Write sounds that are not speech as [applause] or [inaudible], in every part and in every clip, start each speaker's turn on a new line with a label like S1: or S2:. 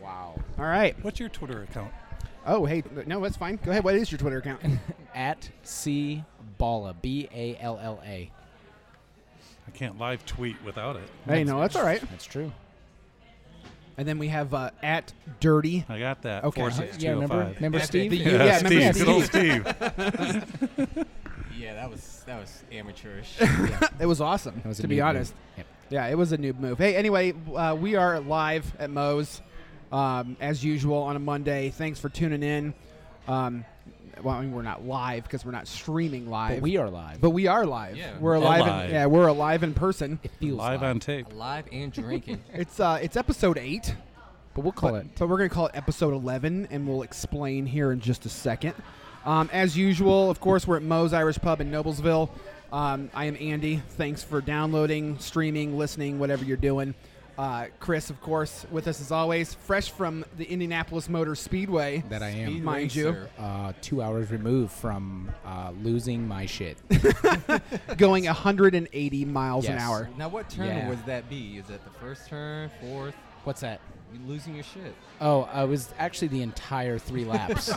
S1: Wow.
S2: All right.
S3: What's your Twitter account?
S2: Oh, hey, no, that's fine. Go ahead. What is your Twitter
S1: [laughs]
S2: account?
S1: At C Balla B A L L A.
S3: I can't live tweet without it.
S2: hey, no, that's all right.
S1: That's true.
S2: And then we have uh, at dirty.
S3: I got that.
S2: Okay.
S3: Four
S2: Uh,
S3: six two
S1: yeah,
S3: oh
S1: remember,
S3: five.
S1: remember
S4: That's
S1: Steve?
S4: the
S2: Yeah,
S3: Yeah,
S2: remember
S3: Steve,
S2: Steve?
S3: good old Steve.
S4: Yeah, that was that was
S2: [laughs]
S4: amateurish.
S2: It was awesome,
S1: That was a
S2: to be
S1: noob move.
S2: honest.
S1: Yep.
S2: Yeah, it was a noob move. Hey, anyway, uh, we are live at Moe's um, as usual on a Monday. Thanks for tuning in. Um, well, I mean, we're not live because we're not streaming live.
S1: But we are live.
S2: But we are live.
S4: Yeah.
S2: We're alive.
S3: Alive.
S2: In, yeah, we're alive in person.
S1: it feels
S3: Live on tape.
S4: Alive and
S2: [laughs]
S4: drinking.
S2: It's uh, it's episode eight,
S1: But we'll call it.
S2: but we're gonna call it episode eleven, and we'll explain here in just a second. Um, as usual, of course, we're at Moe's Irish Pub in Noblesville. Um, I am Andy. Thanks for downloading, streaming, listening, whatever you're doing. Uh, Chris, of course, with us as always, fresh from the Indianapolis Motor Speedway.
S1: That I am.
S2: Mind
S4: Racer.
S1: Uh, two hours removed from uh, losing my shit.
S2: going 180 miles an
S1: Yes.
S2: hour.
S4: Now, what turn
S1: Yeah.
S4: was that be? Is that the first turn, fourth?
S1: What's that?
S4: You losing your shit.
S1: Oh, I was actually the entire three laps.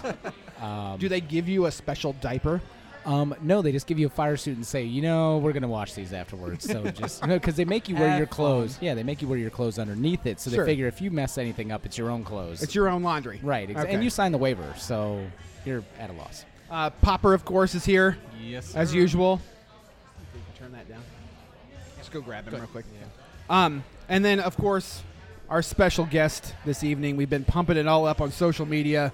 S2: Do they give you a special diaper?
S1: um, no, they just give you a fire suit and say, you know, we're gonna wash these afterwards. So just no, because they make you wear
S4: Have
S1: your clothes. Yeah, they make you wear your clothes underneath it. So
S2: Sure.
S1: they figure if you mess anything up, it's your own clothes.
S2: It's your own laundry,
S1: right. Ex-
S2: Okay.
S1: And you sign the waiver, so you're at a loss.
S2: uh, Popper, of course, is here.
S4: Yes,
S2: as
S4: sir.
S2: usual. Turn that down. Let's go grab him real quick.
S4: Yeah.
S2: Um, and then, of course, our special guest this evening. We've been pumping it all up on social media.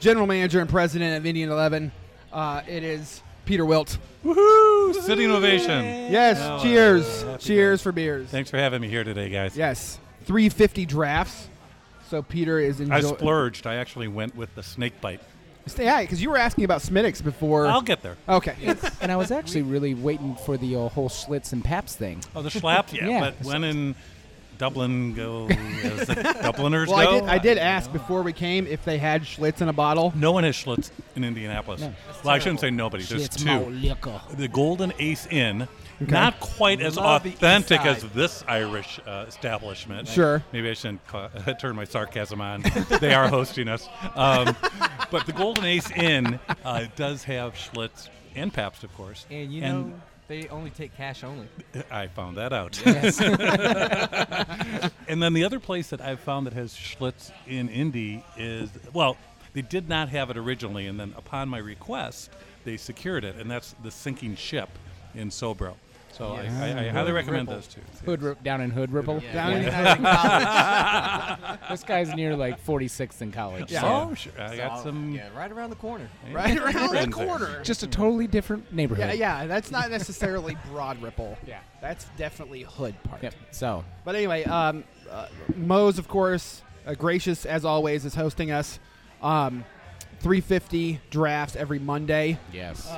S2: General manager and president of Indian Eleven. Uh, it is Peter Wilt.
S3: Sitting ovation.
S2: Yes.
S3: Well, uh,
S2: cheers.
S3: happy
S2: cheers for beers.
S3: Thanks for having me here today, guys.
S2: Yes. 350 drafts. So Peter is
S3: I
S2: enjoying.
S3: splurged. I actually went with the snake bite.
S2: Yeah, because you were asking about Smittix before.
S3: I'll get there.
S2: okay.
S1: And I was actually really waiting for the uh, whole Schlitz and Paps thing.
S3: Oh,
S2: [laughs]
S3: the schlaps, yeah.
S1: Yeah.
S3: But when in Dublin go, as the Dubliners
S2: Well, I
S3: go.
S2: did, I did ask before we came if they had Schlitz in a bottle.
S3: No one has Schlitz in Indianapolis.
S1: No.
S3: Well, I shouldn't say nobody. There's
S1: Schlitz,
S3: two.
S1: my liquor.
S3: the Golden Ace Inn. Not quite as
S4: Love the east
S3: authentic
S4: side.
S3: as this Irish uh, establishment.
S2: Sure.
S3: Maybe I shouldn't ca- [laughs] turn my sarcasm on. they are hosting us. Um, but the Golden Ace Inn uh, does have Schlitz and Pabst, of course.
S4: And you know they only take cash only.
S3: I found that out.
S1: Yes.
S3: [laughs] And then the other place that I've found that has Schlitz in Indy is, well, they did not have it originally, and then upon my request, they secured it, and that's the sinking ship in Sobro. So I-
S2: Ah,
S4: Yes.
S3: I, I, highly recommend
S4: Ripple.
S3: those two.
S1: Hood Ri- down in Hood Ripple.
S4: Yeah.
S2: Down
S4: When
S2: in-
S4: I was in college.
S1: This guy's near like 46th in college.
S2: Yeah.
S1: so
S3: Oh, sure. I
S4: So,
S3: got some.
S4: Yeah, right around the corner.
S2: Right around the
S3: Friends there.
S2: corner.
S1: Just a totally different neighborhood.
S2: Yeah, yeah, that's not necessarily broad [laughs] ripple.
S1: Yeah.
S2: that's definitely hood part.
S1: Yep. So,
S2: But anyway, um, uh, Moe's, of course, uh, gracious as always, is hosting us. Um, 350 drafts every Monday.
S1: yes.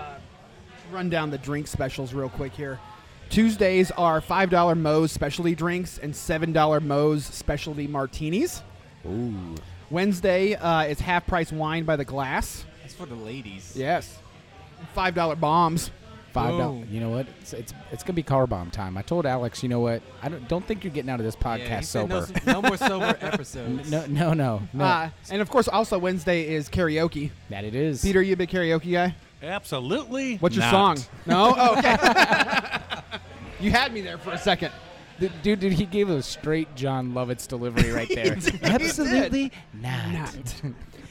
S2: Run down the drink specials real quick here. Tuesdays are $5 Moe's specialty drinks and $7 Moe's specialty martinis.
S1: Ooh.
S2: Wednesday uh, is half price wine by the glass.
S4: That's for the ladies.
S2: Yes. $5 bombs.
S1: Five
S4: Boom.
S1: dollars. You know what? It's, it's it's gonna be car bomb time. I told Alex, you know what? I don't don't think you're getting out of this
S4: Yeah, he
S1: podcast
S4: said no
S1: sober.
S4: s- No,
S2: [laughs]
S4: more sober episodes.
S1: No, no, no, no.
S2: Uh, and of course, also Wednesday is karaoke.
S1: that it is.
S2: Peter, you a big karaoke guy?
S3: Absolutely.
S2: What's your
S3: not.
S2: song?
S1: [laughs]
S2: No? Oh, okay. [laughs] you had me there for a second.
S1: The- dude, dude, he gave a straight John Lovitz delivery right there. Absolutely not.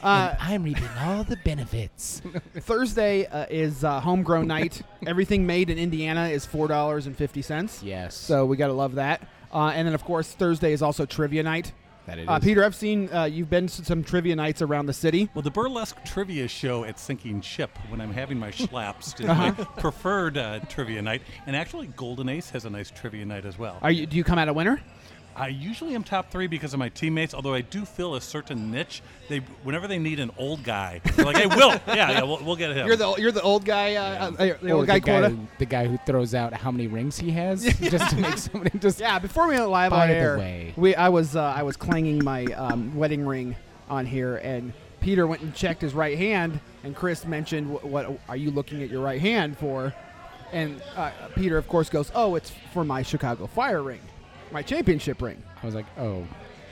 S2: Uh,
S1: I'm reaping all the benefits.
S2: Thursday uh, is uh, homegrown night. Everything made in Indiana is $4.50.
S1: [laughs] yes. So
S2: So we got to love that. Uh, and then, of course, Thursday is also trivia night.
S1: that it is.
S2: Uh, Peter, I've seen uh, you've been to some trivia nights around the city.
S3: Well, the burlesque trivia show at Sinking Ship when I'm
S2: [laughs]
S3: having my schlaps is
S2: Uh-huh.
S3: my preferred uh, trivia night. And actually, Golden Ace has a nice trivia night as well.
S2: Are you? Do you come out a winner?
S3: I usually am top three because of my teammates. Although I do feel a certain niche. They whenever they need an old guy, they're like,
S2: [laughs]
S3: "Hey, Will, yeah, yeah, we'll, we'll get him."
S2: You're the you're the old guy. Uh, uh, the
S1: Or
S2: old guy
S1: the guy,
S2: quota.
S1: who, the guy who throws out how many rings
S2: [laughs]
S1: he has just to make somebody just
S2: Yeah, before we went live
S1: By
S2: on
S1: the
S2: air,
S1: way.
S2: we I was uh, I was clanging my um, wedding ring on here, and Peter went and checked his right hand, and Chris mentioned, "What, what are you looking at your right hand for?" And uh, Peter, of course, goes, "Oh, it's for my Chicago Fire ring, my championship ring."
S1: I was like, oh,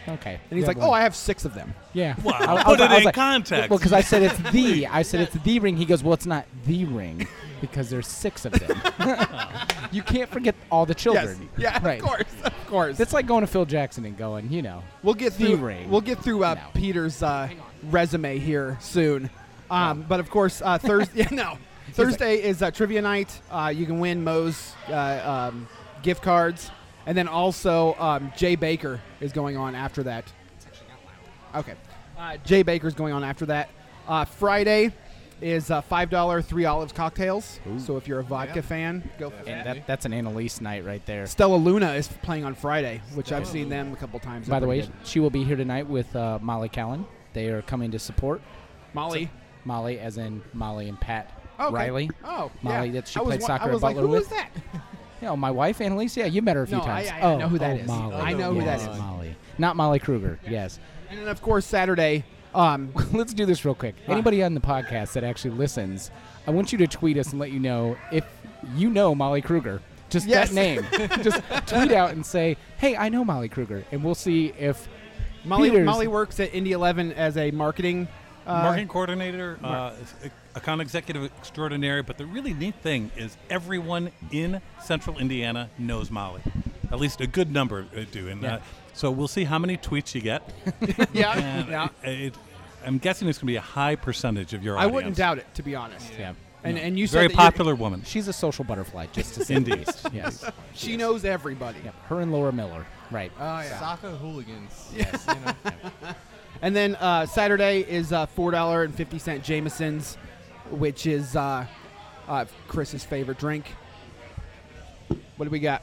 S1: Okay.
S2: And he's
S1: Yeah,
S2: like,
S1: well,
S2: "Oh, I have six of them."
S1: yeah."
S3: Wow,
S1: I- I
S3: put
S1: was-
S3: it
S1: I was
S3: in
S1: like-
S3: context.
S1: Well, because I said it's
S3: [laughs]
S1: the. I said it's the ring. He goes, "Well, it's not the ring because there's six
S3: [laughs]
S1: of them. you can't forget all the
S2: Yes.
S1: children.
S2: Yeah.
S1: Right.
S2: Of course. Of course.
S1: That's like going to Phil Jackson and going, you know,
S2: We'll get
S1: The
S2: through.
S1: ring.
S2: We'll get through uh,
S1: No.
S2: Peter's uh, resume here soon.
S4: Oh.
S2: Um, But of course,
S4: [laughs]
S2: uh, Thursday. yeah, [laughs] no, Thursday is uh, trivia night. Uh, you can win Moe's uh, um, gift cards, and then also um, Jay Baker is going on after that. Okay, uh, Jay Baker's going on after that. Uh, Friday is uh, five dollar three olives cocktails. So if you're a vodka
S4: Yeah.
S2: fan, go. for
S1: and
S2: that.
S1: that, that's an Annalise night right there.
S2: Stella Luna is playing on Friday, which I've seen them a couple times. They're
S1: By the
S2: pretty
S1: way,
S2: good.
S1: she will be here tonight with uh, Molly Callan. They are coming to support
S2: Molly.
S1: Molly, as in Molly and Pat
S2: Okay.
S1: Riley.
S2: Oh,
S1: Molly
S2: yeah.
S1: that she
S2: I was
S1: played
S2: wa-
S1: soccer
S2: I
S1: at
S2: was like,
S1: Butler
S2: who
S1: with.
S2: is that?
S1: You know, my wife, Annalise. Yeah, you met her a few
S2: No, I-
S1: times.
S2: I- I
S1: oh,
S2: know who that
S1: oh,
S2: is.
S1: Molly.
S2: I know
S4: who that
S1: Yes,
S2: is.
S1: Molly, not Molly Kruger. Yes. [laughs]
S2: And then of course Saturday. Um,
S1: Let's do this real quick.
S2: Huh.
S1: Anybody on the podcast that actually listens, I want you to tweet us and let you know if you know Molly Kruger. Just
S2: Yes.
S1: that name.
S2: [laughs]
S1: Just tweet out and say, "Hey, I know Molly Kruger," and we'll see if
S2: Molly
S1: Peters.
S2: Molly works at Indy Eleven as a marketing. Uh,
S3: marketing coordinator, uh, account executive extraordinary. But the really neat thing is everyone in Central Indiana knows Molly, at least a good number uh, do. And uh, so we'll see how many tweets you get.
S2: [laughs] Yeah,
S3: And
S2: yeah.
S3: it- I'm guessing it's going to be a high percentage of your
S2: I
S3: audience.
S2: wouldn't doubt it to be honest.
S1: yeah.
S2: And and you said
S3: Very
S2: that you're- [laughs]
S3: popular woman.
S1: she's a social butterfly. Just to say the
S3: Indeed.
S1: least. Yes.
S2: She knows everybody.
S1: Yep. Her and Laura Miller. Right. Uh,
S2: Oh yeah. [laughs]
S4: Soccer hooligans. Yes. You know.
S2: And then uh, Saturday is uh, four dollar and fifty cent Jamesons, which is uh, uh, Chris's favorite drink. What do we got?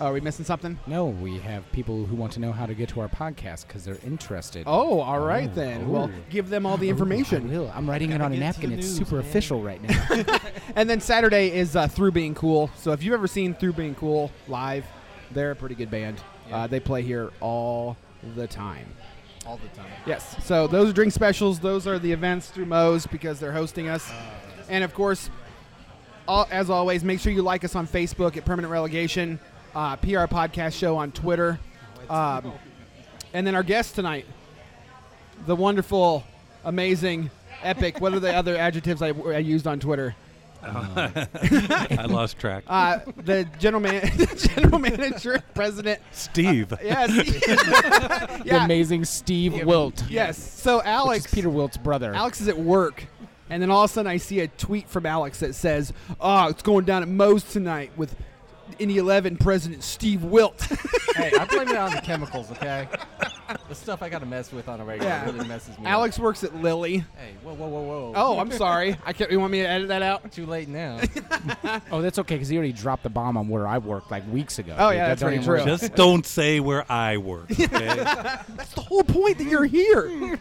S2: Oh, are we missing something?
S1: No, we have people who want to know how to get to our podcast because they're interested.
S2: Oh, all right
S1: Oh,
S2: then.
S1: ooh.
S2: Well, give them all the
S1: Oh, I
S2: information.
S1: will. I'm writing it
S4: Gotta
S1: on a
S4: get to
S1: napkin.
S4: the
S1: It's
S4: news,
S1: super
S4: man.
S1: official right
S4: [laughs]
S1: now.
S2: And then Saturday is uh, Through Being Cool. So if you've ever seen Through Being Cool live, they're a pretty good band.
S4: Yeah.
S2: Uh, they play here all the time.
S4: All the time.
S2: Yes. So those are drink specials. Those are the events through Moe's because they're hosting us. And of course, all, as always, make sure you like us on Facebook at Permanent Relegation, uh, PR Podcast Show on Twitter. Um, and then our guest tonight, the wonderful, amazing, epic. What are the other [laughs] adjectives I, I used on Twitter?
S3: I lost track.
S2: Uh, the general man, [laughs] the general manager, [laughs] president. uh,
S3: Steve.
S2: [laughs] Yes.
S1: The
S2: yeah.
S1: amazing Steve Wilt.
S2: Yes. So
S1: Alex.
S2: Alex,
S1: Peter Wilt's brother.
S2: Alex is at work, and then all of a sudden I see a tweet from Alex that says, "Oh, it's going down at Moe's tonight with Indy Eleven President Steve Wilt."
S4: hey, I blame it on the chemicals. Okay. [laughs] The stuff I gotta mess with on a
S2: [laughs]
S4: regular
S2: Yeah.
S4: really messes me.
S2: Alex
S4: Up.
S2: works at [laughs] Lilly.
S4: Hey, whoa, whoa, whoa, whoa.
S2: Oh, I'm sorry. I can't. You want me to edit that out?
S4: Too late now.
S1: Oh, that's okay because he already dropped the bomb on where I worked like weeks ago.
S2: Oh,
S1: dude.
S2: yeah,
S1: That
S2: that's
S1: don't
S2: very
S1: even work.
S2: true.
S3: Just don't say where I
S2: [laughs]
S3: work. Okay?
S2: That's the whole point that you're here.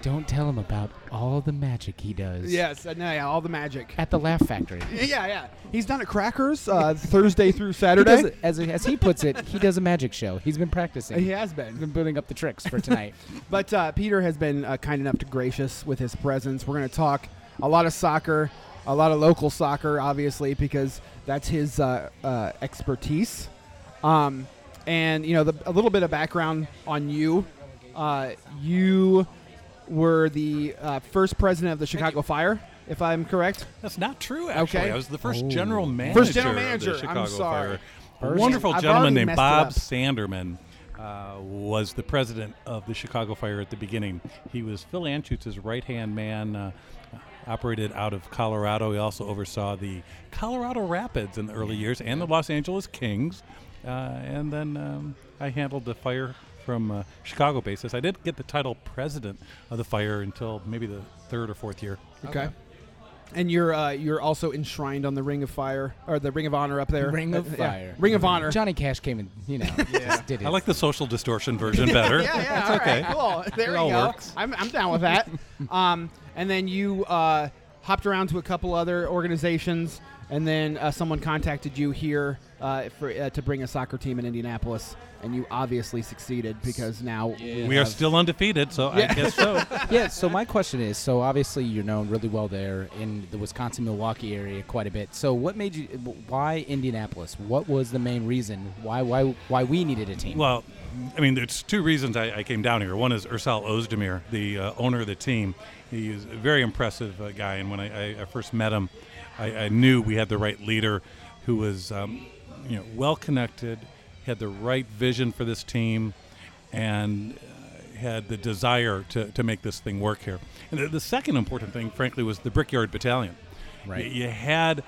S1: Don't tell him about all the magic he does.
S2: [laughs] yes, I know. Yeah, all the [laughs] magic.
S1: At the Laugh Factory. He
S2: Yeah, yeah. He's down at Crackers uh, Thursday through
S1: does
S2: Saturday.
S1: it- as, as he puts it, he does a magic show. He's been practicing.
S2: He has
S1: He's
S2: been.
S1: been building up the tricks for tonight.
S2: But uh, Peter has been uh, kind enough to gracious with his presence. We're going to talk a lot of soccer, a lot of local soccer, obviously, because that's his uh, uh, expertise. Um, and you know, the, a little bit of background on you. Uh, you were the uh, first president of the Chicago Fire, if I'm correct.
S3: That's not true, actually.
S2: Okay.
S3: I was the first
S1: Oh.
S3: general manager.
S2: First general manager, I'm
S3: Of the Chicago
S2: sorry.
S3: Fire. A
S1: First-
S3: wonderful
S2: I've already
S3: gentleman named
S2: messed it
S3: Bob
S2: up.
S3: Sanderman uh, was the president of the Chicago Fire at the beginning. He was Phil Anschutz's right hand man. Uh, Operated out of Colorado, he also oversaw the Colorado Rapids in the early years and the Los Angeles Kings. Uh, and then um, I handled the fire from uh, Chicago basis. I did get the title president of the fire until maybe the third or fourth year.
S2: Okay. And you're uh, you're also enshrined on the Ring of Fire or the [laughs] Ring of Honor up there.
S1: Ring of
S2: Uh, yeah.
S1: Fire.
S2: Ring of Honor.
S1: Johnny Cash came and,
S2: [laughs]
S1: you know, just did it.
S3: I like the social distortion version better.
S2: yeah, yeah.
S3: That's
S2: all
S3: okay.
S2: right, cool. There
S3: It
S2: we
S3: all
S2: go.
S3: works.
S2: I'm, I'm down with
S3: [laughs]
S2: that. um, and then you uh, hopped around to a couple other organizations, and then uh, someone contacted you here uh, for uh, to bring a soccer team in Indianapolis, and you obviously succeeded because now
S4: Yeah.
S3: We are still undefeated, so I guess so.
S1: yeah. So my question is: so obviously you're known really well there in the Wisconsin Milwaukee area quite a bit. So what made you? Why Indianapolis? What was the main reason? Why why why we needed a team?
S3: Well, I mean, there's two reasons I, I came down here. One is Ursal Ozdemir, the uh, owner of the team. He is a very impressive uh, guy, and when I, I, I first met him, I, I knew we had the right leader who was, um, you know, well connected, had the right vision for this team, and uh, had the desire to, to make this thing work here. And the, the second important thing, frankly, was the Brickyard Battalion.
S1: Right.
S3: You, you had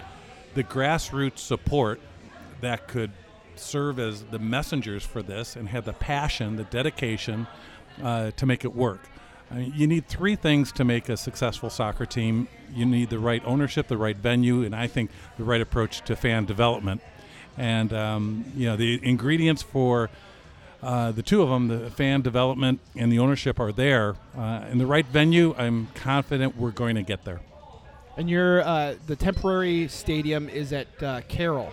S3: the grassroots support that could serve as the messengers for this and had the passion, the dedication uh, to make it work. I mean, you need three things to make a successful soccer team you need the right ownership, the right venue, and I think the right approach to fan development. And, um, you know, the ingredients for uh, the two of them, the fan development and the ownership, are there. Uh, in the right venue, I'm confident we're going to get there.
S2: And your uh, the temporary stadium is at uh, Carroll,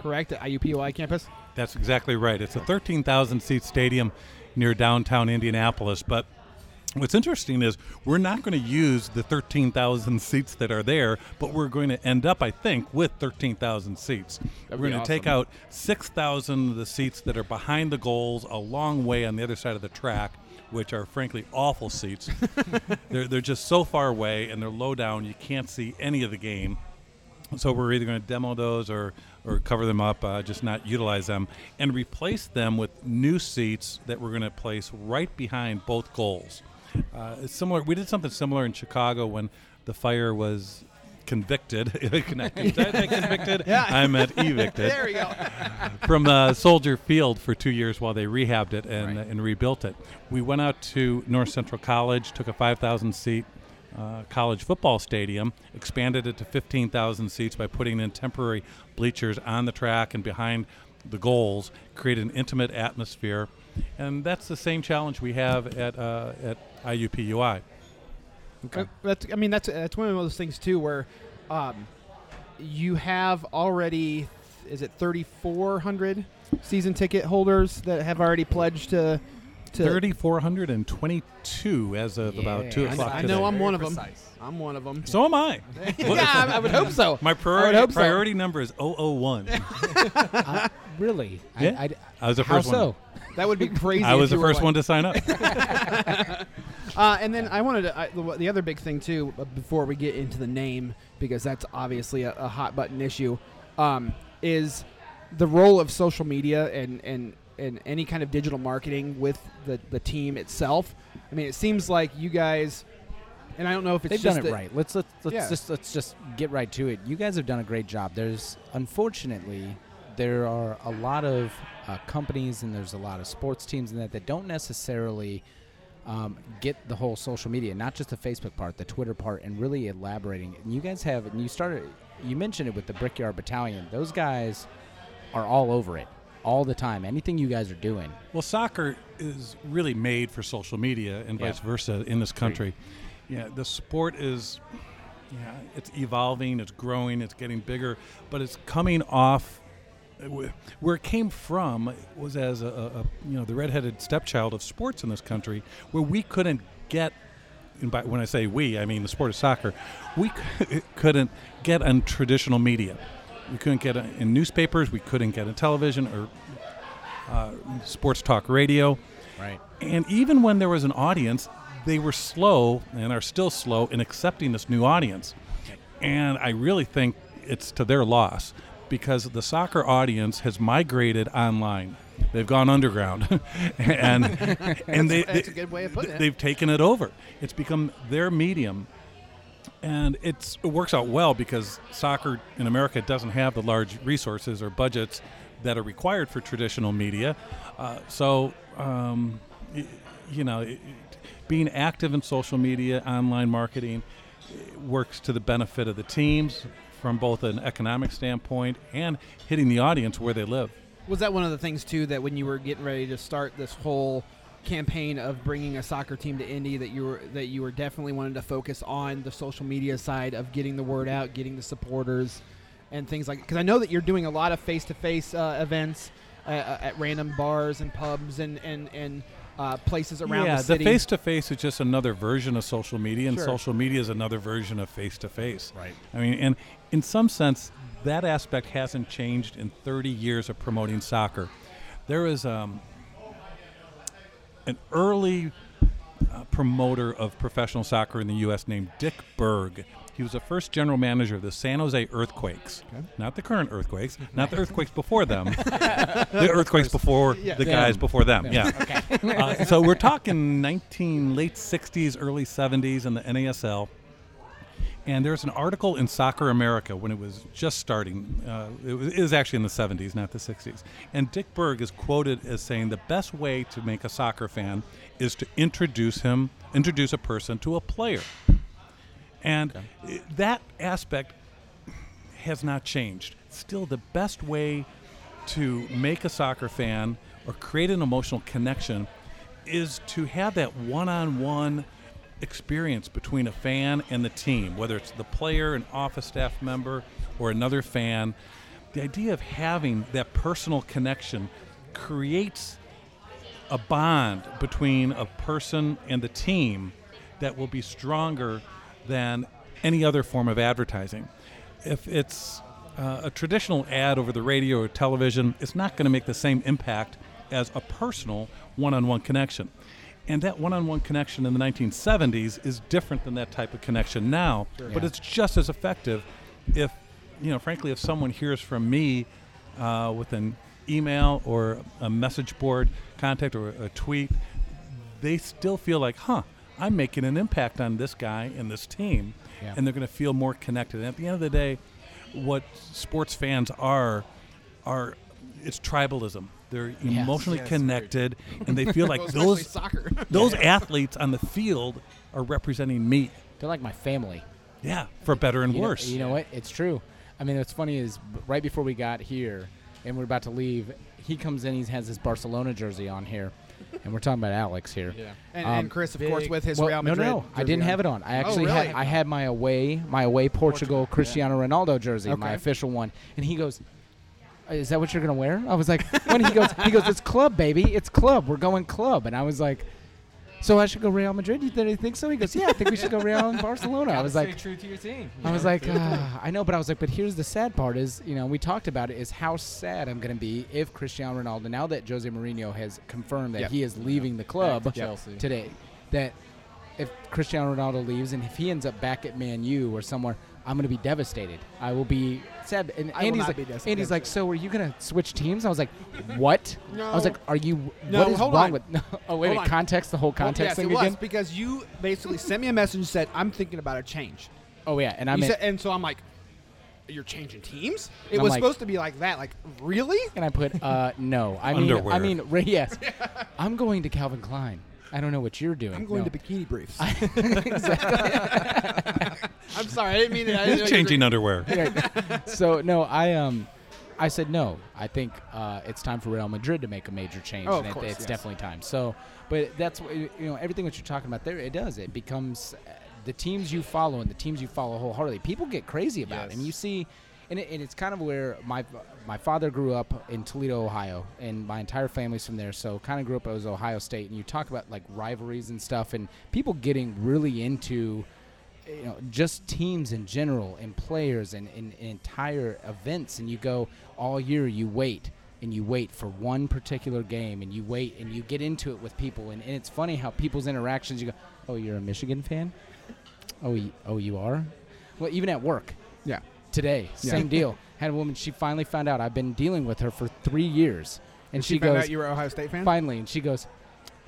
S2: correct? At IUPUI campus.
S3: That's exactly right. It's a 13,000 seat stadium near downtown Indianapolis. But what's interesting is we're not going to use the 13,000 seats that are there, but we're going to end up, I think, with 13,000 seats.
S2: That'd
S3: we're
S2: be
S3: going to take
S2: awesome.
S3: out 6,000 of the seats that are behind the goals a long way on the other side of the track. Which are frankly awful seats. [laughs] they're, they're just so far away and they're low down, you can't see any of the game. So we're either going to demo those or, or cover them up, uh, just not utilize them, and replace them with new seats that we're going to place right behind both goals. Uh, it's similar. We did something similar in Chicago when the fire was convicted. [laughs] Connected. Did I say convicted? E
S2: Yeah.
S3: I meant evicted
S2: we go.
S3: from uh, Soldier Field for two years while they rehabbed it and,
S2: Right.
S3: and rebuilt it. We went out to North Central College, took a 5,000 seat uh, college football stadium, expanded it to 15,000 seats by putting in temporary bleachers on the track and behind the goals, create an intimate atmosphere. And that's the same challenge we have at, uh, at IUPUI.
S2: Uh, That's, I mean, that's that's one of those things too, where um, you have already is it 3,400 season ticket holders that have already pledged to to.
S3: 3,422 as of about 2
S1: Yeah. I
S3: o'clock
S2: I
S3: today.
S2: know I'm
S4: Very
S2: one of them.
S4: precise.
S2: I'm one of [laughs] them.
S3: So am I.
S2: yeah, I, I would hope so.
S3: My priority,
S2: hope so.
S3: priority number is 001.
S2: [laughs]
S1: I- really?
S3: Yeah.
S1: I, I,
S3: I was the
S1: how
S3: first one.
S1: so?
S2: That
S3: [laughs]
S2: would be crazy.
S3: I
S2: if
S3: was the
S2: you were
S3: first
S2: like-
S3: one to sign up.
S2: Uh, and then I wanted to, I, the, the other big thing too uh, before we get into the name because that's obviously a, a hot button issue um, is the role of social media and and and any kind of digital marketing with the the team itself. I mean, it seems like you guys, and I don't know if it's
S1: They've
S2: just
S1: done it
S2: that-
S1: right. Let's let's, let's
S2: Yeah.
S1: just let's just get right to it. You guys have done a great job. There's unfortunately there are a lot of uh, companies and there's a lot of sports teams and that that don't necessarily um, get the whole social media, not just the Facebook part, the Twitter part, and really elaborating. And you guys have, and you started, you mentioned it with the Brickyard Battalion. Those guys are all over it all the time. Anything you guys are doing,
S3: Well, soccer is really made for social media and
S1: Yeah.
S3: vice versa in this country. Yeah, the sport is yeah, it's evolving, it's growing, it's getting bigger, but it's coming off where it came from was as a, a you know the redheaded stepchild of sports in this country, where we couldn't get. And by, when I say we, I mean the sport of soccer. We [laughs] c- couldn't get on traditional media. We couldn't get in newspapers. We couldn't get in television or uh, sports talk radio.
S1: right?
S3: And even when there was an audience, they were slow and are still slow in accepting this new audience. And I really think it's to their loss because the soccer audience has migrated online. They've gone underground, [laughs]
S2: [laughs]
S3: and and they,
S2: that's a
S3: they-
S2: good way of putting it.
S3: They've taken it over. It's become their medium, and it's it works out well because soccer in America doesn't have the large resources or budgets that are required for traditional media. Uh, so, um, y- you know, it, it- being active in social media, online marketing, it works to the benefit of the teams from both an economic standpoint and hitting the audience where they live.
S2: Was that one of the things too that when you were getting ready to start this whole campaign of bringing a soccer team to Indy that you were that you were definitely wanted to focus on the social media side of getting the word out, getting the supporters, and things like because I know that you're doing a lot of face to face events uh, uh, at random bars and pubs and and and uh, places around
S3: yeah,
S2: the city.
S3: face to face is just another version of social media, and
S2: Sure.
S3: social media is another version of face to face.
S1: Right.
S3: I mean, and in some sense, that aspect hasn't changed in 30 years of promoting soccer. There is um, an early uh, promoter of professional soccer in the U.S. named Dick Berg. He was the first general manager of the San Jose Earthquakes, not the current Earthquakes, not the Earthquakes before them, the Earthquakes before the
S1: them.
S3: guys before them. Yeah. Uh, so we're talking 19 late 60s, early 70s in the NASL. And there's an article in Soccer America when it was just starting. Uh, it, was, it was actually in the 70s, not the 60s. And Dick Berg is quoted as saying the best way to make a soccer fan is to introduce him, introduce a person to a player. And i- that aspect has not changed. Still, the best way to make a soccer fan or create an emotional connection is to have that one on one experience between a fan and the team, whether it's the player, an office staff member, or another fan. The idea of having that personal connection creates a bond between a person and the team that will be stronger than any other form of advertising. If it's uh, a traditional ad over the radio or television, it's not going to make the same impact as a personal one on one connection. And that one on one connection in the 1970s is different than that type of connection now, but
S1: Yeah.
S3: it's just as effective if, you know, frankly, if someone hears from me uh, with an email or a message board contact or a tweet, they still feel like, huh, I'm making an impact on this guy and this team.
S1: Yeah.
S3: And they're going to feel more connected. And at the end of the day, what sports fans are, are it's tribalism. They're emotionally
S4: Yes, weird.
S3: connected, and they feel like
S2: especially
S3: those
S2: soccer.
S3: [laughs] those athletes on the field are representing me.
S1: They're like my family.
S3: Yeah, for better and
S1: You know-
S3: worse.
S1: you know what? It's true. I mean, what's funny is b- right before we got here and we're about to leave, he comes in. He has his Barcelona jersey on here, and we're talking about Alex here.
S4: Yeah.
S2: and,
S1: Um,
S2: and Chris, of course,
S4: big-
S2: with his
S1: Well,
S2: Real
S1: no,
S2: Madrid. Oh,
S1: no, I didn't have it on. I actually
S2: really?
S1: had I had my away my away Portugal,
S4: Portugal, yeah.
S1: Cristiano Ronaldo jersey, my
S2: Okay.
S1: official one, and he goes. Is that what you're gonna wear? I was like, when he goes, he goes, it's club, baby, it's club. We're going club, and I was like, so I should go Real Madrid. You th- think so? He goes, yeah, I think we should go Real and Barcelona. I was
S4: Gotta
S1: like,
S4: stay true to your team. you
S1: I was
S4: know?
S1: like, ah, I know, but I was like, but here's the sad part is, you know, we talked about it is how sad I'm going to be if Cristiano Ronaldo, now that Jose Mourinho has confirmed that
S2: Yep.
S1: he is leaving the club
S4: Back to Chelsea.
S1: today, that if Cristiano Ronaldo leaves and if he ends up back at Man U or somewhere, I'm going to be devastated. I will be sad. And
S2: I will
S1: Andy's
S2: not
S1: like,
S2: be des-
S1: Andy's like,
S2: devastated.
S1: so are you going to switch teams? I was like, what? I was
S2: No.
S1: like, are you?
S2: No,
S1: what is
S2: hold
S1: wrong
S2: on.
S1: with? [laughs] No, oh wait,
S2: Hold
S1: wait
S2: on.
S1: context the whole
S2: Well,
S1: context
S2: yes,
S1: thing
S2: it was
S1: again.
S2: because you basically sent me a message and said, "I'm thinking about a change."
S1: Oh yeah, and I'm
S2: You
S1: in,
S2: said, and so I'm like, "You're changing teams?" It
S1: I'm
S2: was
S1: like-
S2: supposed to be like that. Like, really?
S1: And I put, uh, no. I mean, I
S3: Underwear.
S1: mean, ra- yes. I'm going to Calvin Klein. I don't know what you're doing.
S2: I'm going
S1: No. [laughs]
S2: to bikini briefs. [laughs] I'm sorry, I didn't mean it. I didn't
S3: It's changing underwear.
S1: Right. so no, I um, I said no. I think uh, it's time for Real Madrid to make a major change.
S2: Oh, of
S1: and it-
S2: course,
S1: it's
S2: yes.
S1: definitely time. So, but that's what you know. Everything that you're talking about there, it does. It becomes uh, the teams you follow and the teams you follow wholeheartedly. People get crazy about it,
S4: Yes.
S1: and you see. And, it, and it's kind of where my my father grew up in Toledo, Ohio, and my entire family's from there. So kind of grew up as Ohio State, and you talk about like rivalries and stuff, and people getting really into you know, just teams in general and players and, and, and entire events. And you go all year, you wait and you wait for one particular game and you wait and you get into it with people. And, and it's funny how people's interactions, you go, oh, you're a Michigan fan? Oh, you, oh, you are? Well, even at work
S2: Yeah.
S1: today,
S2: Yeah. [laughs]
S1: same deal. Had a woman, she finally found out I've been dealing with her for three years. And she,
S2: She, found
S1: goes,
S2: out you were an Ohio State fan.
S1: finally, and she goes,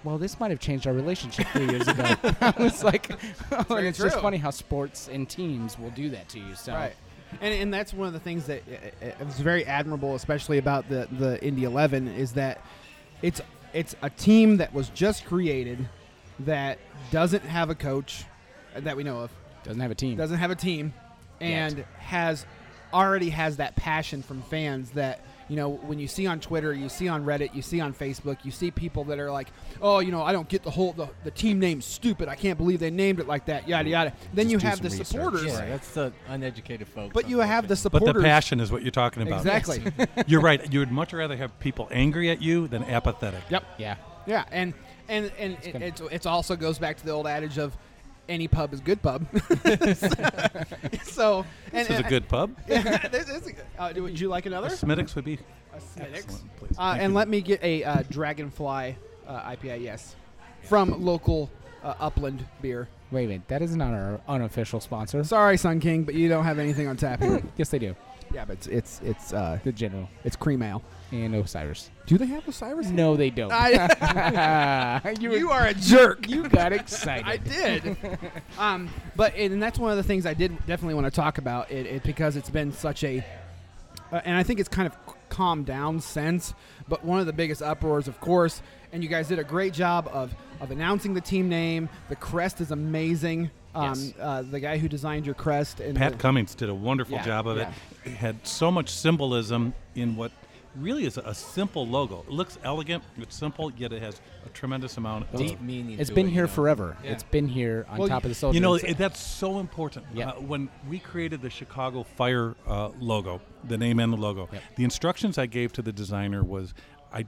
S1: "Well, this might have changed our relationship three years
S2: [laughs]
S1: ago." [laughs] I was like, [laughs] oh, and
S2: very
S1: it's just
S2: true.
S1: funny how sports and teams will do that to you. So,
S2: Right. And, and that's one of the things that uh, uh, is very admirable, especially about the, the Indy 11, is that it's it's a team that was just created that doesn't have a coach uh, that we know of,
S1: doesn't have a team.
S2: doesn't have a team, and has already has that passion from fans that you know, when you see on Twitter, you see on Reddit, you see on Facebook, you see people that are like, oh, you know, I don't get the whole the, the team name's stupid. I can't believe they named it like that. Yada yada. Then
S1: Just
S2: you
S1: do
S2: have
S1: some
S2: the
S1: research.
S2: supporters,
S4: Yeah, that's the uneducated folks.
S2: but you have the
S3: But
S2: supporters.
S3: the passion is what you're talking about.
S2: Exactly.
S3: [laughs] You're right. You would much rather have people angry at you than apathetic.
S2: yep.
S1: Yeah.
S2: Yeah, and and and it,
S1: gonna-
S2: it's it's also goes back to the old adage of any pub is good pub. [laughs] so and,
S3: This
S2: [laughs]
S3: is
S1: uh,
S3: a good pub.
S2: Yeah, this is a- uh, do- would you like another?
S3: Smittix would be
S2: Smittix.
S3: excellent, please.
S2: Uh, and let me get a uh, Dragonfly uh, IPA. Yes, from local uh, Upland Beer.
S1: Wait a minute. That is not our unofficial sponsor.
S2: Sorry, Sun King, but you don't have anything on tap here.
S1: Yes, they do.
S2: yeah, but it's it's it's uh,
S1: The General
S2: it's cream ale.
S1: and Osiris.
S2: Do they have Osiris?
S1: No, they
S2: [laughs]
S1: don't.
S2: I,
S1: you,
S2: you [laughs] are a jerk.
S1: [laughs] you got excited.
S2: I did.
S3: [laughs]
S2: um, but and that's one of the things I did definitely want to talk about it, it because it's been such a, uh, and I think it's kind of c- calmed down since. But one of the biggest uproars, of course, and you guys did a great job of of announcing the team name. The crest is amazing. Um,
S1: Yes.
S2: uh, the guy who designed your crest and
S3: Pat
S2: the-
S3: Cummings did a wonderful
S2: Yeah,
S3: job of it. It had so much symbolism in what really is a, a simple logo. It looks elegant, it's simple, yet it has a tremendous amount of
S4: deep meaning.
S1: It's
S4: to
S1: been
S4: it,
S1: here
S4: you know.
S1: forever.
S4: Yeah.
S1: It's been here on
S2: Well,
S1: top of the soldier.
S3: You know,
S1: It's-
S3: it, that's so important.
S1: Yeah.
S3: Uh, when we created the Chicago Fire uh, logo, the name and the logo, the instructions I gave to the designer was I.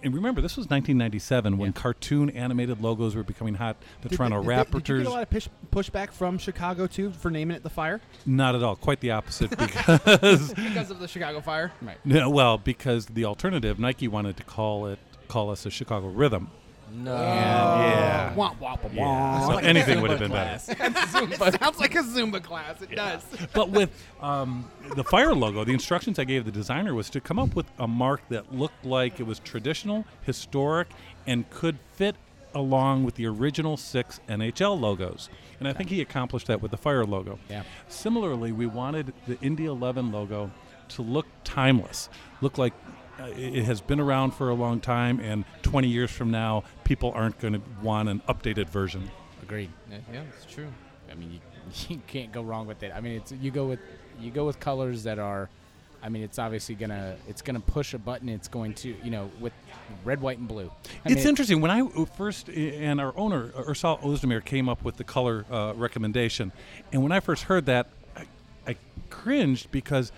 S3: And remember, this was 1997 when cartoon animated logos were becoming hot. The
S2: Did-
S3: Toronto
S2: did- did-
S3: Raptors.
S2: Did, you get a lot of push, pushback from Chicago too for naming it the fire
S3: Not at all. Quite
S2: [laughs]
S3: the opposite. Because
S2: because of the Chicago fire?
S3: no, well, because the alternative, Nike wanted to call it call us a Chicago Rhythm.
S4: No.
S3: yeah.
S2: Wah, wah, wah,
S3: Yeah.
S2: wah.
S3: [laughs] So anything would have been better.
S2: [laughs] It sounds like a Zumba class. It does.
S3: but with um, the fire logo, the instructions I gave the designer was to come up with a mark that looked like it was traditional, historic, and could fit along with the original six NHL logos. And I think he accomplished that with the fire logo.
S1: Yeah.
S3: Similarly, we wanted the Indy 11 logo to look timeless, look like uh, it it has been around for a long time, and 20 years from now, people aren't going to want an updated version.
S1: agreed.
S4: Yeah, yeah, it's true.
S1: I mean, you, you [laughs] can't go wrong with it. I mean, it's you go with you go with colors that are. I mean, it's obviously gonna it's gonna push a button. It's going to you know with red, white, and blue. I
S3: it's
S1: mean,
S3: interesting. When I uh, first, uh, and our owner, uh, Ursal Ozdemir, came up with the color uh, recommendation, and when I first heard that, I, I cringed because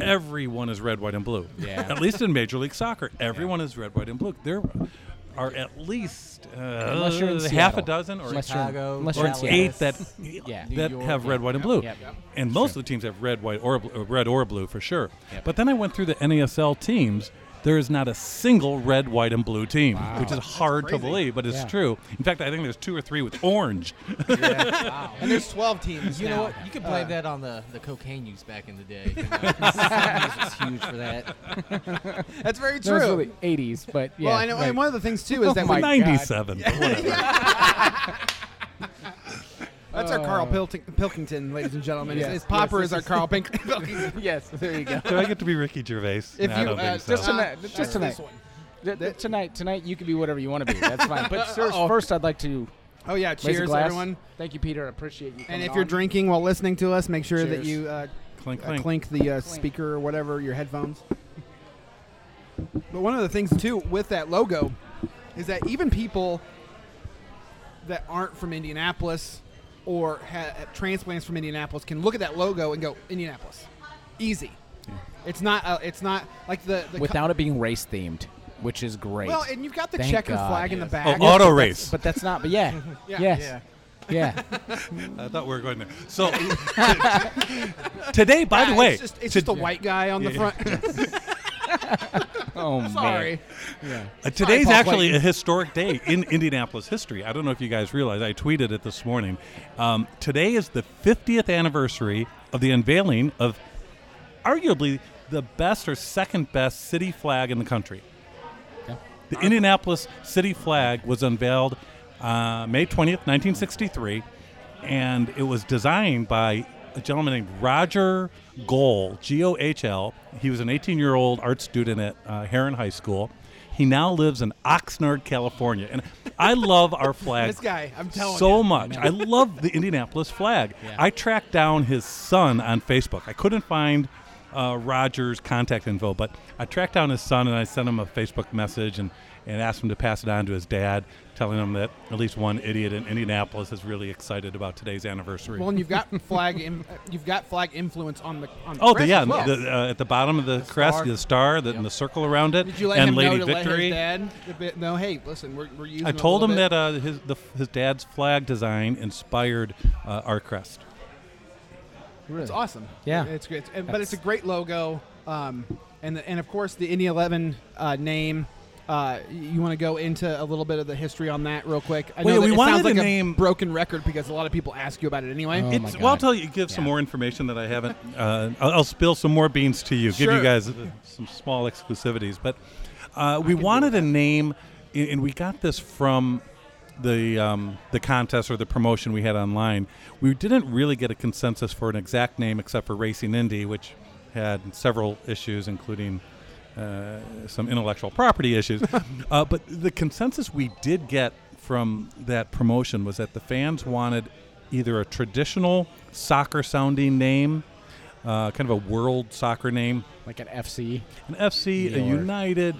S3: everyone is red, white, and blue.
S1: Yeah.
S3: at least in Major League Soccer, everyone is red, white, and blue. There are at least uh,
S1: Unless you're in
S3: half a
S1: Seattle.
S3: dozen or
S1: Unless you're-
S4: Chicago,
S1: unless
S3: or
S1: you're in
S4: Dallas.
S1: Seattle.
S3: eight that
S1: [laughs] Yeah.
S3: that
S4: New York,
S3: have red,
S4: yeah.
S3: white, and blue.
S1: Yep. Yep.
S3: And most of the teams have red, white, or bl- uh, red or blue for sure.
S1: Yep.
S3: But then I went through the NASL teams. There is not a single red, white, and blue team,
S1: Wow.
S3: which is hard to believe, but it's
S1: Yeah.
S3: true. In fact, I think there's two or three
S2: [laughs]
S3: with orange.
S2: And there's 12 teams.
S4: You
S2: now.
S4: know what? You could blame
S2: Uh,
S4: that on the, the cocaine use back in the day. You know? [laughs] was huge for that.
S2: That's very
S1: that
S2: true.
S1: was really 80s, but yeah.
S2: well, and,
S1: right.
S2: [laughs]
S1: Oh
S2: and one of the things too is that
S1: my
S2: we,
S1: God.
S2: [laughs]
S3: 97. but whatever.
S2: that's our Carl Pilting, Pilkington, ladies and gentlemen.
S1: Yes,
S2: His, his popper
S1: yes,
S2: is our Carl Pink.
S1: [laughs]
S2: Pilkington.
S1: yes, there you go.
S3: Do I get to be Ricky Gervais?
S2: If
S3: No, I
S2: you,
S3: don't
S2: uh,
S3: think
S2: just
S3: so.
S1: Just
S2: Uh,
S1: tonight, just tonight. [laughs] Th- th- tonight, tonight you can be whatever you want to be. That's fine. But
S2: [laughs]
S1: sir,
S2: Uh-oh.
S1: first, I'd like to
S2: Oh yeah!
S1: raise a
S2: Cheers,
S1: glass.
S2: everyone.
S1: Thank you, Peter. I appreciate you.
S2: And
S1: coming
S2: if you're
S1: on.
S2: drinking while listening to us, make sure that
S1: Cheers.
S2: you uh,
S3: clink,
S2: uh,
S3: clink.
S2: clink the uh, speaker or whatever your headphones. But one of the things too with that logo is that even people that aren't from Indianapolis or ha- have transplants from Indianapolis can look at that logo and go Indianapolis, easy. It's not. Uh, it's not like the, the co-
S1: without it being race themed, which is great.
S2: well, and you've got the
S1: Thank
S2: checker
S1: God.
S2: flag in the
S4: Yes.
S3: Oh,
S2: back.
S3: auto race.
S1: but that's not. But yeah,
S2: [laughs] Yeah.
S1: yes, yeah.
S2: [laughs]
S3: I thought we were going there. So [laughs] today, by the way,
S2: it's just, it's
S3: to-
S2: just a white guy on the front. [laughs]
S1: Oh man.
S2: Sorry.
S3: Uh, today's
S2: Paul
S3: actually
S2: Clayton.
S3: a historic day in [laughs] Indianapolis history. I don't know if you guys realize. I tweeted it this morning. Um, today is the 50th anniversary of the unveiling of arguably the best or second best city flag in the country.
S1: Yeah.
S3: The Indianapolis city flag was unveiled uh, May 20th, 1963, and it was designed by a gentleman named Roger Gohl, G O H L. He was an 18 year old art student at uh, Heron High School. He now lives in Oxnard, California. And I love our flag
S2: This guy, I'm telling
S3: so
S2: you.
S3: much. I love the Indianapolis flag. I tracked down his son on Facebook. I couldn't find uh, Roger's contact info, but I tracked down his son and I sent him a Facebook message and, and asked him to pass it on to his dad, telling him that at least one idiot in Indianapolis is really excited about today's anniversary.
S2: Well, and you've got flag, [laughs] in, you've got flag influence on the on the
S3: Oh, the,
S2: crest
S3: yeah,
S2: as well.
S3: the, uh, at the bottom of the, crest,
S4: star.
S3: the star, the, and the circle around it,
S2: Did you let
S3: and
S2: him
S3: Lady
S2: know to
S3: Victory.
S2: let his dad? a bit- No, hey, listen, we're, we're using.
S3: I
S2: a
S3: told
S2: little
S3: him
S2: bit-
S3: that uh, his the, his dad's flag design inspired uh, our crest.
S2: It's awesome.
S1: Yeah.
S2: it's great, and, but it's a
S1: That's-
S2: great logo. Um, and the, and of course the Indy Eleven uh, name. Uh, you want to go into a little bit of the history on that real quick? I know
S3: Well, yeah,
S2: that
S3: we
S2: it
S3: wanted
S2: sounds
S3: to
S2: like a
S3: name-
S2: broken record because a lot of people ask you about it anyway.
S1: Oh, my
S3: it's, well, I'll
S1: God.
S3: tell you, give some
S1: Yeah.
S3: more information that I haven't. Uh, I'll, I'll spill some more beans to you. Give
S2: Sure.
S3: you guys uh, some small exclusivities, but uh, we wanted a name, and and we got this from the um, the contest or the promotion we had online. We didn't really get a consensus for an exact name, except for Racing Indy, which had several issues, including uh, some intellectual property
S2: [laughs]
S3: issues. uh, but the consensus we did get from that promotion was that the fans wanted either a traditional soccer sounding name, uh, kind of a world soccer name,
S1: like an FC.
S3: an FC, a
S1: Your-
S3: United,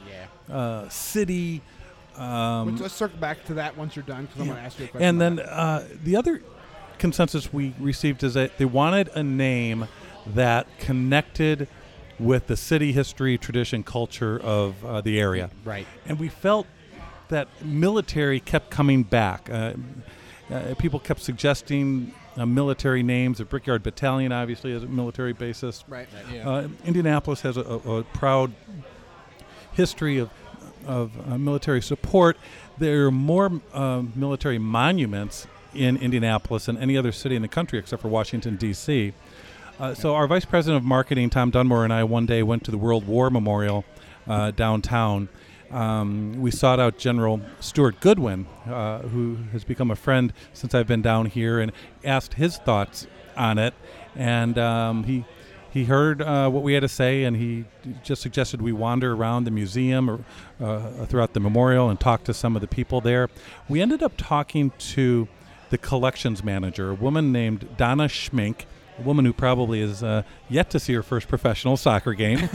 S1: Yeah.
S3: uh, City. Um,
S2: Let's- Let's circle back to that once you're done because I'm going to ask you a question.
S3: and
S2: about
S3: then uh, the other consensus we received is that they wanted a name that connected with the city history, tradition, culture of uh, the area.
S1: Right.
S3: And we felt that military kept coming back. Uh, uh, people kept suggesting uh, military names. The Brickyard Battalion, obviously, is a military basis.
S2: that. right.
S3: Uh, Indianapolis has a, a, a proud history of of uh, military support. There are more um military monuments in Indianapolis than any other city in the country, except for Washington D.C. Uh, so our vice president of marketing, Tom Dunmore, and I one day went to the World War Memorial uh, downtown. Um, we sought out General Stuart Goodwin, uh, who has become a friend since I've been down here, and asked his thoughts on it. And um, he he heard uh, what we had to say, and he just suggested we wander around the museum or uh, throughout the memorial and talk to some of the people there. We ended up talking to the collections manager, a woman named Donna Schmink, a woman who probably is uh, yet to see her first professional
S2: [laughs]
S3: soccer game.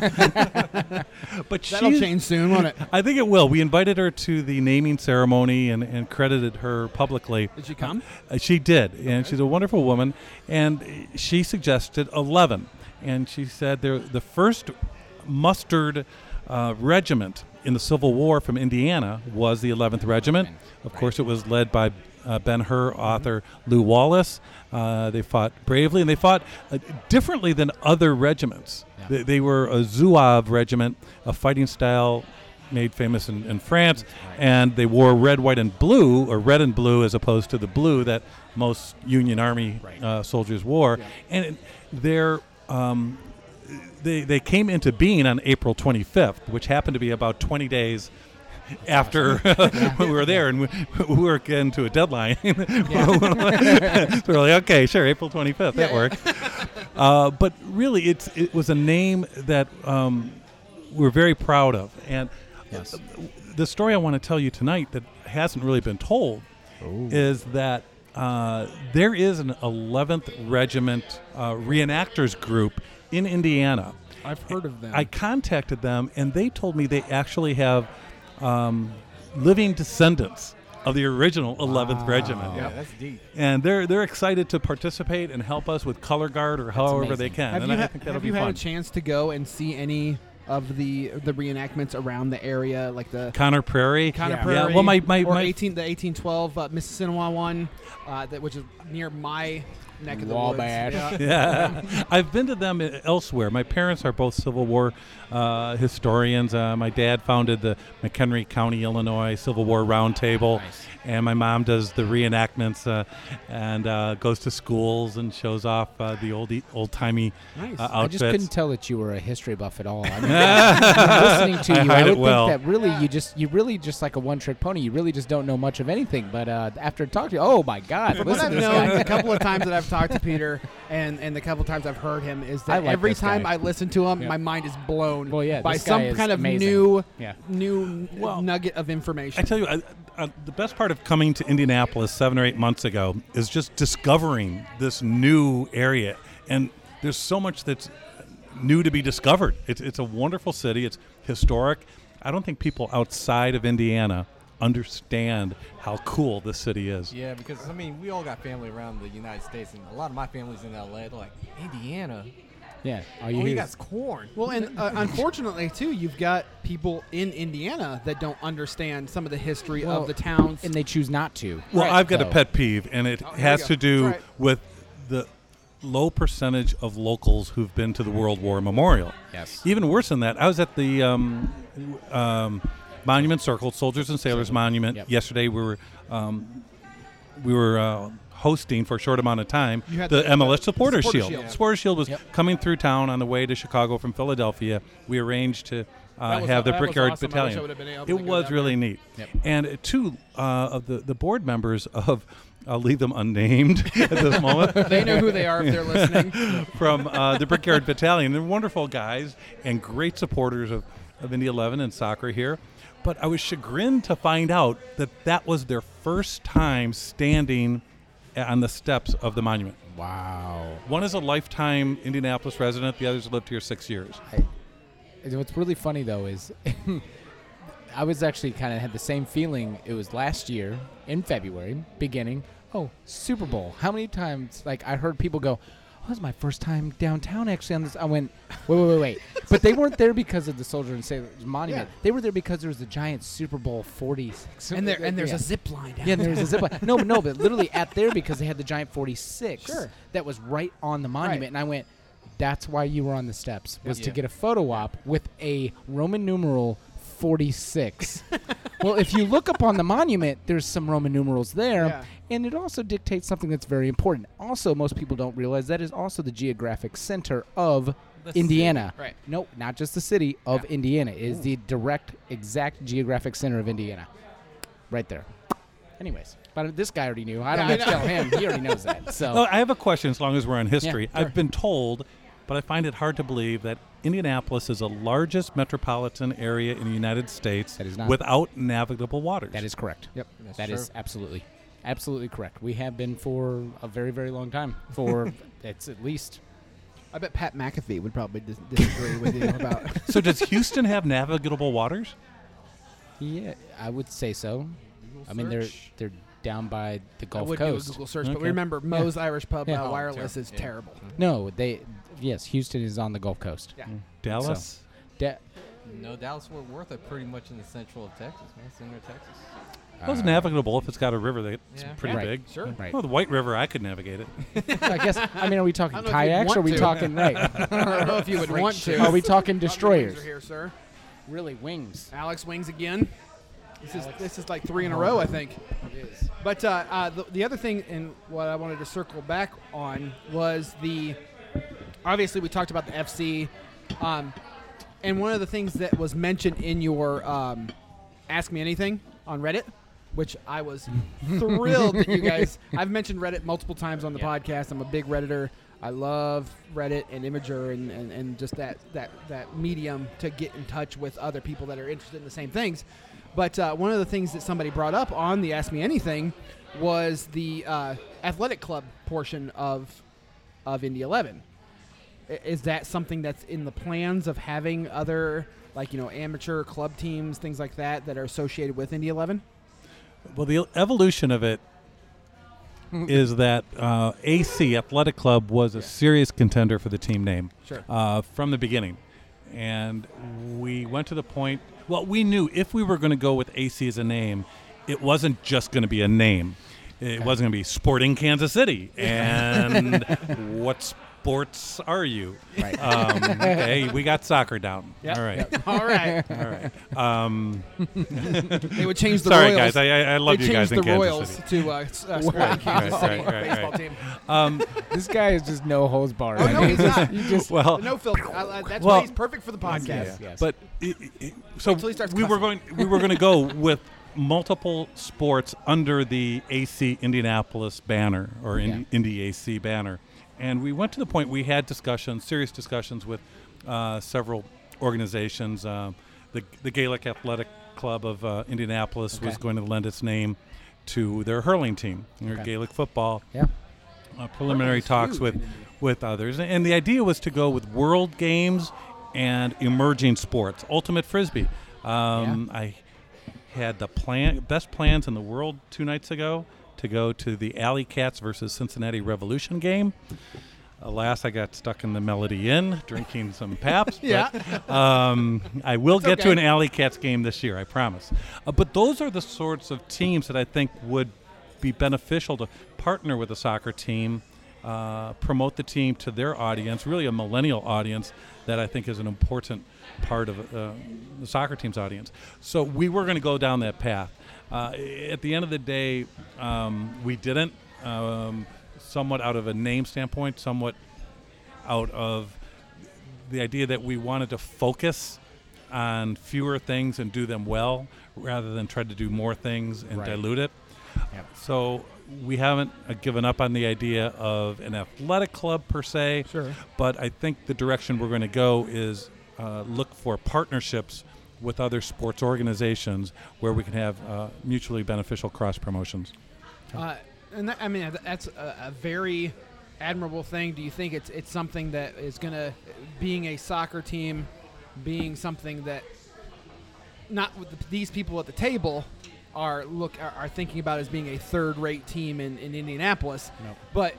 S3: but
S2: That'll
S3: she's-
S2: change soon, won't it?
S3: I think it will. We invited her to the naming ceremony and, and credited her publicly.
S2: Did you come?
S3: Uh, she did, and she's a wonderful woman. And she suggested 11, and she said they're the first mustered uh, regiment in the Civil War from Indiana was the 11th Regiment. Of course, it was led by uh, Ben Hur author Lew Wallace. Uh, they fought bravely, and they fought uh, differently than other regiments.
S1: Yeah.
S3: They, they were a Zouave regiment, a fighting style made famous in, in France, and they wore red, white, and blue, or red and blue as opposed to the blue that most Union Army
S1: Right.
S3: uh, soldiers wore. And it- their um, they, they came into being on April 25th, which happened to be about 20 days after [laughs] we were there, and we, we were getting to a deadline. [laughs] so we're like, okay, sure, April 25th, that works. Uh, but really, it's it was a name that um, we're very proud of, and
S1: Yes.
S3: the story I want to tell you tonight that hasn't really been told
S2: Oh.
S3: is that uh, there is an 11th Regiment uh, reenactors group in Indiana.
S2: I've heard of them.
S3: I contacted them, and they told me they actually have um, living descendants of the original 11th Regiment.
S4: Yeah, that's deep.
S3: And they're they're excited to participate and help us with color guard or however they
S1: amazing.
S3: can.
S2: have
S3: and
S2: you,
S3: I
S2: ha-
S3: think that'll
S2: have
S3: be
S2: you had
S3: fun.
S2: a chance to go and see any of the the reenactments around the area, like the
S3: Connor Prairie.
S2: Connor
S1: Yeah.
S2: Prairie.
S3: Yeah, well, my, my,
S2: or
S3: my
S2: 18, the 1812 uh, Mississinewa one, uh, that which is near my neck of the
S1: Wabash.
S2: woods. Yeah.
S3: [laughs] yeah. I've been to them i- elsewhere. My parents are both Civil War uh, historians. Uh, my dad founded the McHenry County, Illinois Civil War Roundtable,
S1: Nice.
S3: and my mom does the reenactments uh, and uh, goes to schools and shows off uh, the old old timey
S2: Nice.
S3: uh,
S1: I just couldn't
S3: outfits.
S1: tell that you were a history buff at all. I [laughs] mean,
S3: [laughs]
S1: listening to you,
S3: I
S1: I,
S3: hide
S1: would
S3: it
S1: think
S3: well.
S1: that really you just you really just like a one trick pony. You really just don't know much of anything. But uh, after talking to you, oh my god,
S2: What
S1: listen
S2: I've
S1: to this
S2: known
S1: guy.
S2: the couple of times that I've talked to Peter and, and the couple of times I've heard him is
S1: I
S2: that
S1: like
S2: every
S1: this
S2: time
S1: guy.
S2: I listen to him,
S1: Yeah.
S2: my mind is blown
S1: Well, yeah,
S2: by
S1: this guy
S2: some
S1: is
S2: kind of
S1: amazing.
S2: new
S1: Yeah.
S2: new n-
S3: Well,
S2: nugget of
S3: I
S2: information.
S3: tell you, I, I, the best part of coming to Indianapolis seven or eight months ago is just discovering this new area. And there's so much that's new to be discovered. It's it's a wonderful city. It's historic. I don't think people outside of Indiana understand how cool this city is.
S4: Yeah, because I mean, we all got family around the United States, and a lot of my family's in LA. They're like Indiana.
S1: Yeah. All
S4: Oh,
S1: you
S4: you
S1: hear
S4: got
S1: is-
S4: is corn.
S2: Well, and uh, unfortunately, too, you've got people in Indiana that don't understand some of the history
S1: Well,
S2: of the towns.
S1: and they choose not to.
S3: Well, I've got a
S1: though.
S3: pet peeve, and it
S2: Oh, here we
S3: has
S2: go.
S3: to do
S2: That's right.
S3: with the low percentage of locals who've been to the World War Memorial.
S1: Yes.
S3: Even worse than that, I was at the um, um, Monument Circle, Soldiers and Sailors Monument.
S1: Yep.
S3: Yesterday, we were um, we were uh, hosting for a short amount of time
S2: You had
S3: the,
S2: the-
S3: MLS
S2: the supporter
S3: Supporter Shield.
S2: shield. Yeah.
S3: Supporter Shield was
S1: Yep.
S3: coming through town on the way to Chicago from Philadelphia. We arranged to uh,
S2: That was
S3: have
S2: aw-
S3: the
S2: that was
S3: Brickyard
S2: awesome. I wish I
S3: Battalion.
S2: would've been able to
S3: it
S2: go
S3: was
S2: down
S3: really neat.
S1: Yep.
S3: And uh, two uh, of the, the board members of, I'll leave them unnamed [laughs] at this
S2: [laughs]
S3: moment,
S2: they know who they are if they're [laughs] listening.
S3: [laughs] from uh, the Brickyard Battalion. They're wonderful guys and great supporters of, of Indy 11 and soccer here. But I was chagrined to find out that that was their first time standing on the steps of the monument.
S1: Wow.
S3: One is a lifetime Indianapolis resident, the other's lived here six years.
S1: And What's really funny though is [laughs] I was actually kind of had the same feeling. It was last year in February, beginning. Oh, Super Bowl. How many times like I heard people go, "Oh, "This is my first time downtown." Actually, on this, I went, "Wait, wait,
S2: [laughs]
S1: wait, wait!" but they weren't there because of the Soldier and Sailor Monument.
S2: Yeah.
S1: They were there because there was a giant Super Bowl Forty Six.
S2: and there and there's
S1: yeah.
S2: a zip line down
S1: Yeah, and there was a zip line. No, but no, but literally at there because they had the giant 46
S2: Sure.
S1: that was right on the monument.
S2: Right.
S1: And I went, that's why you were on the steps, was to
S4: Yeah.
S1: get a photo op with a Roman numeral 46. well, if you look up on the monument, there's some Roman numerals there.
S2: Yeah.
S1: And it also dictates something that's very important. Also, most people don't realize that is also the geographic center of Indiana.
S2: Right.
S1: No, not just the city of Indiana. It is the direct, exact geographic center of Indiana. Right there. Anyways, but this guy already knew. I don't
S2: Yeah, I
S1: have to tell him. He already knows that.
S3: Oh,
S1: So,
S3: I have a question as long as we're on history.
S1: sure.
S3: I've been told, but I find it hard to believe that Indianapolis is the largest metropolitan area in the United States
S1: That is not-
S3: without navigable waters.
S1: that is correct.
S2: Yep.
S4: That's
S1: That is
S4: true.
S1: absolutely, absolutely correct. We have been for a very, very long time.
S2: [laughs]
S1: For it's at least
S2: I bet Pat McAfee would probably dis- disagree with you about.
S3: so does Houston have navigable waters?
S1: yeah, I would say so. I mean, they're
S4: search.
S1: they're down by the
S2: I
S1: [laughs] Gulf
S2: would do a
S1: Coast.
S2: Google search, but
S3: Okay.
S2: remember, Moe's Irish Pub
S1: Yeah. Mm.
S2: uh,
S4: Oh,
S2: wireless
S4: terrible.
S2: is
S4: Yeah.
S2: terrible.
S1: No, they yes, Houston is on the Gulf Coast.
S2: Yeah.
S3: Dallas?
S1: Da-
S4: No, Dallas Fort Worth are pretty much in the central of Texas, man. It's in there, Texas.
S3: Well, it's
S1: uh,
S3: navigable if it's got a river that's
S4: Yeah.
S3: pretty
S1: Right.
S3: big.
S1: [laughs]
S2: Sure.
S1: Right.
S3: Well, the White River, I could navigate it.
S1: I guess. I mean, are we
S2: [laughs]
S1: talking
S2: I don't know if you'd
S1: kayaks?
S2: want
S1: Or are we
S2: to.
S1: talking right?
S2: [laughs] I don't know if you would want to.
S1: Are
S2: [laughs]
S1: we talking
S2: Destroyers
S1: destroyers?
S2: are here, sir.
S1: Really, wings.
S2: Alex Wings again. This is this is like three in a row, I think.
S1: It is.
S2: But uh, uh, the, the other thing, and what I wanted to circle back on was the. Obviously, we talked about the FC, um, and one of the things that was mentioned in your um, "Ask Me Anything" on Reddit, which I was thrilled that you guys. I've mentioned Reddit multiple times on the
S1: Yeah.
S2: podcast. I'm a big redditor. I love Reddit and Imager and, and, and just that, that, that medium to get in touch with other people that are interested in the same things. But uh, one of the things that somebody brought up on the Ask Me Anything was the uh, athletic club portion of of Indy 11. I- Is that something that's in the plans of having other, like, you know, amateur club teams, things like that, that are associated with Indy 11?
S3: Well, the evolution of it
S2: [laughs]
S3: is that uh, AC Athletic Club was a serious contender for the team name
S2: Sure.
S3: uh, from the beginning, and we went to the point. Well, we knew if we were going to go with AC as a name, it wasn't just going to be a name. It wasn't going to be Sporting Kansas City
S2: [laughs]
S3: and what sports are you?
S1: Right.
S2: [laughs]
S3: Um, okay, we got soccer down. All
S2: [laughs]
S3: right.
S2: All right.
S3: All right. [laughs] Um,
S2: They would change the
S3: sorry,
S2: Royals.
S3: guys. I, I I love
S2: they
S3: you guys
S2: changed
S3: in
S2: the
S3: Kansas
S2: Royals
S3: City.
S2: to uh, s- uh, Sporting Kansas
S3: right,
S2: City
S3: right, right,
S2: baseball
S3: right. [laughs]
S2: team.
S3: Um,
S1: This guy is just no hose bar.
S2: Oh, no, he's not.
S3: well,
S2: [laughs] No filter. I, I- that's
S3: Well-
S2: why he's perfect for the podcast.
S1: Yes, yes.
S3: But i- i- i- so
S2: till he starts
S3: we were going we were going
S2: [laughs]
S3: to go with multiple sports under the AC Indianapolis banner or Ind- Indy AC banner, and we went to the point we had discussions, serious discussions with uh, several organizations. Um, the the Gaelic Athletic Club of uh, Indianapolis was
S1: Okay.
S3: going to lend its name to their hurling team, their
S1: Okay.
S3: Gaelic football
S1: yeah.
S3: uh, preliminary talks with with others, and the idea was to go with world games and emerging sports. Ultimate frisbee. Um, I had the plan best plans in the world two nights ago to go to the Alley Cats versus Cincinnati Revolution game. Alas, I got stuck in the Melody Inn drinking some Paps.
S2: Yeah.
S3: But, um, I will get
S2: okay.
S3: to an Alley Cats game this year, I promise. Uh, but those are the sorts of teams that I think would be beneficial to partner with a soccer team, uh, promote the team to their audience, really a millennial audience that I think is an important part of uh, the soccer team's audience. So we were going to go down that path. Uh, at the end of the day, um, we didn't. Um, somewhat out of a name standpoint, somewhat out of the idea that we wanted to focus on fewer things and do them well rather than try to do more things and
S1: Right.
S3: dilute it.
S1: Yep.
S3: So we haven't uh, given up on the idea of an athletic club per se,
S2: Sure.
S3: but I think the direction we're going to go is uh, look for partnerships with other sports organizations where we can have uh, mutually beneficial cross promotions.
S2: Uh, and that, I mean th- that's a, a very admirable thing. Do you think it's it's something that is gonna being a soccer team, being something that not with the, these people at the table are look are, are thinking about as being a third rate team in, in Indianapolis,
S1: Nope.
S2: but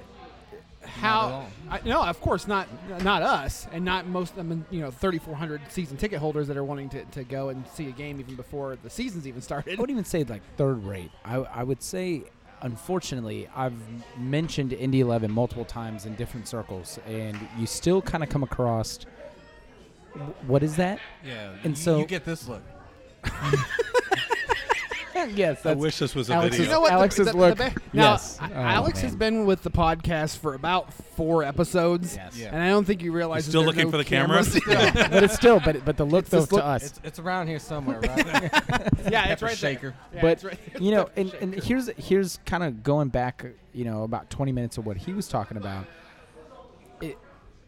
S4: at
S2: how
S4: all.
S2: I, no of course not not us and not most I mean, you know 3400 season ticket holders that are wanting to, to go and see a game even before the season's even started
S1: I wouldn't even say like third rate. I, I would say, unfortunately, I've mentioned Indy 11 multiple times in different circles, and you still kind of come across "Wh- what is that?
S4: Yeah.
S1: And
S4: you-
S1: so-
S4: you get this look.
S1: [laughs] yes,
S3: I wish this was a
S1: Alex
S3: video.
S1: is- Alex's look.
S2: ba- now,
S1: Yes.
S2: I-
S1: Oh,
S2: Alex
S1: man.
S2: has been with the podcast for about four episodes,
S1: Yes.
S4: Yeah.
S2: and I don't think you realize.
S3: He's still
S2: there are
S3: looking
S2: no
S3: for the camera. [laughs]
S2: cameras.
S1: [laughs] but it's still, but but the look though
S2: this
S1: to
S2: look-
S1: us,
S4: It's, it's around here
S1: [laughs]
S4: somewhere, right?
S2: yeah, it's
S4: Pepper
S2: right there.
S4: shaker.
S2: Yeah,
S1: but
S2: it's right there.
S1: you know, and, and here's here's kind of going back, uh, you know, about 20 minutes of what he was talking about. It,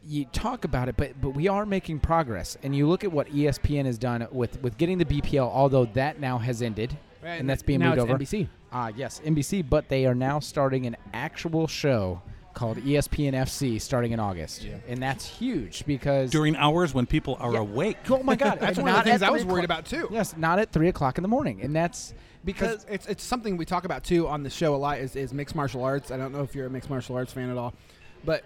S1: you talk about it, but but we are making progress, and you look at what E ESPN has done with with getting the BPL, although that now has ended,
S2: Right,
S1: and that's being
S2: now
S1: moved
S2: it's
S1: over.
S2: NBC.
S1: Ah, yes, NBC, but they are now starting an actual show called E ESPN FC starting in August,
S4: Yeah.
S1: and that's huge because
S3: During hours when people are awake.
S1: [laughs] oh my
S2: [laughs]
S1: god,
S2: That's
S1: and
S2: one of
S1: not
S2: the things
S1: at
S2: I was
S1: three
S2: worried
S1: o'clock-
S2: about too.
S1: Yes, not at three o'clock in the morning, and that's because
S2: Because it's, it's something we talk about too on the show a lot is, is mixed martial arts. I don't know if you're a mixed martial arts fan at all, but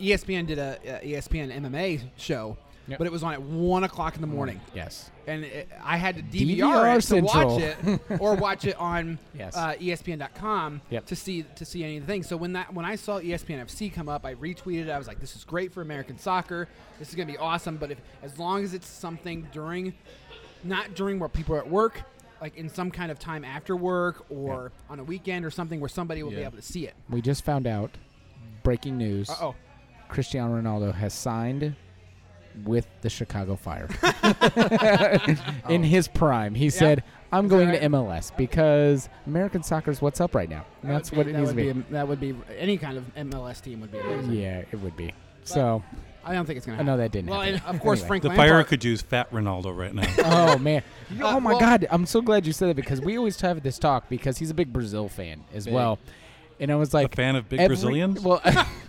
S2: E ESPN did a, a E ESPN MMA show,
S1: Yep.
S2: but it was on at one o'clock in the morning.
S1: yes,
S2: and it, I had to DVR,
S1: DVR
S2: it to watch
S1: Central.
S2: it or watch it on
S1: Yes.
S2: uh, ESPN.com
S1: Yep.
S2: to see to see any of the things. So when that when I saw E ESPN FC come up, I retweeted. it. I was like, "This is great for American soccer. This is going to be awesome." But if as long as it's something during, not during where people are at work, like in some kind of time after work or on a weekend or something where somebody will be
S4: Yeah.
S2: able to see it.
S1: We just found out breaking news.
S2: Uh oh.
S1: Cristiano Ronaldo has signed with the
S2: [laughs]
S1: Chicago Fire. [laughs] In his prime, he said, "I'm
S2: Oh. that
S1: going
S2: right?
S1: to MLS because American soccer's what's up right now. And that's what it
S2: that
S1: needs to
S2: would
S1: be."
S2: am- That would be any kind of MLS team would be amazing.
S1: yeah, it would be. So
S2: I don't think it's going
S1: I
S2: to.
S1: know
S2: happen.
S1: that didn't.
S2: Well, and
S1: happen.
S2: of course,
S1: Anyway.
S2: Frank
S3: The fire
S2: Lampard,
S3: could use fat Ronaldo right now.
S1: [laughs]
S2: [laughs]
S1: Oh man!
S2: Uh,
S1: oh my
S2: well-
S1: God! I'm so glad you said that because we always have this talk because he's a big Brazil fan as
S4: Big.
S1: well, and I was like,
S3: a fan of big
S1: every-
S3: Brazilians?
S1: Well,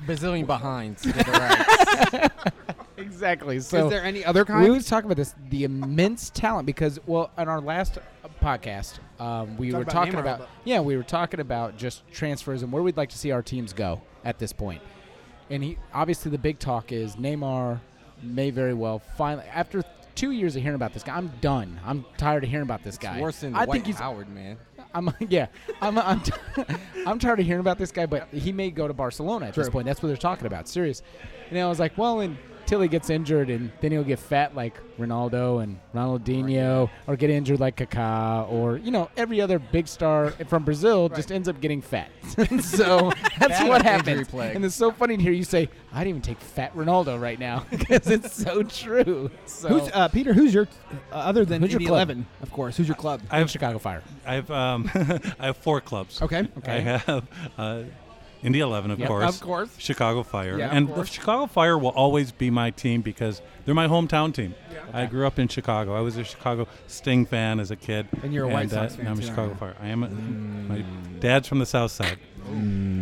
S4: Brazilian behinds. to the right.
S1: exactly. So
S2: is there any other
S1: We
S2: kind?
S1: always talk about this the immense talent because well on our last uh, podcast um, we
S2: Talk
S1: were
S2: about
S1: talking
S2: Neymar,
S1: about
S2: but-
S1: yeah we were talking about just transfers and where we'd like to see our teams go at this point. And he obviously the big talk is Neymar may very well finally after two years of hearing about this guy I'm done I'm tired of hearing about this [laughs] guy.
S4: It's worse than
S1: I
S4: White
S1: think he's
S4: Howard, man.
S1: I'm yeah. I'm I'm, t- [laughs] I'm tired of hearing about this guy, but he may go to Barcelona at this
S2: True.
S1: point. That's what they're talking about. Serious. And I was like, well, until he gets injured, and then he'll get fat like Ronaldo and Ronaldinho, or get injured like Kaká, or you know every other big star from Brazil just ends up getting fat. [laughs] so that's
S4: Fat
S1: what
S4: and injury
S1: happens. [laughs]
S4: plague.
S1: And it's so funny to hear you say, I'd even take fat Ronaldo right now [laughs] because it's so true. So
S2: Who's uh, Peter? Who's your uh, other than
S1: Who's your
S2: Indy
S1: club?
S2: Eleven, of course? Who's your club?
S3: I have,
S1: Chicago Fire.
S3: I have, um, [laughs] I have four clubs.
S2: Okay.
S3: I have uh, Indy 11, of
S1: Yep.
S3: course.
S2: Of course.
S3: Chicago Fire.
S2: Yeah, of
S3: and
S2: course.
S3: the Chicago Fire will always be my team because they're my hometown team.
S2: Yeah.
S3: I grew up in Chicago. I was a Chicago Sting fan as a kid.
S2: And you're a White Sox
S3: uh,
S2: fan
S3: and I'm a
S2: too, Mm.
S3: Chicago
S2: aren't [laughs]
S3: Fire. I am. A, My dad's from the South Side.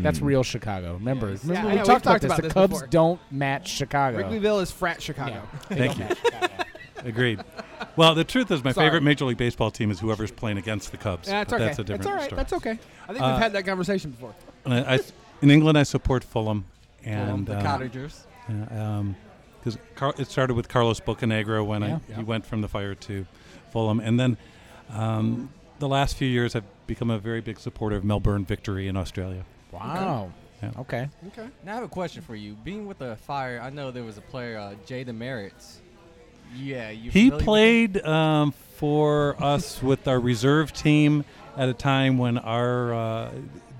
S1: That's real Chicago. Remember, remember
S2: Yeah, I
S1: we
S2: know, we've
S1: talked about
S2: talked
S1: this.
S2: about
S1: the
S2: this
S1: Cubs
S2: before.
S1: don't match Chicago.
S2: Wrigleyville is frat Chicago.
S1: Yeah.
S3: Thank you.
S2: [laughs]
S3: Agreed. Well, the truth is, my
S2: Sorry.
S3: favorite Major League Baseball team is whoever's playing against the Cubs.
S2: That's
S3: but
S2: okay.
S3: That's a different
S2: all right.
S3: story.
S2: That's okay. I think
S3: Uh,
S2: we've had that conversation before.
S3: And I, I- in England, I support Fulham,
S4: Um,
S3: and uh,
S4: the cottagers.
S3: because Car- it started with Carlos Bocanegra when
S1: Yeah.
S3: I, he went from the Fire to Fulham, and then um, the last few years I've become a very big supporter of Melbourne Victory in Australia.
S1: Wow.
S3: Yeah.
S1: Okay.
S2: Okay.
S4: Now I have a question for you. Being with the Fire, I know there was a player, uh, Jaden Merritt's. Yeah, you.
S3: He
S4: familiar with
S3: played um, for us with our reserve team at a time when our uh,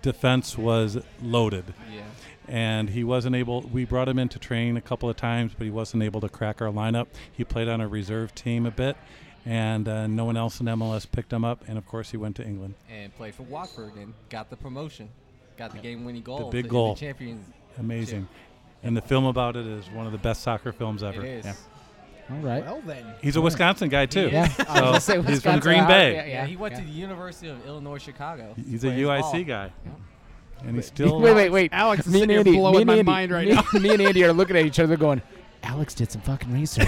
S3: defense was loaded.
S4: him? Yeah.
S3: and he wasn't able. We brought him in to train a couple of times, but he wasn't able to crack our lineup. He played on a reserve team a bit, and uh, no one else in MLS picked him up. And of course, he went to England.
S4: and played for Watford and got the promotion, got the game-winning goal,
S3: big
S4: to-
S3: goal.
S4: the champions.
S3: Amazing. And the film about it is one of the best soccer films ever.
S4: It is.
S1: Yeah.
S4: Yeah.
S1: All right.
S2: Well then.
S3: He's a Wisconsin guy too.
S1: Yeah.
S3: So
S1: I was gonna say
S3: he's from
S1: Wisconsin,
S3: Green
S1: how-
S3: Bay.
S1: yeah,
S4: he went to the University of Illinois Chicago.
S3: He's a
S4: to play his
S3: UIC
S4: ball.
S3: guy,
S4: Yeah.
S3: and he's still.
S1: wait, wait, wait.
S2: Alex is
S1: me and
S2: sitting here
S1: Andy,
S2: blowing
S1: me and
S2: my mind
S1: Andy,
S2: right
S1: me, [laughs]
S2: now.
S1: me and Andy are looking at each other, going, "Alex did some
S2: [laughs]
S1: fucking research.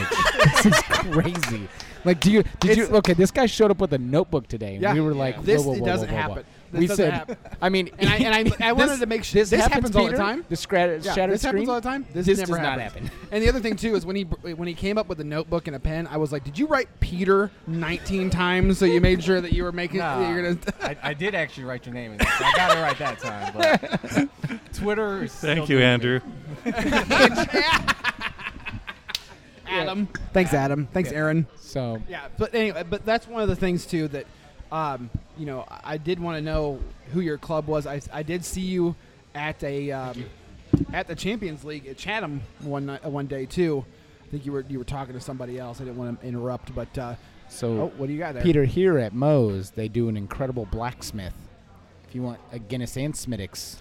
S1: this is crazy." Like, do you did
S2: It's-
S1: you okay? This guy showed up with a notebook today, and
S2: Yeah.
S1: we were like, whoa,
S2: This
S1: whoa, whoa,
S2: it doesn't
S1: whoa, whoa, whoa.
S2: happen. This
S1: we
S2: doesn't
S1: said,
S2: happen.
S1: I mean,
S2: And I- and [laughs] I- I wanted
S1: this-
S2: to make sure- this happens all the time?
S1: The scra-
S2: Yeah,
S1: shattered
S2: this
S1: screen.
S2: happens all the time. This,
S1: This
S2: never
S1: does not
S2: happens.
S1: happen.
S2: And the other thing too is when he br- when he came up with a notebook and a pen, I was like, "Did you write Peter 19 times so you made sure that you were making that
S4: Nah,
S2: you're gonna?"
S4: I, I did actually write your name in there. so I got it right that time. But Twitter. is still
S3: Thank you,
S4: doing it.
S3: Andrew.
S2: Adam, thanks, Adam, thanks, Aaron.
S1: So
S2: Yeah, but anyway, but that's one of the things too that, um, you know, I- I did want to know who your club was. I, I did see you at a um, at the Champions League at Chatham one night, uh, one day too. I think you were you were talking to somebody else. I didn't want to interrupt, but uh,
S1: so
S2: oh, what do you got there,
S1: Peter, here at Moe's, they do an incredible blacksmith. If you want a Guinness and Smittix,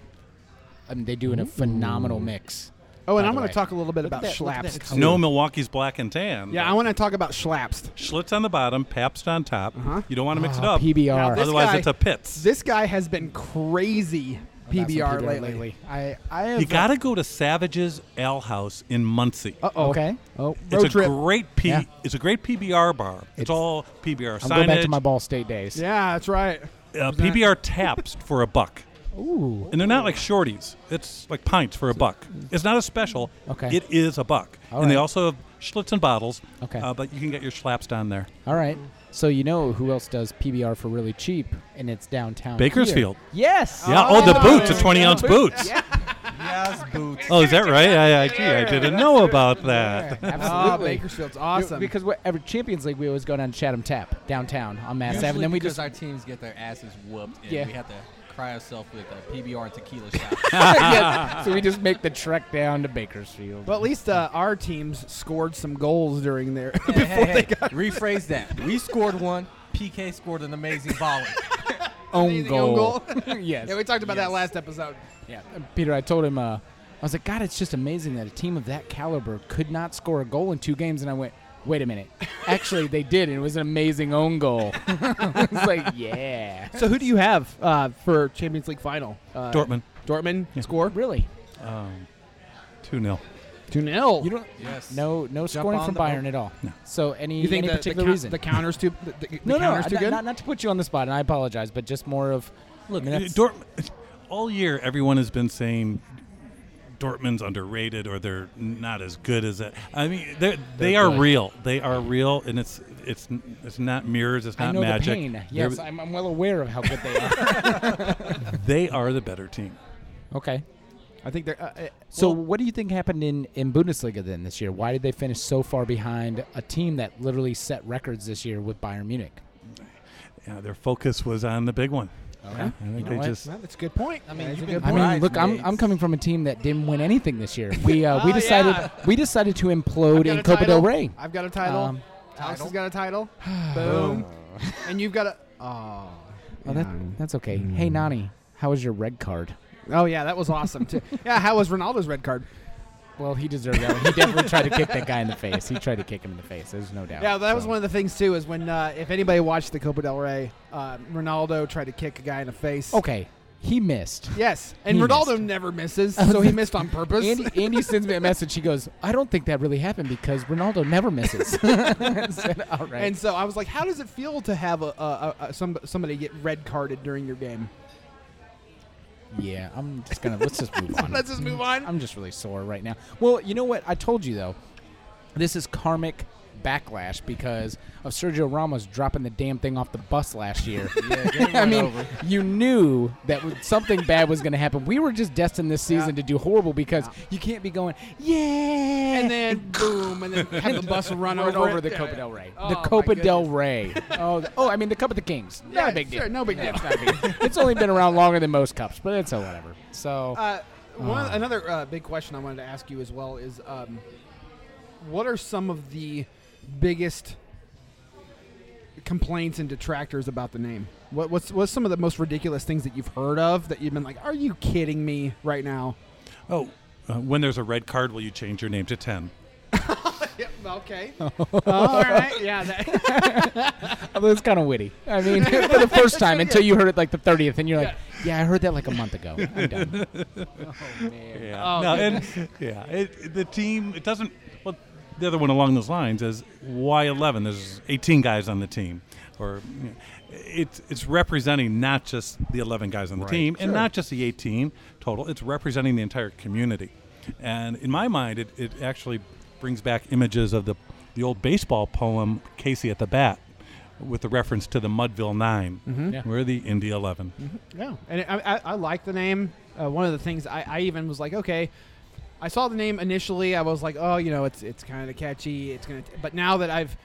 S1: I mean, they do in a phenomenal mix.
S2: Oh, and
S1: by
S2: I'm
S1: the
S2: going
S1: way.
S2: to talk a little bit about
S4: that, look at that.
S2: Schlaps.
S4: It's
S2: too.
S3: No, Milwaukee's black and tan.
S2: Yeah, I want to talk about Schlaps.
S3: Schlitz on the bottom, Pabst on top.
S2: Uh-huh.
S3: You don't want to mix it
S1: Ah,
S3: up.
S2: Now
S1: PBR.
S2: this
S3: Otherwise,
S2: guy-
S3: it's a Pitts.
S2: This guy has been crazy
S1: About some
S2: PBR
S1: PBR
S2: lately.
S1: I, I have
S3: You got to go to Savage's Ale House in Muncie.
S2: Uh-oh.
S1: Okay.
S2: Oh, road
S3: It's a
S2: trip.
S3: great P.
S1: Uh, Yeah.
S3: It's a great PBR bar. It's,
S1: It's-
S3: all PBR
S1: I'm
S3: signage.
S1: going back to my Ball State days.
S2: yeah, that's right.
S3: uh, PBR
S1: [laughs]
S3: taps for a buck,
S1: Ooh.
S3: and they're not like shorties. It's like pints for a buck. It's not a special.
S1: Okay.
S3: It is a buck,
S1: All
S3: and they
S1: right.
S3: also have Schlitz and bottles.
S1: Okay.
S3: Uh, but you can get your slaps down there.
S1: All right. So you know who else does PBR for really cheap, and it's downtown here.
S3: Bakersfield.
S1: Yes.
S3: Yeah. Oh, the
S2: Oh,
S3: boots, the
S2: there we
S3: twenty
S2: go.
S3: ounce boots.
S4: Yes, boots.
S3: Oh, is that right? I, I, gee, I didn't know about that.
S2: Ah,
S1: [laughs] Absolutely.
S2: Bakersfield's awesome.
S1: Because we- every Champions League, we always go down to Chatham Tap downtown on Mass
S4: Usually
S1: Ave, and then we
S4: because
S1: just
S4: our teams get their asses whooped, and
S1: Yeah.
S4: we have to cry ourselves with a PBR and tequila shot.
S1: [laughs] Yeah, so we just make the trek down to Bakersfield.
S2: well, at least uh, our teams scored some goals during their.
S4: Hey, hey, hey, rephrase that. We scored one. PK scored an amazing volley.
S1: own
S2: Amazing own
S1: goal.
S2: [laughs] yeah,
S1: [laughs] yes.
S2: we talked about that
S4: Yes.
S2: last episode.
S1: Yeah. And Peter, I told him. Uh, I was like, God, it's just amazing that a team of that caliber could not score a goal in two games. And I went, Wait a minute. [laughs] Actually, they did, and it was an amazing
S2: [laughs]
S1: own goal. [laughs] it's like, yeah.
S2: So, who do you have uh, for Champions League final? Uh,
S3: Dortmund.
S2: Dortmund score
S1: Really?
S3: Um, Two 0
S2: two 0
S1: You don't?
S4: Yes.
S1: No, no scoring
S4: on
S1: from
S4: the-
S1: Bayern at all.
S3: No.
S1: So any,
S2: You think
S1: any
S2: the, the,
S1: particular
S2: coun-
S1: reason?
S2: the counters too? The, the,
S1: no,
S2: the
S1: no,
S2: counters too
S1: not,
S2: good.
S1: not, not to put you on the spot, and I apologize, but just more of look. I mean, that's-
S3: Dortmund. Uh, [laughs] All year, everyone has been saying Dortmund's underrated or they're not as good as that. I mean, they're, they
S1: They're
S3: are
S1: good.
S3: real. They are real, and it's it's it's not mirrors. It's not
S1: I know
S3: magic.
S1: the pain. Yes,
S3: They're-
S1: I'm, I'm well aware of how good they are.
S2: [laughs]
S3: they are the better team.
S1: okay.
S2: I think they're. Uh, uh,
S1: So,
S2: well,
S1: what do you think happened in, in Bundesliga then this year? Why did they finish so far behind a team that literally set records this year with Bayern Munich?
S3: Yeah, their focus was on the big one.
S1: Okay.
S3: I think
S1: know
S3: they
S1: what?
S3: just
S2: well, that's a good point.
S4: I mean,
S2: That's
S4: you've
S2: a
S4: been
S2: good
S1: I
S2: point.
S1: mean,
S4: Right,
S1: look, I'm,
S4: mates.
S1: I'm coming from a team that didn't win anything this year. We uh,
S2: [laughs]
S1: we
S2: Oh,
S1: decided
S2: yeah.
S1: we decided to
S2: I've
S1: implode
S2: got
S1: in
S2: a
S1: Copa
S2: title.
S1: del Rey.
S2: I've got a title.
S1: Um,
S2: Alex
S4: Title.
S2: has got a
S1: [sighs]
S2: title. Boom. and you've got a. Oh.
S1: well, that, that's okay.
S2: Mm.
S1: Hey, Nani, how was your red card?
S2: Oh yeah, that was awesome
S1: [laughs]
S2: too. Yeah, how was Ronaldo's red card?
S1: Well, he deserved that. one. He definitely tried to kick that guy in the face. He tried to kick him in the face. There's no doubt.
S2: Yeah, that was
S1: So-
S2: one of the things too. Is when uh, if anybody watched the Copa del Rey, uh, Ronaldo tried to kick a guy in the face.
S1: Okay, He missed.
S2: Yes, and
S1: He
S2: Ronaldo
S1: missed.
S2: never
S1: [laughs]
S2: misses, so he missed on purpose.
S1: Andy, Andy
S2: [laughs]
S1: sends me a message. He goes, I don't think that really happened because Ronaldo never misses. [laughs] I said, All right.
S2: And so I was like, "How does it feel to have a, a, a, a some somebody get red carded during your game?"
S1: yeah, I'm just going to, let's just move
S2: [laughs]
S1: on.
S2: Let's just move on.
S1: [laughs] I'm just really sore right now. Well, you know what? I told you, though, this is karmic backlash because of Sergio Ramos dropping the damn thing off the bus
S2: [laughs]
S1: last year.
S4: Yeah, getting
S1: [laughs] I
S4: run
S1: mean,
S4: over.
S1: you knew that w- something bad was going to happen. We were just destined this season
S2: Yeah.
S1: to do horrible because you can't be going, yeah,
S2: and then boom, and then have the bus run,
S1: run
S2: over,
S1: over, the
S2: it.
S1: Copa del Rey.
S2: Oh,
S1: the
S2: my
S1: Copa del
S2: goodness. [laughs]
S1: Rey. Oh, the- oh, I mean the Cup of the Kings. Not
S2: Yeah,
S1: a big deal.
S2: sure, no big deal.
S1: It's, not a big deal. It's only been around longer than most cups, but it's a whatever. So
S2: Uh, one another uh, big question I wanted to ask you as well is, um, what are some of the biggest complaints and detractors about the name? What, what's what's some of the most ridiculous things that you've heard of that you've been like, "Are you kidding me right now?"
S3: Oh, uh, when there's a red card, will you change your name to 10?
S2: Yep, [laughs] okay. all right. Yeah.
S1: although it's kind of witty.
S2: [laughs]
S1: I mean, for the first time until you heard it like the thirtieth, and you're like, yeah, I heard that like a month ago.
S2: [laughs]
S1: I'm done.
S2: oh man.
S3: Yeah. no, and, [laughs] yeah. It, the team, it doesn't. Well, the other one along those lines is why 11? There's 18 guys on the team, or you know, it's it's representing not just the 11 guys on the team and not just the 18 total. It's representing the entire community, and in my mind, it, it actually brings back images of the the old baseball poem Casey at the bat. With the reference to the Mudville 9
S2: Mm. Mm-hmm.
S1: Yeah.
S3: we're the Indy 11.
S2: Yeah, and I, I, I like the name. Uh, one of the things I, I even was like, okay, I saw the name initially. I was like, oh, you know, it's it's kind of catchy. It's gonna, but now that I've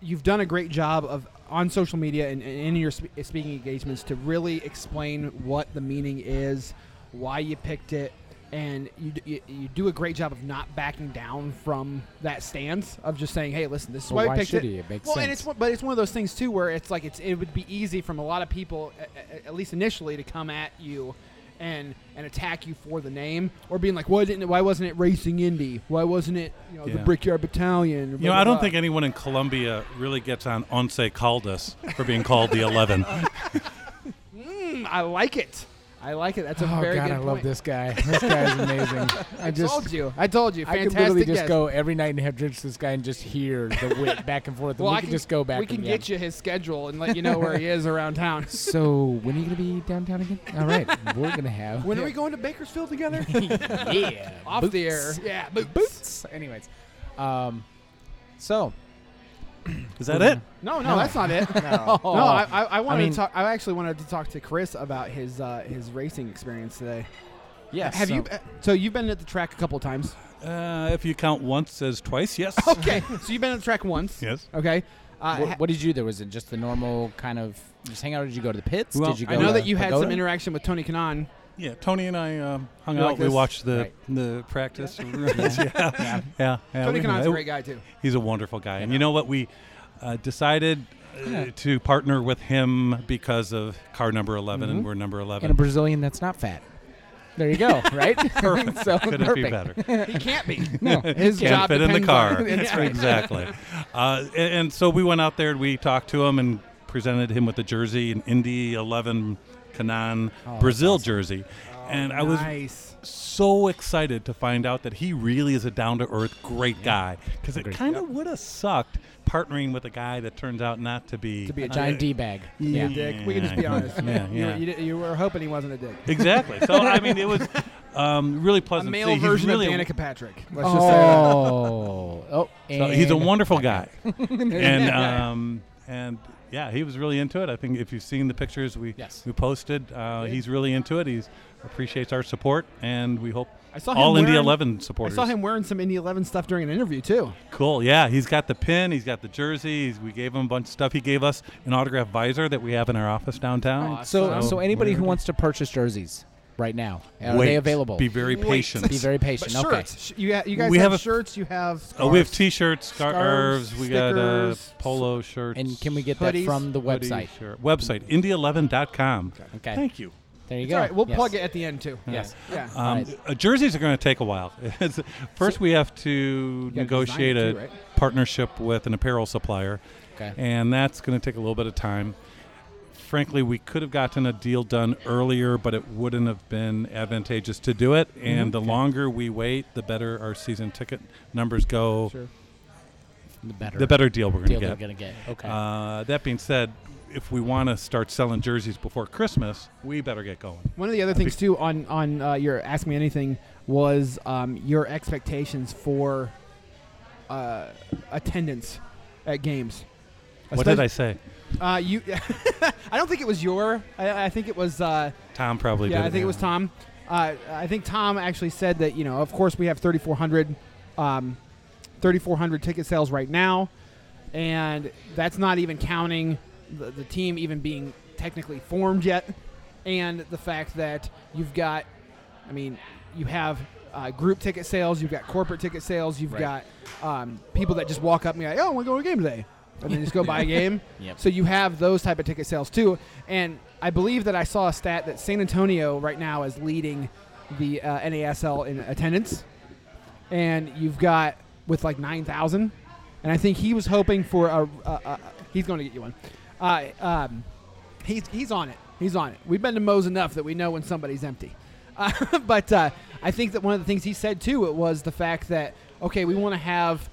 S2: you've done a great job of on social media and, and in your sp- speaking engagements to really explain what the meaning is, why you picked it, and you, d- you, you do a great job of not backing down from that stance of just saying, hey, listen, this is
S1: But
S2: why,
S1: why
S2: we picked
S1: should
S2: it.
S1: he? It makes
S2: well, and
S1: sense.
S2: it's one- but it's one of those things too where it's like it's it would be easy from a lot of people, a- a- at least initially, to come at you. And, and attack you for the name or being like why didn't why wasn't it racing Indy why wasn't it you know the
S3: Yeah.
S2: Brickyard Battalion
S3: You know, I don't think anyone in Colombia really gets on Once Caldas for being called the [laughs] 11.
S2: Mm, I like it. I like it. That's a
S1: oh
S2: very
S1: god,
S2: good
S1: I
S2: point.
S1: love this guy. This guy's amazing. I
S2: I
S1: just.
S2: told you. I told you.
S1: I
S2: Fantastic
S1: could literally just
S2: guess.
S1: go every night and have drinks with this guy and just hear the wit back and forth. And
S2: Well,
S1: we
S2: I
S1: could
S2: can
S1: just go back.
S2: We can
S1: and- yeah.
S2: get you his schedule and let you know where he is around
S1: [laughs]
S2: town.
S1: So when are you gonna be downtown again? All right, we're gonna have
S2: When are we going to Bakersfield together?
S1: [laughs] yeah
S2: [laughs] Off the air. Yeah, boots.
S1: boots. Anyways, um, so
S3: Is that it?
S2: No, no, that's not
S1: [laughs]
S2: it.
S4: No.
S2: No, I, Oh, I, I wanted
S1: mean-
S2: to talk. I actually wanted to talk to Chris about his uh, his racing experience today.
S1: yes,
S2: Have
S1: so-
S2: you? So you've been at the track a couple times.
S3: Uh, if you count once as twice, [laughs] yes.
S2: [laughs] Okay, so you've been at the track once.
S3: Yes.
S2: Okay. Uh, ha-
S1: What, what did you do? There was it just the normal kind of just hang out. Or did you go to the pits?
S3: Well,
S1: did you go
S2: I know
S1: to
S2: that you had some
S1: Pagoda?
S2: interaction with Tony Kanon.
S3: Yeah, Tony and I um, hung
S2: You
S3: out.
S2: like
S3: we
S2: this?
S3: watched the
S1: Right.
S3: the practice. [laughs] yeah. yeah, yeah,
S2: Tony
S3: we-
S2: Kanon's a great guy too.
S3: He's a wonderful guy, and you know what? We uh, decided uh, to partner with him because of car number 11, Mm-hmm. and we're number
S1: and a
S3: 11.
S1: Brazilian that's not fat. There you go. Right. [laughs] perfect. so
S3: Couldn't
S1: perfect.
S3: be better. [laughs]
S2: He can't be.
S1: No, his
S3: Can't
S1: job
S3: fit in the
S1: depends on-
S2: [laughs]
S3: car.
S1: That's right.
S3: exactly. Uh, and, and so we went out there and we talked to him and presented him with a jersey, an Indy 11 Canon
S2: Oh,
S3: Brazil jersey. and I was
S2: nice.
S3: so excited to find out that he really is a down to earth great guy because it kind of would have sucked partnering with a guy that turns out not to be
S2: To be a
S1: A giant d bag.
S2: yeah.
S1: Yeah.
S2: dick. We can just be
S3: Yeah,
S2: honest.
S3: yeah,
S2: You-
S3: yeah.
S2: You, you were hoping he wasn't a dick.
S3: [laughs] exactly. So I mean, it was um, really
S2: A
S3: pleasant. to see.
S2: male
S3: He's
S2: version
S3: really
S2: of
S3: a-
S2: Danica Patrick. Let's just say that.
S1: Oh. oh.
S3: So he's a
S1: and- [laughs]
S3: wonderful guy,
S2: [laughs]
S3: and um, and yeah, he was really into it. I think if you've seen the pictures we
S1: Yes.
S3: we posted, uh, he's really into it. He's appreciates our support, and we hope
S2: I saw him
S3: all Indy
S2: wearing-
S3: Eleven
S2: I
S3: supporters.
S2: saw him wearing some Indy 11 stuff during an interview too.
S3: Cool, yeah. He's got the pin. He's got the jersey. He's, we gave him a bunch of stuff. He gave us an autograph visor that we have in our office downtown.
S2: Awesome.
S1: So
S3: So
S1: so anybody who
S3: we're-
S1: wants to purchase jerseys right now are
S3: Wait.
S1: they available?
S3: Be very
S2: Wait.
S3: patient.
S1: Be very
S2: But
S1: patient. okay.
S2: shirts, sh- you, ha- you guys
S3: We
S2: have,
S3: have a-
S2: shirts. You have
S3: Uh, we have
S2: scarves.
S3: t-shirts, scarves.
S2: Scarves,
S3: we got uh,
S2: stickers,
S3: polo shirts.
S1: And can we get
S2: Hoodies,
S1: that from the
S3: hoodie
S1: website?
S3: shirt- Website indie11.com.
S1: Okay.
S3: Thank you.
S1: There you
S2: It's
S1: go.
S2: all right, we'll
S1: Yes.
S2: plug it at the end too.
S1: Yes.
S2: Yeah.
S3: Um,
S1: Right.
S3: uh, Jerseys are going to take a while. [laughs] It's- First, we have to
S2: gotta
S3: negotiate
S2: design
S3: a
S2: it too, right?
S3: partnership with an apparel supplier,
S1: Okay.
S3: and that's going to take a little bit of time. frankly, we could have gotten a deal done earlier, but it wouldn't have been advantageous to do it.
S2: Mm-hmm.
S3: And the longer we wait, the better our season ticket numbers go,
S1: The better.
S3: the better deal we're going to
S1: deal
S3: get.
S1: they're going to get. Okay.
S3: Uh, that being said, if we want to start selling jerseys before Christmas, we better get going.
S2: One of the other things too on on uh, your ask me anything was um, your expectations for uh, attendance at games.
S3: What did I say?
S2: I? Uh, you, [laughs] I don't think it was your. I, I think it was. Uh,
S3: Tom probably
S2: yeah,
S3: did.
S2: I think it was Tom. Uh, I think Tom actually said that you know, of course, we have 3,400, um, 3,400 ticket sales right now, and that's not even counting the, the team even being technically formed yet, and the fact that you've got, I mean, you have. Uh, group ticket sales. You've got corporate ticket sales. You've got
S1: Right.
S2: um, people that just walk up and be like, "Oh, I want to go to a game today," and then just go
S1: [laughs]
S2: buy a game.
S1: Yep.
S2: So you have those type of ticket sales too. And I believe that I saw a stat that San Antonio right now is leading the uh, NASL in attendance, and you've got with like nine thousand. And I think he was hoping for a. a, a he's going to get you one. Uh, um, he's he's on it. He's on it. We've been to Moe's enough that we know when somebody's empty. Uh, [laughs] but uh, I think that one of the things he said too it was the fact that okay, we want to have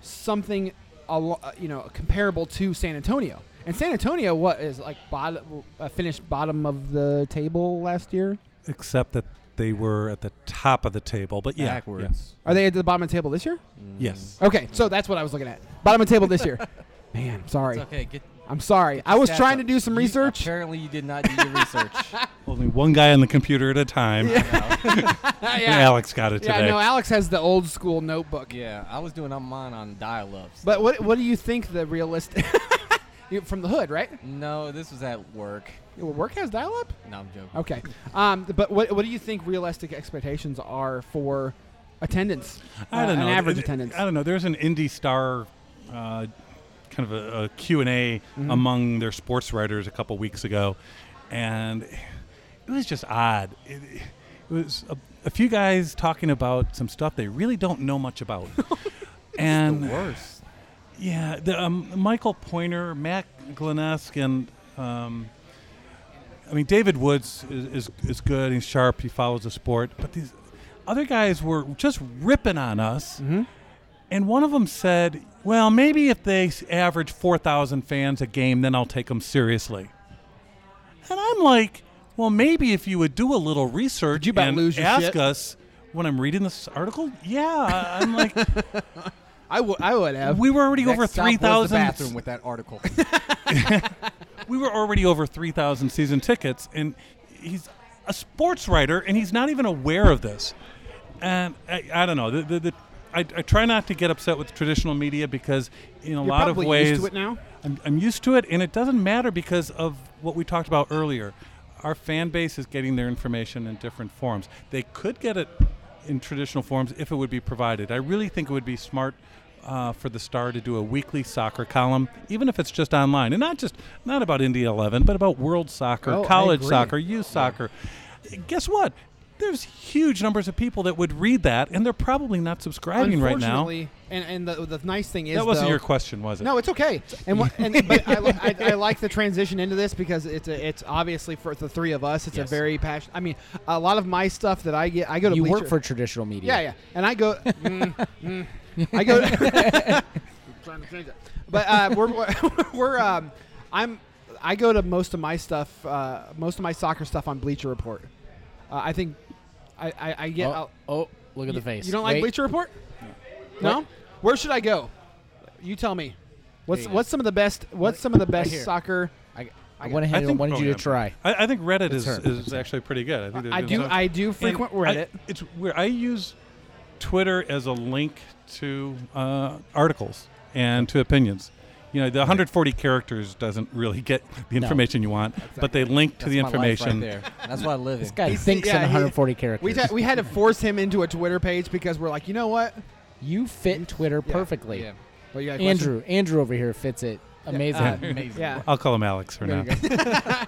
S2: something a lo- uh, you know comparable to San Antonio. And San Antonio, what is like bottom, uh, finished bottom of the table last year?
S3: Except that they were at the top of the table, but yeah, yeah.
S4: Backwards.
S2: Are they at the bottom of the table this year?
S3: Yes.
S2: Okay, so that's what I was looking at. Bottom of the table this year. Man, sorry.
S4: It's okay. Get,
S2: I'm sorry. I was
S4: stats
S2: trying to
S4: up.
S2: do some
S4: You-
S2: research.
S4: apparently, you did not do your research.
S3: Only one guy on the computer at
S2: [laughs]
S3: a time. And
S2: yeah.
S3: Alex got it today.
S2: yeah, no, Alex has the old school notebook.
S4: yeah, I was doing on mine on dial-ups.
S2: But what what do you think the realistic [laughs] You- from the hood, right?
S4: no, this was at work.
S2: Work has dial up?
S4: No, I'm joking.
S2: Okay. Um, but what, what do you think realistic expectations are for attendance?
S3: I
S2: Uh,
S3: don't know.
S2: An average
S3: It-
S2: attendance.
S3: I don't know. There's an indie star, uh, kind of a, a Q and A
S2: Mm-hmm.
S3: among their sports writers a couple weeks ago, and it was just odd. It, it was a, a few guys talking about some stuff they really don't know
S2: [laughs]
S3: much about, and
S4: Worse.
S3: yeah, the, um, Michael Pointer, Matt Glenesk, and um, I mean David Woods is, is is good. He's sharp. He follows the sport. But these other guys were just ripping on us.
S2: Mm-hmm.
S3: And one of them said, "Well, maybe if they s- average four thousand fans a game, then I'll take them seriously." And I'm like, "Well, maybe if you would do a little research
S2: you about
S3: and
S2: lose your
S3: ask
S2: shit?
S3: us." When I'm reading this article, yeah, I'm like,
S2: I would I would have.
S3: we were already
S4: Next
S3: over
S4: stop was
S3: three
S4: the
S3: thousand
S4: bathroom with that article.
S3: we were already over 3,000 season tickets, and he's a sports writer, and he's not even aware of this. And I, I don't know. The, the, the, I, I try not to get upset with traditional media because, in a
S2: You're
S3: lot of
S2: probably
S3: ways,
S2: used to it now.
S3: I'm, I'm used to it, and it doesn't matter because of what we talked about earlier. Our fan base is getting their information in different forms. They could get it in traditional forms if it would be provided. I really think it would be smart uh, for the Star to do a weekly soccer column, even if it's just online, and not just not about India Eleven, but about world soccer,
S2: Oh, I
S3: college
S2: agree.
S3: soccer, youth soccer. Guess what? There's huge numbers of people that would read that, and they're probably not subscribing right now.
S2: Unfortunately, And, and the, the nice thing is
S3: That wasn't
S2: though-
S3: your question, was it?
S2: No, it's okay. And, what,
S1: [laughs]
S2: and but I, li- I, I like the transition into this because it's a, it's obviously for the three of us. It's
S1: Yes.
S2: a very passionate. I mean, a lot of my stuff that I get, I [laughs] go to
S1: you
S2: Bleacher-
S1: work for traditional media.
S2: Yeah, yeah. And I
S1: [laughs]
S2: go. Mm, mm. I go. [laughs] trying to change it. But uh, we're we're, [laughs] we're um, I'm I go to most of my stuff, uh, most of my soccer stuff on Bleacher Report. Uh, I think I I, I get.
S1: Oh,
S2: I'll-
S1: oh, look at the
S2: you-
S1: face.
S2: You don't like
S1: Wait.
S2: Bleacher Report? No. Where should I go? You tell me. What's
S1: Hey.
S2: what's some of the best? What's some of the best
S1: here.
S2: soccer?
S1: I,
S2: I
S1: I went ahead and wanted you to try.
S3: oh, I, I think Reddit is,
S1: her.
S3: is actually pretty good. I, think they're
S2: I
S3: doing
S2: do.
S3: some-
S2: I do
S3: and
S2: frequent
S3: I-
S2: Reddit.
S3: it's where I use Twitter as a link to uh, articles and to opinions. You know, the 140 characters doesn't really get the
S1: No.
S3: information you want, but they link to
S4: That's
S3: the
S4: my life
S3: information.
S4: right there. That's what I live in.
S1: This guy
S2: He's-
S1: thinks
S2: yeah,
S1: in
S2: he-
S1: 140 characters.
S2: we, had- we had to force him into a Twitter page because we're like, you know what?
S1: you fit Twitter
S2: Yeah,
S1: perfectly.
S4: Yeah.
S2: Well, you got a question? [laughs]
S1: Andrew, Andrew over here fits it amazing.
S4: Amazing.
S2: Yeah.
S3: I'll call him Alex for
S2: There
S3: now.
S2: you go.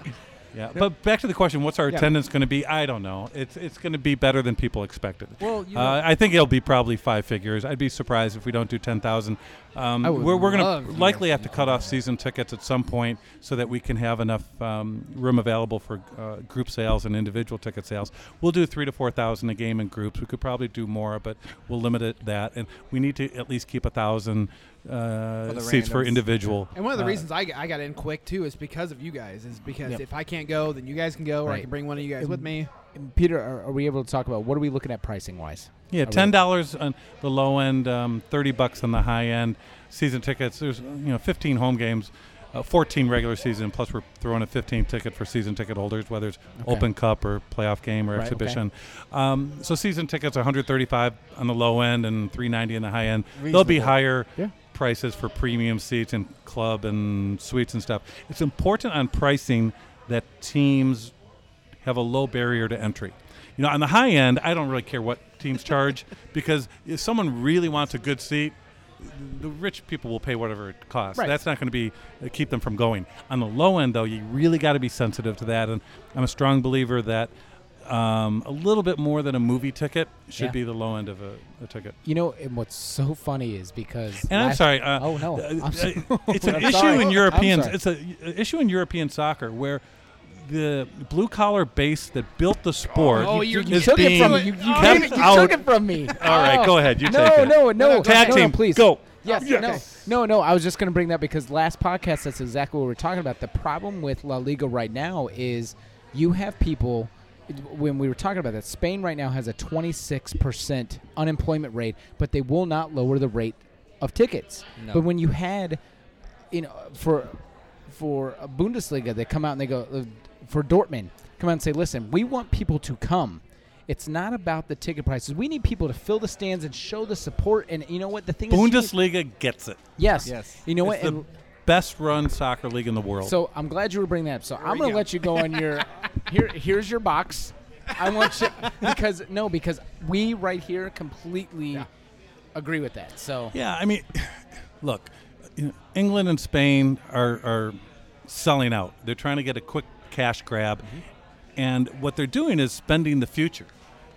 S3: Yeah, but back to the question: What's our
S2: Yeah.
S3: attendance going to be? I don't know. It's it's going to be better than people expected.
S1: Well, you
S3: uh, I think it'll be probably five figures. I'd be surprised if we don't do ten thousand. Um,
S2: I would
S3: we're
S2: love
S3: we're going
S2: to
S3: to
S2: do
S3: likely have to cut off season tickets at some point so that we can have enough um, room available for uh, group sales and individual ticket sales. We'll do three to four thousand a game in groups. We could probably do more, but we'll limit it that, and we need to at least keep a thousand uh,
S4: the
S3: seats for
S4: randoms.
S3: individual.
S2: And one of the
S3: uh,
S2: reasons I, I got in quick too is because of you guys. Is because
S1: Yep.
S2: if I can't go, then you guys can go, or I
S1: Right.
S2: can bring one of you guys
S1: And-
S2: with me.
S1: [laughs] And Peter, are, are we able to talk about what are we looking at pricing wise?
S3: Yeah,
S1: we-
S3: ten dollars on the low end, um, thirty bucks on the high end. Season tickets. There's you know fifteen home games, uh, fourteen regular season. Plus we're throwing a fifteen ticket for season ticket holders, whether it's
S1: Okay.
S3: open cup or playoff game or
S1: Right, okay.
S3: exhibition. Um, so season tickets, one hundred thirty-five on the low end and three ninety on the high end. They'll be
S4: Reasonable.
S3: higher
S1: Yeah.
S3: prices for premium seats and club and suites and stuff. It's important on pricing that teams have a low barrier to entry. You know, on the high end, I don't really care what teams
S1: [laughs]
S3: charge because if someone really wants a good seat, the rich people will pay whatever it costs.
S1: Right.
S3: That's not going to be uh, keep them from going. On the low end, though, you really got to be sensitive to that. And I'm a strong believer that um, a little bit more than a movie ticket should
S1: Yeah.
S3: be the low end of a, a ticket.
S1: You know, and what's so funny is because
S3: And I'm
S1: last-
S3: sorry. Uh,
S1: Oh no,
S3: uh,
S1: I'm sorry.
S3: uh, it's an
S1: I'm
S3: issue
S1: sorry.
S3: in
S1: I'm
S3: Europeans.
S1: sorry.
S3: It's a, a issue in European soccer where the blue collar base that built the sport
S2: Oh,
S1: You,
S2: you're-
S1: [laughs] you
S3: is
S1: took it
S3: being
S1: from me. You, you,
S3: kept
S1: you
S3: out.
S1: took it from me.
S3: All right,
S1: Oh.
S3: go ahead. You
S1: no,
S3: take it.
S1: No, no, no.
S3: Tag
S1: no,
S3: team,
S1: please
S3: go.
S1: Yes, no, no, no. I was just going to bring that because last podcast, that's exactly what we are talking about. The problem with La Liga right now is you have people. When we were talking about that, Spain right now has a 26% unemployment rate, but they will not lower the rate of tickets.
S4: No.
S1: But when you had, you know, for for a Bundesliga, they come out and they go uh, for Dortmund, come out and say, listen, we want people to come. It's not about the ticket prices. We need people to fill the stands and show the support. And you know what? The thing is, you need-
S3: Bundesliga gets it.
S1: Yes.
S4: Yes.
S1: You know
S3: It's
S1: what?
S3: the
S1: And
S3: best run soccer league in the world.
S1: so I'm glad you were bringing that up. So I'm
S2: we go.
S1: going to let you go on your. Here, here's your box. I want you because no, because we right here completely agree with that. So
S3: yeah, I mean, [sighs] look, you know, England and Spain are, are selling out. They're trying to get a quick cash grab, and what they're doing is spending the future.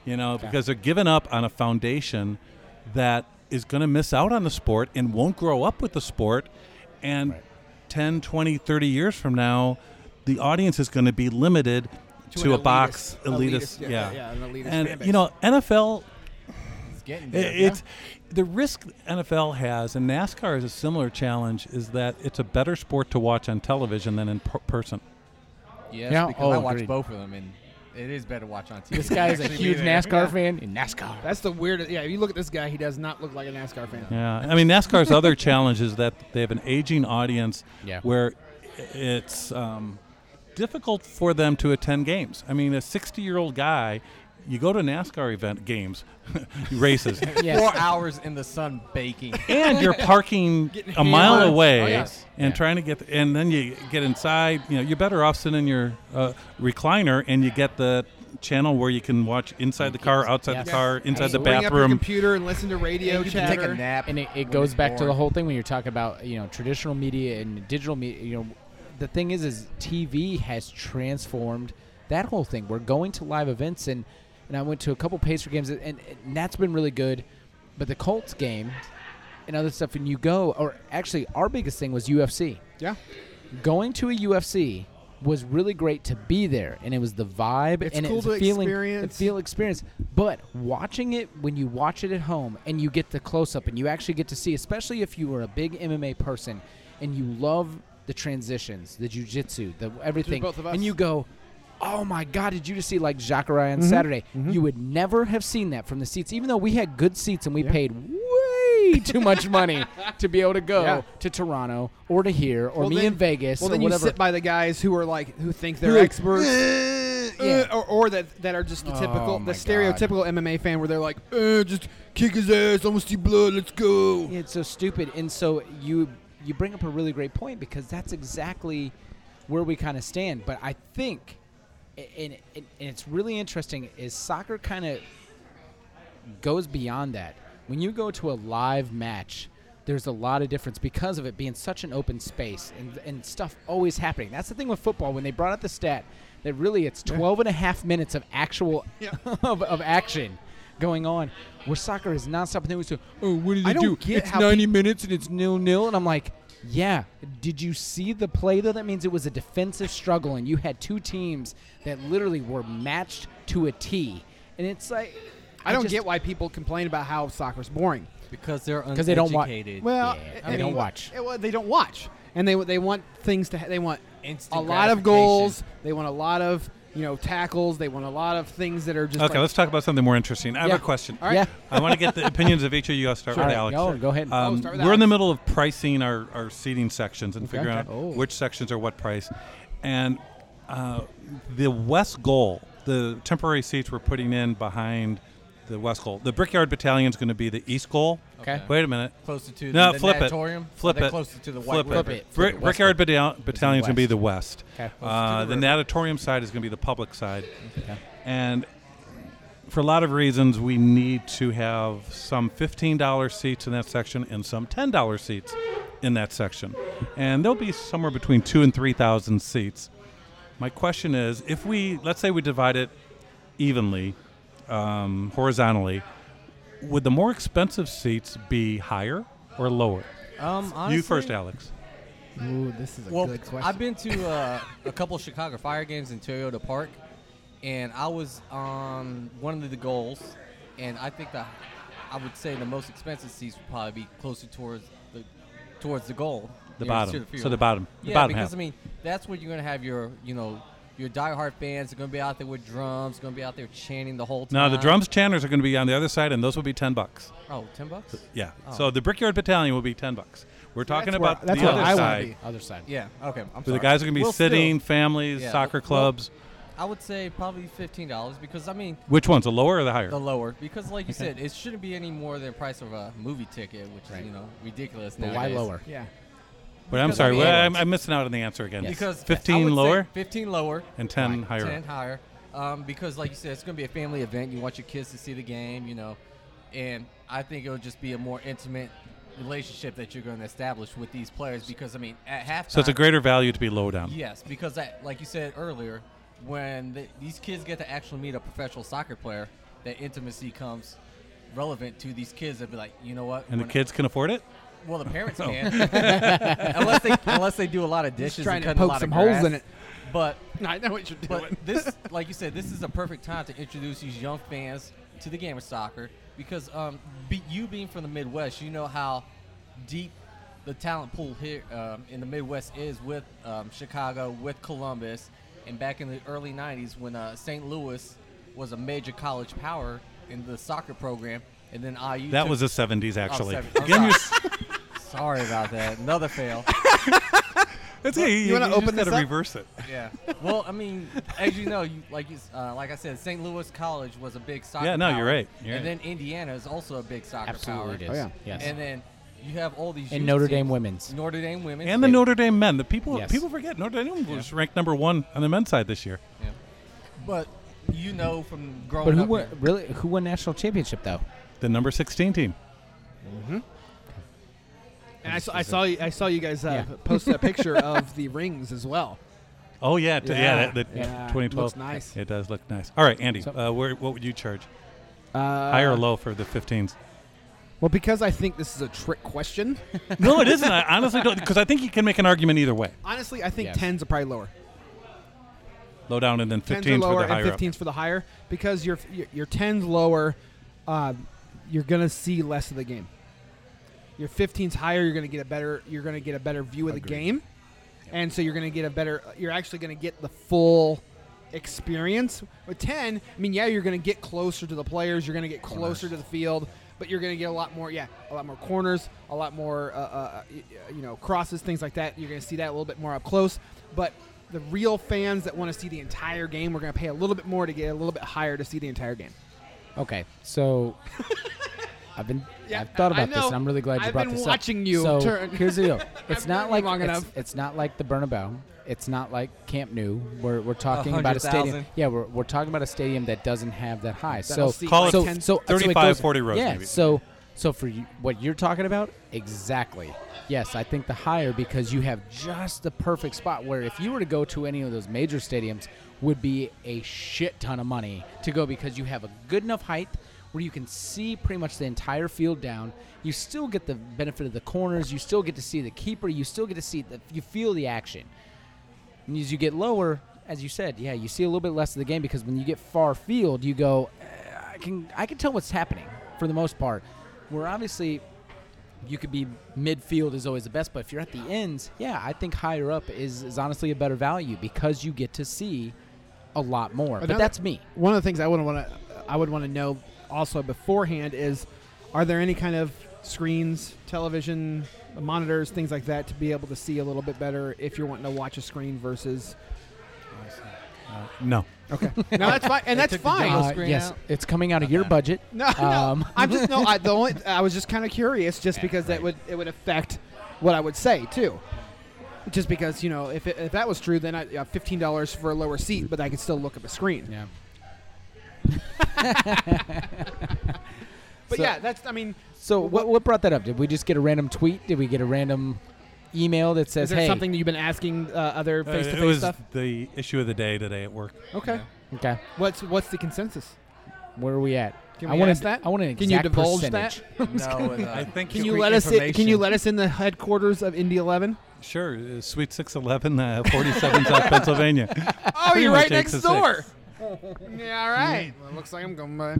S3: You know, because they're giving up on a foundation that is going to miss out on the sport and won't grow up with the sport, and
S1: Right.
S3: 10, 20, 30 years from now, the audience is going to be limited to, a box elitist. yeah.
S2: yeah, an elitist fan
S3: And
S2: base.
S3: you know, NFL
S4: It's
S3: I-
S4: getting there.
S3: It's the risk NFL has, and NASCAR is a similar challenge, is that it's a better sport to watch on television than in per- person.
S4: yes,
S1: Yeah,
S4: because
S1: oh,
S4: I watch
S1: agreed.
S4: both of them, and it is better to watch on TV.
S1: this guy is a
S4: Actually be
S1: huge
S4: there.
S1: NASCAR fan. NASCAR.
S2: That's the weirdest. Yeah, if you look at this guy, he does not look like a NASCAR fan.
S3: Yeah, I mean NASCAR's other challenge is that they have an aging audience,
S1: Yeah.
S3: where i- it's um, difficult for them to attend games. I mean, a 60-year-old guy, you go to NASCAR event games, [laughs] races,
S1: Yes.
S4: Four hours in the sun
S1: [laughs]
S4: baking.
S2: [laughs]
S3: and you're parking a
S2: hammered.
S3: mile away
S2: Oh, yes.
S3: and
S1: Yeah.
S3: trying to get and then you get inside you know you're better off sitting in your uh, recliner and you get the channel where you can watch inside the car outside
S1: Yes.
S3: the car inside
S1: Yes.
S3: the
S2: Bring up your
S3: bathroom
S2: computer and listen to radio
S4: you can take
S2: chatter.
S4: a nap.
S1: and it,
S4: when
S1: it goes
S4: it's
S1: back to the
S4: boring.
S1: whole thing when you're talking about you know traditional media and digital media you know the thing is is tv has transformed that whole thing we're going to live events and and i went to a couple pacer games and, and, and that's been really good but the colts game and other stuff and you go or actually our biggest thing was ufc
S2: yeah,
S1: going to a ufc was really great to be there and it was the vibe
S2: It's
S1: and
S2: cool
S1: it was
S2: to
S1: the feeling
S2: experience.
S1: the feel experience but watching it when you watch it at home and you get the close up and you actually get to see especially if you were a big MMA person and you love the transitions the jiu-jitsu the everything
S2: both of us.
S1: and you go oh my god did you just see like Jacare
S2: Mm-hmm,
S1: on Saturday you would never have seen that from the seats even though we had good seats and we paid way too much
S2: [laughs]
S1: money to be able to go
S2: Yeah.
S1: to Toronto or to here or
S2: Well,
S1: me
S2: then-
S1: in Vegas
S2: Well,
S1: or
S2: then you
S1: whatever
S2: sit by the guys who are like who think they're
S1: Who are like,
S2: experts, uh,
S1: yeah.
S2: or, or that that are just the
S1: Oh
S2: typical,
S1: my
S2: the
S1: God.
S2: stereotypical MMA fan, where they're like, uh, just kick his ass, I want to see blood, let's go.
S1: It's so stupid, and so you you bring up a really great point because that's exactly where we kind of stand. But I think, a- and, and, and it's really interesting, is soccer kind of goes beyond that. When you go to a live match, there's a lot of difference because of it being such an open space and, and stuff always happening. That's the thing with football. When they brought up the stat that really it's 12 and a half minutes of actual [laughs] of, of action going on where soccer is nonstop. And they always say, oh, what did they
S2: I don't
S1: do?
S2: get
S1: it's
S2: how
S1: 90 minutes and it's nil nil. And I'm like, yeah. Did you see the play though? That means it was a defensive struggle, and you had two teams that literally were matched to a T. And it's like,
S2: I don't
S1: just-
S2: get why people complain about how soccer's boring.
S4: because they're uneducated.
S1: because they don't watch.
S2: Well,
S1: yeah,
S2: I
S1: they don't
S2: mean,
S1: watch.
S2: eh, well, they don't watch, and they they want things to. Ha- they want
S4: Instant
S2: a lot of
S4: gratification.
S2: goals. They want a lot of you know tackles. They want a lot of things that are just
S3: Okay,
S2: like-
S3: let's talk about something more interesting. I have
S1: Yeah.
S3: a question.
S1: All right. Yeah.
S3: I want to get the opinions of each of you. I'll start
S1: Sure.
S3: with
S1: All right,
S3: Alex.
S1: go- go ahead.
S3: Um,
S2: Oh, start with
S3: we're in the
S2: Alex.
S3: middle of pricing our, our seating sections and figuring out
S1: Oh.
S3: which sections are what price. And uh, the West goal, the temporary seats we're putting in behind the West goal. The Brickyard Battalion is going to be the East goal.
S1: Okay.
S3: Wait a minute.
S4: closer to
S3: No,
S4: the
S3: flip it.
S4: natatorium.
S3: Flip
S4: They're
S3: it.
S4: Closer to the
S3: Flip
S4: white
S3: it.
S4: river.
S1: Flip it.
S3: Brick-
S1: West
S3: Brickyard Battalion Battalion's going to be the West.
S1: Okay.
S3: Uh, the natatorium side is going to be the public side. And for a lot of reasons, we need to have some $15 seats in that section and some $10 seats in that section. And there'll be somewhere between two and 3,000 seats. My question is if we, let's say we divide it evenly, um, horizontally, would the more expensive seats be higher or lower?
S4: Um, honestly,
S3: you first, Alex.
S2: Ooh, this is a
S4: Well,
S2: good question.
S4: I've been to uh, a couple of Chicago Fire games in Toyota Park, and I was on one of the goals, and I think that I would say the most expensive seats would probably be closer towards the towards the goal.
S3: The
S4: nearest
S3: bottom.
S4: to field.
S3: so the bottom. The
S4: yeah,
S3: bottom
S4: because
S3: half.
S4: I mean that's where you're gonna have your you know your diehard fans are gonna be out there with drums, gonna be out there chanting the whole
S3: Now
S4: time.
S3: the drums chanters are going to be on the other side, and those will be ten bucks.
S4: Oh, 10 bucks.
S3: Yeah.
S4: Oh.
S3: So the Brickyard Battalion will be ten bucks. We're talking
S2: that's where-
S3: about
S2: that's
S3: the
S2: where
S3: other
S2: I wanna
S3: side.
S2: be.
S1: Other side.
S4: Yeah. Okay. I'm
S3: So the
S4: sorry.
S3: guys are going to be
S4: Well, still,
S3: sitting, families,
S4: Yeah,
S3: soccer
S4: well-
S3: clubs.
S4: I would say probably fifteen dollars because I mean
S3: Which one's the lower or the higher?
S4: The lower, because like you said, it shouldn't be any more than the price of a movie ticket, which
S1: Right.
S4: is you know ridiculous
S1: But why
S4: nowadays.
S1: lower?
S2: yeah. [laughs]
S3: but I'm
S4: because
S3: sorry,
S4: I'm
S3: well,
S4: lower.
S3: I'm, I'm missing out on the answer again.
S4: Because I would
S3: fifteen
S4: say
S3: lower
S4: fifteen lower,
S3: and ten higher.
S4: ten higher. Um, because like you said, it's going to be a family event. You want your kids to see the game, you know, and I think it'll just be a more intimate relationship that you're going to establish with these players. Because I mean, at halftime,
S3: So it's a greater value to be low down.
S4: Yes, because that, like you said earlier, when the, these kids get to actually meet a professional soccer player, that intimacy comes relevant to these kids. They'll be like, you know what?
S3: And the
S4: when-
S3: kids can afford it.
S4: Well, the parents can, unless they unless they do a lot of dishes
S2: trying
S4: and
S2: to
S4: cutting
S2: poke
S4: a lot
S2: some
S4: of
S2: holes
S4: grass.
S2: in it.
S4: But
S2: I know what you're
S4: but this, like you said, this is a perfect time to introduce these young fans to the game of soccer because um, be, you being from the Midwest, you know how deep the talent pool here um, in the Midwest is with um, Chicago, with Columbus, and back in the early '90s when uh, St. Louis was a major college power in the soccer program, and then IU.
S3: That
S4: took-
S3: was the '70s,
S4: Oh,
S3: actually.
S4: [laughs] seven- I'm
S3: Again,
S4: sorry.
S3: [laughs]
S4: sorry about that. Another fail.
S3: That's it. You,
S2: wanna
S3: you just
S2: open this
S3: gotta
S2: up?
S3: reverse it.
S4: Yeah. Well, I mean, as you know, you, like you, s- uh, like I said, St. Louis College was a big soccer.
S3: Yeah, no, you're
S4: power.
S3: right. You're
S4: and
S3: right.
S4: then Indiana is also a big soccer power.
S1: Absolutely, it is.
S2: Oh, yeah.
S1: Yes.
S4: And then you have all these.
S1: And
S4: youth
S1: Notre Dame
S4: teams.
S1: women's.
S4: Notre Dame women.
S3: And the Notre Dame men. The people
S1: Yes.
S3: people forget Notre Dame was ranked number one on the men's side this year.
S4: Yeah. But you know from growing
S1: But who
S4: up.
S1: won,
S4: here-
S1: really? Who won national championship though?
S3: The number 16 team.
S2: And I saw, I saw you. I saw you guys uh,
S1: Yeah.
S2: [laughs] post a
S3: [laughs]
S2: picture of the rings as well.
S3: Oh yeah, t- yeah,
S2: Yeah.
S3: that, that
S2: Yeah.
S3: 2012.
S2: Looks nice.
S3: It does look nice. All right, Andy,
S1: So-
S3: uh, where, what would you charge?
S2: Uh,
S3: High or low for the 15s?
S2: Well, because I think this is a trick
S3: [laughs]
S2: question.
S3: no, it isn't. I honestly don't because I think you can make an argument either way.
S2: Honestly, I think
S1: Yes.
S2: tens are probably lower.
S3: Low down and then
S2: Tens are
S3: 15s
S2: lower
S3: for the higher.
S2: and
S3: up.
S2: 15s for the higher because your your, your tens lower, uh, you're gonna see less of the game. Your 15s higher, you're gonna get a better you're gonna get a better view of the
S1: Agreed.
S2: game, and so you're gonna get a better you're actually gonna get the full experience. With 10, I mean, yeah, you're gonna get closer to the players, you're gonna get closer to the field, but you're gonna get a lot more yeah, a lot more corners, a lot more uh, uh, y- uh, you know crosses, things like that. You're gonna see that a little bit more up close, but the real fans that want to see the entire game, we're going to pay a little bit more to get a little bit higher to see the entire game.
S1: Okay, so I've been
S2: [laughs] Yeah,
S1: I've thought
S2: I
S1: about this,
S2: know.
S1: and I'm really glad you
S2: I've
S1: brought
S2: been
S1: this
S2: watching
S1: up.
S2: you
S1: So
S2: turn.
S1: here's the deal:
S2: [laughs]
S1: it's
S2: I've known
S1: not
S2: you
S1: like
S2: long
S1: it's,
S2: enough.
S1: it's not like the Bernabeu. It's not like Camp Nou. We're, we're talking about a stadium.
S4: 100,000.
S1: Yeah, we're, we're talking about a stadium that doesn't have that high.
S2: That'll
S1: so
S2: seat
S3: Call
S2: like
S3: it
S1: so,
S2: 10
S1: so so it
S3: 35,
S1: goes-
S3: 40 rows
S1: Yeah.
S3: maybe.
S1: So so for you, what you're talking about, exactly. Yes, I think the higher because you have just the perfect spot where if you were to go to any of those major stadiums would be a shit ton of money to go because you have a good enough height where you can see pretty much the entire field down. You still get the benefit of the corners. You still get to see the keeper. You still get to see the you feel the action. And as you get lower, as you said, yeah, you see a little bit less of the game because when you get far field, you go, "Eh, I can I can tell what's happening for the most part. Where obviously you could be midfield is always the best, but if you're at the ends, yeah, I think higher up is, is honestly a better value because you get to see a lot more. but
S2: Another-
S1: that's me.
S2: One of the things I would want to I would want to know also beforehand is, are there any kind of screens, television, monitors, things like that to be able to see a little bit better if you're wanting to watch a screen versus?
S3: No.
S2: Okay, no, that's fine, and that's
S4: took the
S2: fine.
S4: Uh, screen
S1: yes,
S4: out?
S1: it's coming out of your
S3: bad.
S1: budget.
S2: [laughs] No,
S1: Um,
S2: no. I'm just no. I, the only, I was just kind of curious, just
S3: Yeah,
S2: because that
S3: right.
S2: would it would affect what I would say too. Just because you know, if, it, if that was true, then I yeah, fifteen dollars for a lower seat, but I could still look up a screen.
S1: [laughs] Yeah.
S2: But
S1: So-
S2: yeah, that's. I mean,
S1: So what what brought that up? Did we just get a random tweet? Did we get a random email that
S2: is
S1: says,
S2: there
S1: "Hey,
S2: something that you've been asking uh, other
S3: Uh,
S2: face to
S3: it
S2: face
S3: was
S2: stuff?
S3: the issue of the day today at work.
S2: Okay.
S1: [laughs] okay,
S2: What's what's the consensus?
S1: where are we at?"
S2: Can
S1: I
S2: we
S1: want
S2: ask that?
S1: I want an
S2: Can
S1: exact
S2: you divulge [laughs]
S1: percentage.
S4: No, with, uh,
S3: I think
S2: Can
S3: you
S2: you
S4: Discreet
S2: let us? In, can you
S4: information.
S2: let us in the headquarters of Indy
S3: [laughs]
S2: Eleven?
S3: Sure, uh, Sweet 611, uh,
S2: [laughs]
S3: 47 South Pennsylvania.
S2: Oh,
S3: Pretty
S2: you're
S3: much
S2: right
S3: eight
S2: next
S3: to six.
S2: door. [laughs] yeah, all right. Well, looks like I'm going. By.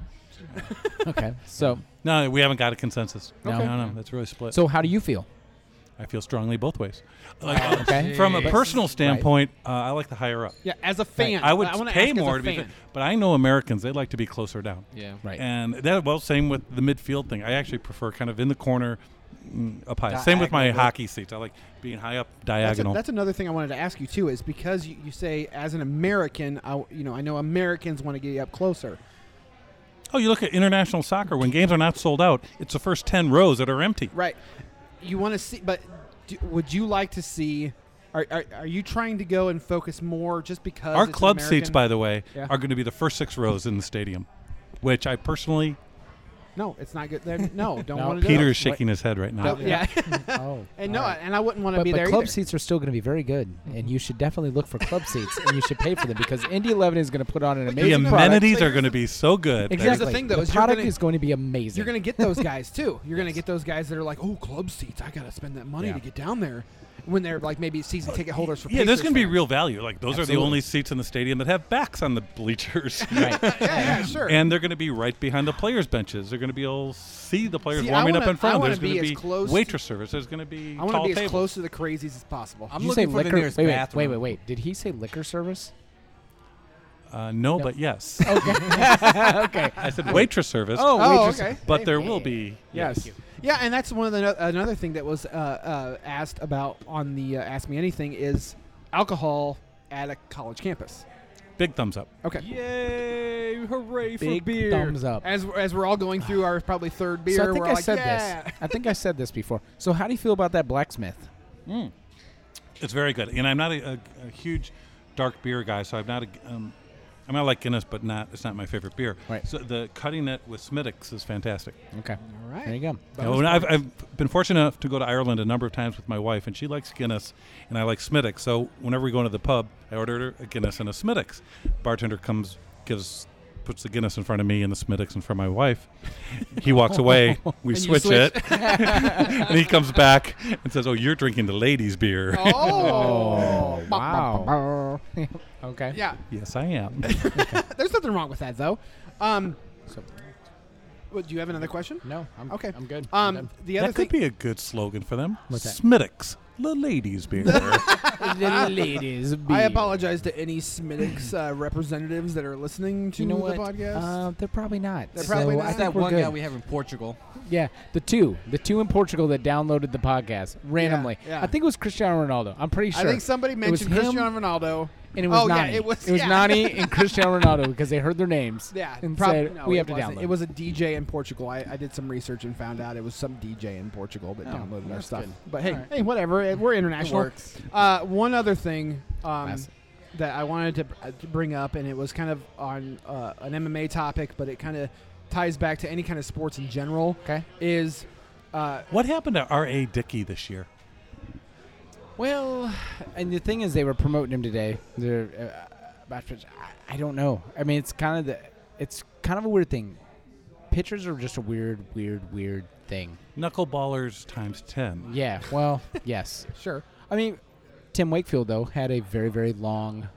S1: okay, so
S3: No, we haven't got a consensus.
S1: No.
S3: No, no, no, that's really split.
S1: so how do you feel?
S3: I feel strongly both ways.
S2: Oh,
S3: Like, uh,
S1: Okay.
S3: From a
S4: Jeez.
S3: personal standpoint, uh, I like the higher up.
S2: Yeah, as a [laughs] fan,
S3: I would
S2: wanna
S3: pay
S2: ask as a
S3: more to be,
S2: fan.
S3: fa- but I know Americans they like to be closer down.
S4: Yeah.
S1: Right.
S3: And that well, same with the midfield thing. I actually prefer kind of in the corner, mm, up high. Same with my
S4: Diagonal.
S3: hockey seats. I like being high up,
S2: That's, a-
S3: diagonal.
S2: that's another thing I wanted to ask you too is because you, you say as an American, I, you know, I know Americans want to get you up closer.
S3: oh, you look at international soccer when games are not sold out. It's the first ten rows that are empty.
S2: Right. You want to see, but do, would you like to see? Are, are, are you trying to go and focus more just because
S3: Our
S2: it's an
S3: club seats,
S2: American?
S3: by the way,
S2: Yeah.
S3: are going to be the first six rows in the stadium, which I personally.
S2: No, it's not good. They're- No, don't
S1: No.
S2: want to.
S3: Peter is shaking his head right now.
S2: Don't, yeah,
S1: oh,
S2: and no,
S1: all right.
S2: and I wouldn't want to
S1: But,
S2: be
S1: but
S2: there.
S1: club
S2: either.
S1: seats are still going to be very good, and you should definitely look for club seats, and you should pay for them because Indy Eleven is going to put on an
S3: The
S1: amazing product.
S3: amenities are going to be so good. that-
S1: Exactly.
S2: Here's the thing, though, is you're
S1: product
S2: gonna-
S1: is going to be amazing.
S2: You're gonna get those guys too. You're gonna get those guys that are like, oh, club seats. I gotta spend that money
S1: Yeah.
S2: to get down there. When they're like maybe season ticket holders for
S3: Yeah, there's
S2: Pacers
S3: going to be
S2: fans.
S3: real value. Like those are the
S1: Absolutely.
S3: only seats in the stadium that have backs on the
S2: [laughs]
S3: bleachers.
S1: right.
S2: Yeah, yeah, sure.
S3: And they're going to be right behind the players' benches. They're going to be able to see the players
S2: See, I
S3: warming up
S2: wanna-
S3: in front.
S2: I wanna
S3: There's going
S2: be
S3: to
S2: as
S3: be
S2: close
S3: waitress service. There's going to be
S2: I want
S3: tall
S2: to be as
S3: tables.
S2: close to the crazies as possible.
S4: I'm
S1: Did you say
S4: looking for
S1: liquor?
S4: the nearest
S1: wait, wait,
S4: bathroom.
S1: wait, wait, wait. Did he say liquor service?
S3: Uh, no,
S1: No.
S2: [laughs]
S3: but yes. [laughs]
S1: Okay. okay.
S3: I said waitress service.
S1: Oh,
S2: Oh,
S1: waitress-
S2: okay.
S3: but there will be.
S2: Yes. Yeah, and that's one of the no- another thing that was uh, uh, asked about on the uh, Ask Me Anything is alcohol at a college campus.
S3: Big thumbs up.
S2: Okay.
S4: Yay! Hooray for
S1: Big
S4: beer!
S1: thumbs up.
S2: As we're- as we're all going through our probably third beer,
S1: [sighs] so I think
S2: we're
S1: I
S2: all like,
S1: said
S2: yeah.
S1: this. I think I said this before. So how do you feel about that blacksmith?
S3: It's very good. And I'm not a, a, a huge dark beer guy, so I'm not a. Um, I mean, I like Guinness, but not it's not my favorite beer.
S1: Right.
S3: So the cutting it with Smittix is fantastic.
S1: Okay.
S2: All
S1: There you [laughs]
S2: right.
S1: go.
S3: Yeah, well, I've, I've been fortunate enough to go to Ireland a number of times with my wife, and she likes Guinness, and I like Smittix. So whenever we go into the pub, I order a Guinness and a Smittix. Bartender comes, gives, puts the Guinness in front of me and the Smittix in front of my wife. He walks away.
S2: [laughs]
S3: We
S2: And you
S3: switch,
S2: switch.
S3: it, [laughs] and he comes back and says, "Oh, you're drinking the ladies' beer."
S2: [laughs] Oh.
S1: wow. okay.
S2: Yeah.
S3: Yes, I am.
S2: There's nothing wrong with that though. Um,
S1: So,
S2: what- do you have another question?
S1: no, I'm
S2: Okay.
S1: I'm good. I'm
S2: Um,
S1: done.
S2: the other
S3: that could
S2: thing.
S3: be a good slogan for them.
S1: What's that?
S3: Smittix, the ladies' beer.
S1: [laughs] the
S2: [laughs]
S1: ladies.
S2: I
S1: beer.
S2: apologize to any Smittix uh, representatives that are listening to
S1: You know
S2: the
S1: what?
S2: podcast.
S1: Uh, they're probably not.
S2: They're probably
S1: so
S2: not.
S1: I
S4: That's
S1: think
S4: that
S1: we're
S4: one
S1: good.
S4: guy we have in Portugal.
S1: Yeah, the two, the two in Portugal that downloaded the podcast randomly.
S2: yeah.
S1: I think it was Cristiano Ronaldo. I'm pretty
S2: I
S1: sure.
S2: think somebody
S1: was
S2: mentioned
S1: him-
S2: Cristiano Ronaldo.
S1: and it was
S2: oh, yeah,
S1: Nani.
S2: it was- yeah.
S1: Nani [laughs] and Cristiano Ronaldo because they heard their names.
S2: Yeah,
S1: and
S2: prob-
S1: said
S2: no,
S1: we
S2: it
S1: have to
S2: wasn't.
S1: download.
S2: It was a DJ in Portugal. I, I did some research and found out it was some DJ in Portugal that
S1: Oh,
S2: downloaded our
S1: that's
S2: stuff.
S1: good.
S2: But hey,
S1: All right.
S2: hey, whatever. eh, We're
S4: It
S2: international.
S4: works.
S2: Uh, one other thing um,
S1: Classic.
S2: that I wanted to, uh, to bring up, and it was kind of on uh, an MMA topic, but it kind of ties back to any kind of sports in general,
S1: okay.
S2: is uh,
S3: what happened to R.A. Dickey this year?
S1: Well, and the thing is, they were promoting him today. They're, uh, Botfitch, I, I don't know. I mean, it's kind of the, it's kind of a weird thing. Pitchers are just a weird, weird, weird thing.
S3: Knuckleballers times 10.
S1: Yeah. [laughs] Well, yes.
S2: Sure.
S1: I mean, Tim Wakefield though had a very, very long,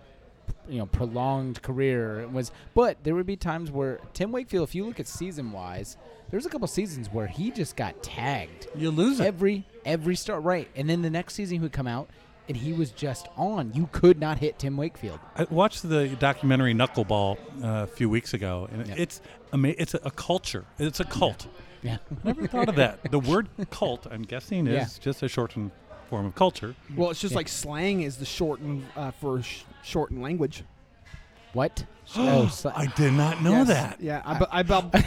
S1: you know, prolonged career. It was, but there would be times where Tim Wakefield, if you look at season wise, there's a couple seasons where he just got tagged
S3: You lose it.
S1: every every start right, and then the next season he would come out and he was just on. You could not hit Tim Wakefield.
S3: I watched the documentary Knuckleball uh, a few weeks ago, and
S1: Yeah.
S3: it's ama- it's a, a culture. It's a cult.
S1: Yeah.
S3: Never thought of that.
S2: [laughs]
S3: The word cult, I'm guessing, is
S1: Yeah.
S3: just a shortened form
S2: [gasps]
S3: of culture.
S2: Well, it's just
S1: Yeah.
S2: like slang is the shortened uh, for sh- shortened language.
S1: What? [gasps] oh, so-
S3: [gasps] I did not know
S2: Yes.
S3: that.
S2: Yeah, I, bu- I, bu-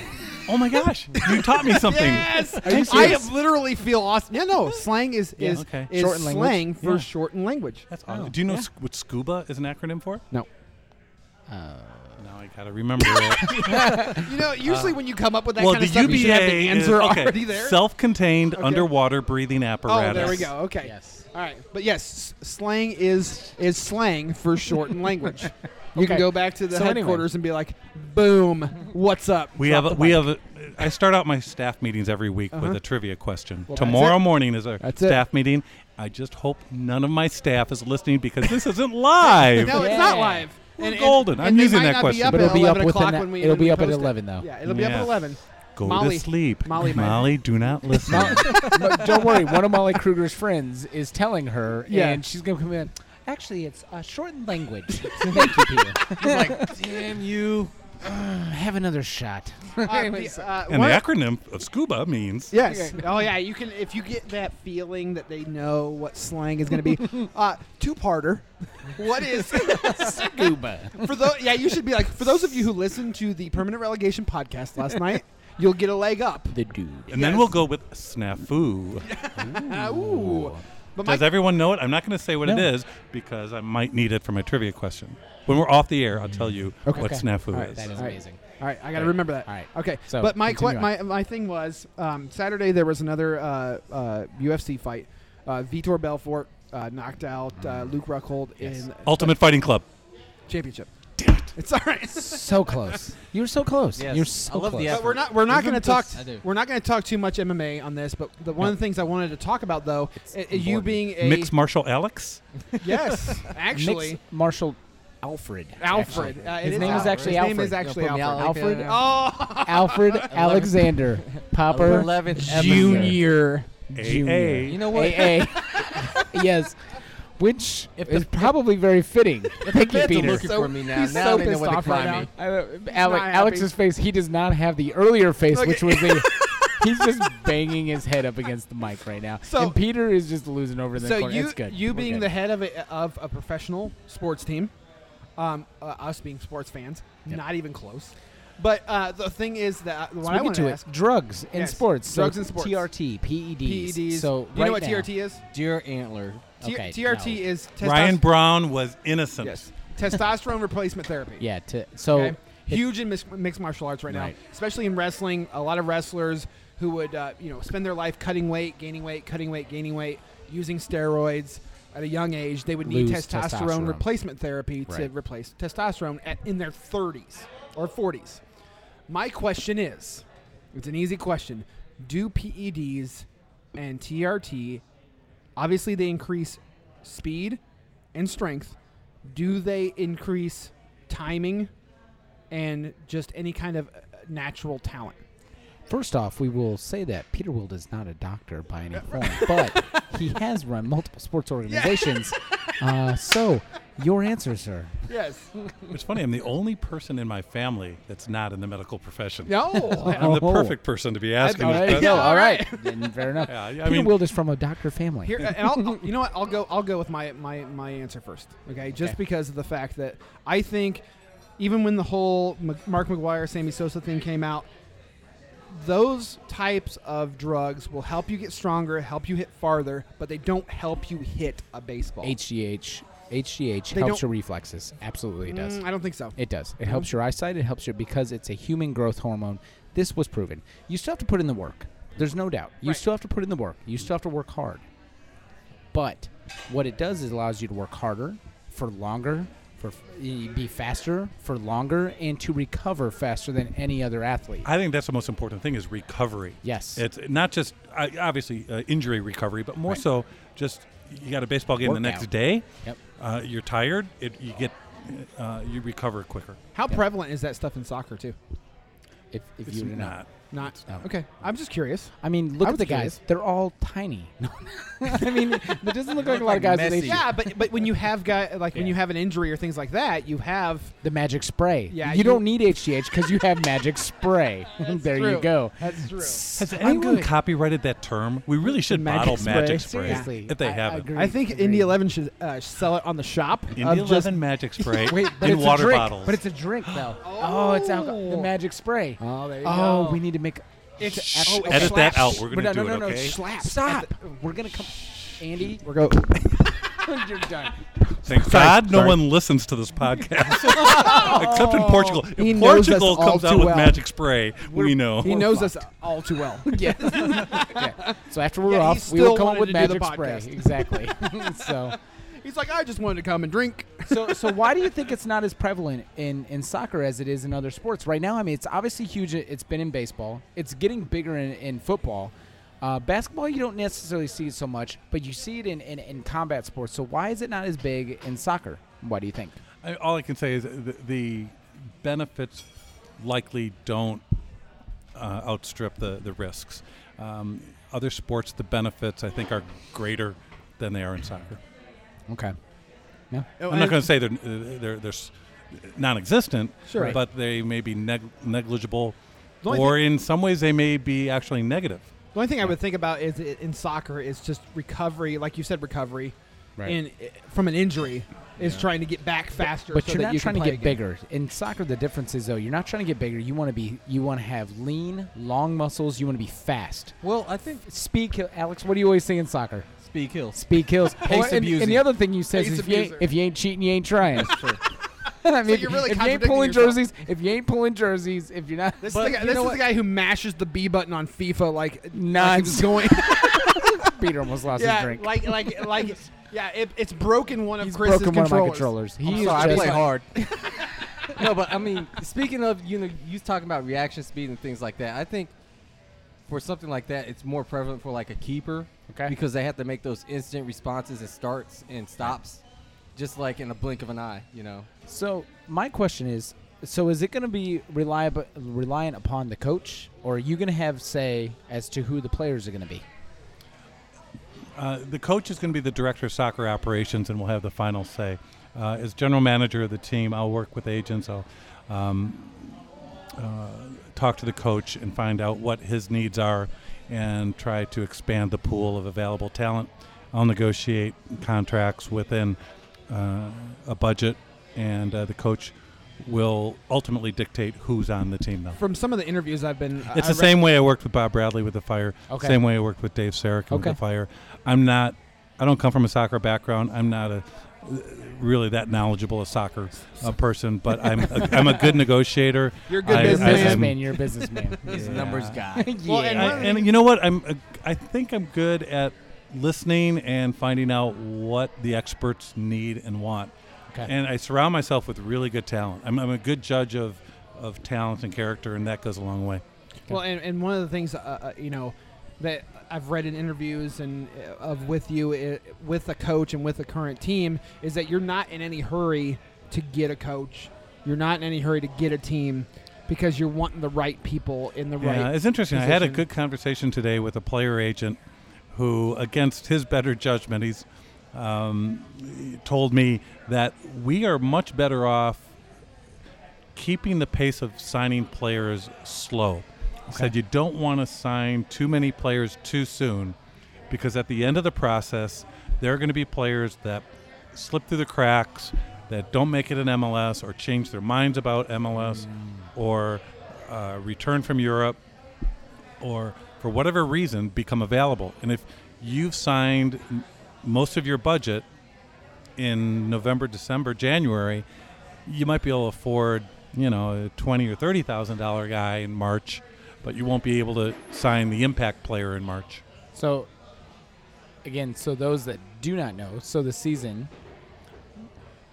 S3: Oh my gosh, you
S2: [laughs]
S3: taught me something.
S2: yes,
S1: you
S2: I
S1: serious?
S2: literally feel awesome. Yeah, no, slang is
S1: Yeah,
S2: is,
S3: okay.
S2: is
S1: Shortened language.
S2: slang for
S3: Yeah.
S2: shortened
S1: [laughs]
S2: language.
S3: That's
S1: Oh,
S3: awesome. Do you know
S1: yeah.
S3: sc- what scuba is an acronym for?
S2: No,
S1: uh,
S3: Now I gotta remember it.
S2: you know, usually when you come up with [laughs] that
S3: well,
S2: kind
S3: the
S2: of stuff, you
S3: UBA
S2: should have the answer
S3: is okay,
S2: already there.
S3: self-contained
S2: Okay.
S3: underwater breathing
S2: oh,
S3: apparatus.
S2: there we go. Okay.
S1: yes.
S2: All right, but yes, s- slang is is slang for shortened language.
S1: [laughs]
S2: You can
S1: Okay.
S2: go back to the
S1: So anyway.
S2: headquarters and be like, "Boom, what's up?"
S3: We
S2: Drop
S3: have a,
S2: the
S3: we
S2: mic.
S3: have. A, I start out my staff meetings every week
S2: Uh-huh.
S3: with a trivia question.
S2: Well, that's
S3: Tomorrow
S2: it.
S3: morning is our
S2: That's it.
S3: staff meeting. I just hope none of my staff is listening because this isn't
S2: [laughs]
S3: live.
S2: No, it's not
S1: Yeah.
S2: live.
S3: We're golden. I'm
S2: they
S3: using
S2: might
S3: that
S2: not
S3: question.
S2: Be up
S1: But
S2: at
S1: it'll be up
S2: 11
S1: within
S2: o'clock
S1: that-
S2: when we
S1: it'll
S2: when we
S1: be up at
S2: post it.
S1: 11 though.
S2: Yeah, it'll be up at
S3: Yeah.
S1: [laughs]
S2: 11.
S3: Go
S2: Molly-
S3: to sleep,
S2: Molly might-
S3: Molly, do
S2: [laughs]
S3: not listen.
S1: Mo- Mo- don't worry. One of Molly Kruger's friends is telling her,
S2: Yeah.
S1: and she's gonna come in. Actually, it's uh, shortened [laughs] language. So thank you, Peter.
S4: like, damn you.
S1: uh, Have another shot.
S2: Uh, the, uh,
S3: and
S2: one-
S3: the acronym of scuba means
S2: Yes. Oh yeah. You can if you get that feeling that they know what slang is going [laughs] to be. Uh, two-parter. What is [laughs]
S1: Scuba.
S2: for those? Yeah, you should be like for those of you who listened to the permanent relegation podcast [laughs] last night. You'll get a leg up.
S1: The dude.
S3: And
S2: Yes.
S3: then we'll go with snafu.
S2: Ah, Ooh. But my
S3: Does everyone know it? I'm not going to say what
S1: No.
S3: it is because I might need it for my trivia question. When we're off the air, I'll tell you
S2: Okay.
S3: what
S1: Okay.
S3: snafu
S1: All right,
S3: is.
S1: that is
S2: All right.
S1: amazing.
S2: All right, I got to remember that.
S1: All right.
S2: Okay.
S1: So,
S2: but my que-
S1: continue
S2: my my thing was um, Saturday there was another uh, uh, UFC fight. Uh, Vitor Belfort uh, knocked out uh, Luke Ruckhold
S1: Mm. Yes.
S2: in
S3: Ultimate Fighting Club.
S2: championship. It's all right. [laughs]
S1: So close. You're so close.
S4: Yes.
S1: You're so
S4: I love the
S1: close.
S4: effort.
S2: But we're not we're not
S4: Even
S2: going to
S4: this-
S2: talk
S4: I do.
S2: we're not going to talk too much MMA on this. But the one of the things I wanted to talk about though, i- i- you
S1: important.
S2: being a
S3: Mixed martial Alex.
S1: [laughs]
S2: yes, actually
S1: Mixed martial Alfred.
S2: Alfred.
S1: actually.
S2: Uh, it
S1: His name is
S2: Alfred.
S1: actually
S2: His
S1: Alfred.
S2: name is actually
S4: You're gonna put me
S2: Alfred.
S4: out like
S1: Alfred.
S4: that now?
S2: Oh,
S1: Alfred Alexander Popper
S4: 11th
S1: Junior.
S3: AA.
S4: You know what?
S1: AA. [laughs] yes. Which
S4: If the-
S1: is probably very fitting. Thank you,
S4: Feds are
S1: Peter.
S4: looking
S2: So-
S4: for me now.
S2: he's
S4: Now
S2: so
S4: they know
S2: pissed
S4: what to
S2: off right
S4: cry
S2: now.
S4: me.
S1: I know,
S2: not
S1: Ale-
S2: happy.
S1: Alex's face, he does not have the earlier face,
S2: Look
S1: which was
S2: [laughs]
S1: the. he's just banging his head up against the mic right now.
S2: So-
S1: and Peter is just losing over in the
S2: so
S1: corner.
S2: you
S1: it's good.
S2: you
S1: We're
S2: being
S1: good.
S2: the head of a, of a professional sports team, um, uh, us being sports fans,
S1: Yep.
S2: not even close. But uh, the thing is that
S1: So
S2: what
S1: we
S2: I
S1: get
S2: want
S1: to
S2: to
S1: it.
S2: ask
S1: Drugs in
S2: Yes,
S1: sports. So
S2: drugs in sports.
S1: TRT, PEDs.
S2: PEDs.
S1: E So
S2: E you
S1: right
S2: know what
S1: now-
S2: TRT is?
S4: Dear Antler.
S2: T-
S1: Okay,
S2: TRT
S1: no.
S2: is testosterone.
S3: Ryan Brown was innocent.
S2: yes, testosterone replacement therapy.
S1: Yeah. T- so
S2: Okay? Huge in mis- mixed martial arts right,
S1: Right.
S2: now, especially in wrestling. A lot of wrestlers who would uh, you know spend their life cutting weight, gaining weight, cutting weight, gaining weight, using steroids at a young age. They would need
S1: Lose
S2: testosterone,
S1: testosterone.
S2: replacement therapy to
S1: Right.
S2: replace testosterone at, in their 30s or 40s. My question is, it's an easy question. Do PEDs and TRT obviously they increase speed and strength do they increase timing and just any kind of uh, natural talent
S1: First off, we will say that Peter Will is not a doctor
S2: [laughs]
S1: by any form, but he has run multiple sports organizations. Uh, so, your answer, sir.
S2: yes
S3: It's funny, I'm the only person in my family that's not in the medical profession.
S2: no
S3: I'm the
S1: Oh.
S3: perfect person to be asking
S1: All
S3: this
S1: right,
S3: question.
S1: no,
S2: Yeah,
S1: all right.
S2: alright.
S1: Then fair
S3: [laughs]
S1: enough.
S3: Yeah, I
S1: Peter
S3: mean-
S1: Wild is from a doctor family.
S2: here and I'll, I'll- you know what i'll
S1: [laughs]
S2: go i'll go with my my my answer first okay just
S1: Okay.
S2: because of the fact that i think even when the whole M- mark mcguire sammy sosa thing came out those types of drugs will help you get stronger help you hit farther but they don't help you hit a baseball
S1: HGH, HGH
S2: They
S1: helps
S2: don't-
S1: your reflexes. Absolutely, it does.
S2: Mm, i don't think so
S1: It does. It helps your eyesight. It helps your because it's a human growth hormone. This was proven. You still have to put in the work. There's no doubt. You
S2: Right.
S1: still have to put in the work. You still have to work hard. But what it does is allows you to work harder for longer, for e- be faster for longer and to recover faster than any other athlete.
S3: I think that's the most important thing is recovery.
S1: Yes.
S3: It's not just uh, obviously uh, injury recovery, but more
S1: Right.
S3: so just you got a baseball game the next
S1: Workout.
S3: day.
S1: Yep.
S3: Uh, you're tired. It, you get uh, you recover quicker.
S2: How prevalent is that stuff in soccer too?
S1: If, if
S3: It's
S1: you were
S3: not.
S1: not.
S2: Not
S1: No.
S2: okay. I'm just curious.
S1: I mean, look
S2: I
S1: at
S2: was
S1: the
S2: curious.
S1: guys. They're all tiny. [laughs] I mean, it doesn't look like a lot
S4: like
S1: of guys. with
S4: Messi.
S1: age-
S2: Yeah, but but when you have guy like when
S1: Yeah.
S2: you have an injury or things like that, you have
S1: The magic spray.
S2: Yeah,
S1: you,
S2: you-
S1: don't need HGH because you have
S2: [laughs]
S1: magic spray. there you
S2: true.
S1: go.
S2: That's true.
S3: Has
S1: I'm
S3: anyone
S1: good.
S3: copyrighted that term? We really should bottle magic spray
S1: Seriously,
S3: if they
S1: I- I
S3: haven't.
S1: agree,
S2: I think
S1: agree.
S2: Indy Eleven should uh, sell it on the shop.
S3: Indy
S2: of
S3: 11
S2: just-
S3: magic spray
S1: [laughs] Wait, but
S3: in
S1: it's
S3: water
S1: a drink.
S3: bottles.
S1: But it's a
S2: [gasps]
S1: drink though. oh, it's alcohol. The magic spray.
S2: oh, there you
S1: Oh,
S2: go.
S1: we need to make.
S2: It's
S3: Shh,
S2: oh, it's
S3: edit that
S2: slaps.
S3: out. We're
S1: no,
S3: gonna do
S1: no,
S3: it.
S1: no,
S3: okay.
S1: no. Slap. Stop. We're gonna come.
S2: [laughs]
S1: Andy,
S2: We're go.
S1: you're [laughs] done.
S3: Thank God no one listens to
S2: [laughs]
S3: this podcast. Except in Portugal. If
S2: Oh, He knows us
S3: Portugal
S2: all
S3: comes
S2: too
S3: out with
S2: well.
S3: magic spray, we
S1: Oh.
S3: know.
S2: He knows us all too well. [laughs]
S1: Yes. Oh, yeah. So after we're
S2: Yeah, he
S1: off, we
S2: still
S1: will come up
S2: wanted
S1: with
S2: to do the
S1: magic spray.
S2: podcast.
S1: Exactly. [laughs] so.
S2: He's like, I just wanted to come and drink.
S1: so so why do you think it's not as prevalent in in soccer as it is in other sports right now i mean it's obviously huge it's been in baseball it's getting bigger in, in football uh, basketball you don't necessarily see it so much but you see it in, in, in combat sports so why is it not as big in soccer what do you think
S3: I, all I can say is the, the benefits likely don't uh, outstrip the, the risks. Um, other sports, the benefits, I think, are greater than they are in soccer.
S1: okay
S2: Oh,
S3: I'm not going to say they're, uh, they're, they're s- non-existent,
S2: Sure.
S3: but they may be neg- negligible,
S2: The only
S3: or in some ways they may be actually negative.
S2: The only thing I would think about is i- in soccer is just recovery, like you said, recovery,
S1: Right.
S2: in from an injury is trying to get back faster.
S1: but
S2: so
S1: you're
S2: that
S1: not
S2: you can
S1: trying to
S2: play
S1: get
S2: again.
S1: bigger in soccer the difference is though you're not trying to get bigger you want to be you want to have lean long muscles you want to be fast
S4: Well, I think
S1: speed kill alex what do you always say in soccer
S4: speed
S1: [laughs]
S4: kills.
S1: Speed
S2: [laughs]
S1: kills.
S4: Pace
S1: and, and
S4: abusing.
S1: the other thing you says
S2: Pace
S1: is if you, ain't,
S2: abuser.
S1: if you ain't cheating, you ain't trying. [laughs] I
S2: So
S1: mean, if-
S2: you're really
S1: if you ain't
S2: contradicting
S1: pulling
S2: yourself.
S1: jerseys, if you ain't pulling jerseys, if you're not,
S2: This, is,
S1: But
S2: the guy,
S1: you
S2: this
S1: know
S2: is
S1: what?
S2: the guy who mashes the B button on FIFA like like
S1: Nonsense.
S2: it's going.
S1: [laughs] Peter almost lost his
S2: yeah,
S1: drink.
S2: like
S1: [laughs]
S2: like like yeah, it, it's broken one of
S1: He's
S2: Chris's
S1: broken one
S2: controllers.
S1: of my controllers. He is
S4: sorry, I
S1: just-
S4: play hard. no, but I mean, speaking of you know, you was talking about reaction speed and things like that. I think for something like that, it's more prevalent for like a keeper,
S1: Okay.
S4: because they have to make those instant responses and starts and stops, just like in a blink of an eye, you know.
S1: [laughs] So my question is: So is it going to be reliable, reliant upon the coach, or are you going to have say as to who the players are going to be?
S3: Uh, the coach is going to be the director of soccer operations, and will have the final say. Uh, as general manager of the team, I'll work with agents. I'll um, uh, talk to the coach and find out what his needs are, and try to expand the pool of available talent. I'll negotiate contracts within uh, a budget, and uh, the coach will ultimately dictate who's on the team. Though
S2: From some of the interviews I've been, I-
S3: it's
S2: I
S3: the
S2: read-
S3: same way I worked with Bob Bradley with the fire.
S1: Okay.
S3: Same way I worked with Dave Sarek with the
S1: Okay.
S3: fire. I'm not. I don't come from a soccer background. I'm not a really that knowledgeable a soccer uh, person, but I'm a,
S2: [laughs]
S3: I'm a good negotiator.
S2: You're a good
S3: I- I-
S2: businessman.
S3: I'm-
S1: businessman, you're a businessman.
S4: He's
S3: [laughs]
S1: [laughs]
S4: a
S3: Yeah.
S4: numbers [laughs] guy.
S1: yeah.
S2: Well, and
S3: I, and you know what? I'm. A, I think I'm good at listening and finding out what the experts need and want.
S1: Okay.
S3: And I surround myself with really good talent. I'm, I'm a good judge of of talent and character, and that goes a long way.
S2: Well, and, and one of the things uh, uh, you know that I've read in interviews and uh, of with you uh, with a coach and with the current team is that you're not in any hurry to get a coach. You're not in any hurry to get a team because you're wanting the right people in the
S3: Yeah,
S2: right.
S3: it's interesting. I had a
S2: position.
S3: good conversation today with a player agent who, against his better judgment, he's um, he told me that we are much better off keeping the pace of signing players slow. He Said you don't want to sign too many players too soon because at the end of the process, there are going to be players that slip through the cracks, that don't make it in MLS or change their minds about MLS or uh, return from Europe or for whatever reason become available. And if you've signed m- most of your budget in November, December, January, you might be able to afford, you know, a twenty or thirty thousand dollar guy in March, but you won't be able to sign the impact player in March.
S1: So, again, so those that do not know, so the season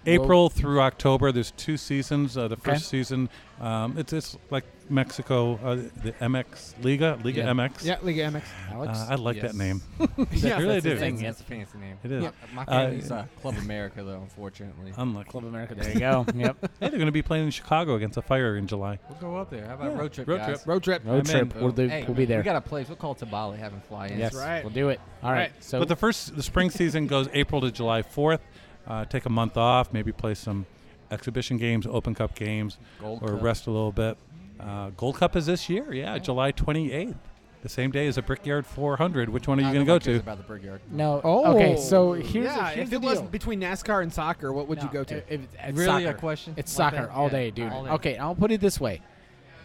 S3: April through October. There's two seasons. Uh, the
S1: Okay.
S3: first season, um, it's it's like Mexico, uh, the MX Liga, Liga
S1: Yeah.
S3: MX.
S2: Yeah, Liga MX.
S1: Alex.
S3: Uh, I like that
S4: Yes.
S3: name.
S2: Yeah,
S3: I really
S4: that's
S3: do.
S4: a thing. That's a fancy name.
S3: It is.
S2: Yep.
S4: My
S3: Uh,
S4: family's uh, Club America, though, unfortunately.
S3: Unlucky.
S1: Club America. There you go.
S2: [laughs]
S1: yep.
S3: Hey, they're going to be playing in Chicago against the Fire in July.
S4: We'll go up there. How about
S3: Yeah,
S4: road trip,
S3: road
S4: guys?
S3: trip.
S2: Road trip.
S1: Road
S3: I'm in.
S1: trip. We'll, do,
S4: Hey,
S1: we'll be there.
S4: We got a place. We'll call Tabali, have him fly in.
S1: yes.
S2: right.
S1: We'll do it. All
S2: Right.
S1: right. So
S3: but the first, the spring season goes April to July 4th. Uh, take a month off, maybe play some exhibition games, Open Cup games,
S4: Gold
S3: or
S4: Cup.
S3: rest a little bit. Uh, Gold Cup is this year, yeah, July 28th. The same day as a Brickyard 400. Which one are you
S4: I
S3: going to
S4: don't know
S3: go
S4: what cares
S3: to?
S4: About the Brickyard.
S1: no.
S2: Oh.
S1: Okay. So here's
S2: yeah,
S1: here's
S2: if
S1: the
S2: it was
S1: deal.
S2: between NASCAR and soccer, what would you
S1: No,
S2: go to?
S1: it- it- it's
S4: Really a
S1: soccer.
S4: question?
S1: It's
S4: Like
S1: soccer
S4: that?
S1: all
S4: Yeah,
S1: day, dude.
S4: all day.
S1: Okay, I'll put it this way.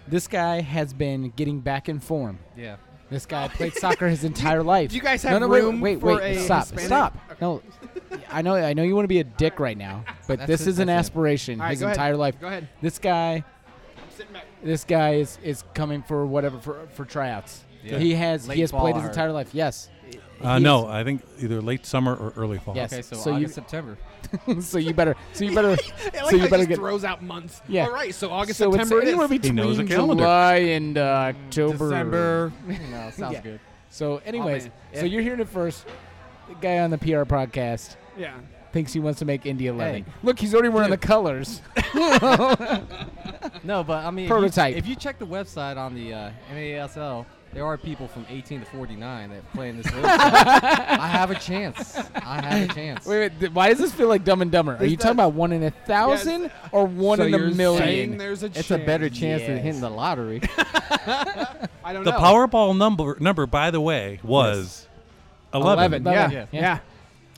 S1: This guy has been getting back in form.
S4: Yeah.
S1: This guy played soccer his entire life.
S2: do Oh. [laughs] you guys
S1: no,
S2: have
S1: no, wait,
S2: room
S1: wait,
S2: for
S1: wait,
S2: a
S1: stop,
S2: Hispanic-
S1: stop. No, I know, I know you want to be a dick right now, but
S4: That's
S1: this
S4: it,
S1: is an
S4: that's it.
S1: aspiration.
S2: All right,
S1: his
S2: go ahead.
S1: entire life.
S2: Go ahead.
S1: This guy,
S2: I'm sitting back.
S1: this guy is is coming for whatever for for tryouts.
S4: Yeah.
S1: He has
S4: Late
S1: he has
S4: fall,
S1: played
S4: I
S1: his
S4: heard.
S1: entire life. Yes. [laughs]
S3: Uh,
S1: He
S3: no, I think either late summer or early fall.
S1: Yes.
S4: Okay, so,
S1: So you-
S4: August, September.
S1: is- so you better. So
S2: [laughs]
S1: you better.
S2: I
S1: so
S2: like
S1: you
S2: how
S1: better
S2: he
S1: get.
S2: just throws out months.
S1: Yeah.
S2: All right, so August,
S1: so
S2: September
S1: it's
S2: it is.
S1: anywhere
S3: He knows
S1: between
S3: the calendar.
S1: July and uh, October.
S2: December.
S4: [laughs]
S2: Oh,
S4: no, sounds
S1: Yeah.
S4: good.
S1: So, anyways,
S2: man.
S1: so you're hearing it first. The guy on the PR podcast
S2: Yeah.
S1: thinks he wants to make Indy 11.
S4: Hey.
S1: Look, he's already wearing
S4: Dude.
S1: the colors.
S4: No, but I mean, if you-
S1: Prototype.
S4: If you, check the website on the uh, MASL, there are people from 18 to 49 that play in this league. so I have a chance. I have a chance.
S1: Wait, wait, th- why does this feel like Dumb and Dumber? Are
S2: Is
S1: you talking
S2: that-
S1: about one in a thousand or one
S4: So
S1: in a
S4: you're
S2: Saying
S1: million?
S2: there's a
S4: It's a better chance than
S1: Yes.
S4: hitting the lottery.
S2: I don't
S3: The
S2: know.
S3: Powerball number, number, by the way, was
S2: 11.
S3: 11.
S2: Yeah.
S1: Yeah.
S2: yeah.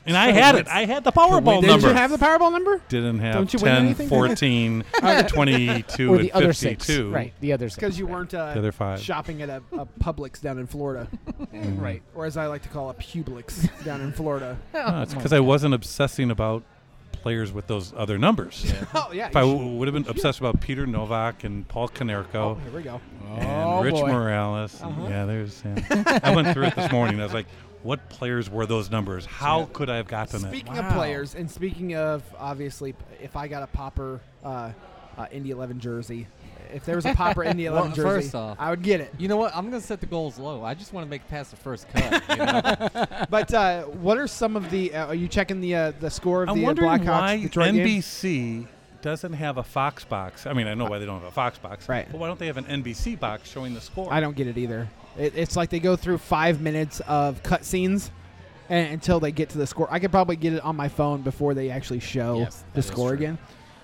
S3: And I had it. I had the Powerball
S2: Did
S3: number.
S2: you have the Powerball number?
S3: Didn't have
S2: Don't you win
S3: 10,
S2: anything?
S1: [laughs]
S3: 14, 22,
S1: Or
S3: and
S1: the
S3: 52.
S1: other six? Right, the other six.
S2: Because you weren't uh,
S3: The other five. Mm-hmm.
S2: shopping at a, a Publix down in [laughs] Florida,
S1: right.
S2: or as I like to call a Publix down in Florida.
S1: Oh.
S3: No, it's because I wasn't obsessing about players with those other numbers.
S2: [laughs] Oh yeah.
S3: If I
S2: you
S3: w- oh. would have been obsessed about Peter Novak and Paul
S2: should-
S3: Konerko
S2: here we go.
S3: and
S1: Oh,
S3: Rich
S1: boy.
S3: Morales,
S2: Uh-huh.
S3: and- yeah, there's. Yeah. I went through it this morning. I was like, what players were those numbers? How could I have gotten it?
S2: Speaking of players, and speaking of obviously, if I got a popper uh, uh, Indy 11 jersey, if there was a popper Indy [laughs]
S4: Well,
S2: 11 jersey,
S4: first off-
S2: I would get it.
S4: [laughs] You know what? I'm gonna set the goals low. I just want to make it past the first cut. You know?
S2: But uh, what are some of the? Uh, are you checking the uh, the score of
S3: I'm
S2: the uh,
S3: wondering
S2: Blackhawks
S3: why
S2: Detroit game?
S3: NBC doesn't have a Fox box. I mean, I know why they don't have a Fox box.
S2: Right.
S3: But why don't they have an NBC box showing the score?
S2: I don't get it either. It, it's like they go through five minutes of cutscenes and, until they get to the score. I could probably get it on my phone before they actually show
S1: Yes,
S2: the
S1: that is
S2: score
S1: true.
S2: again.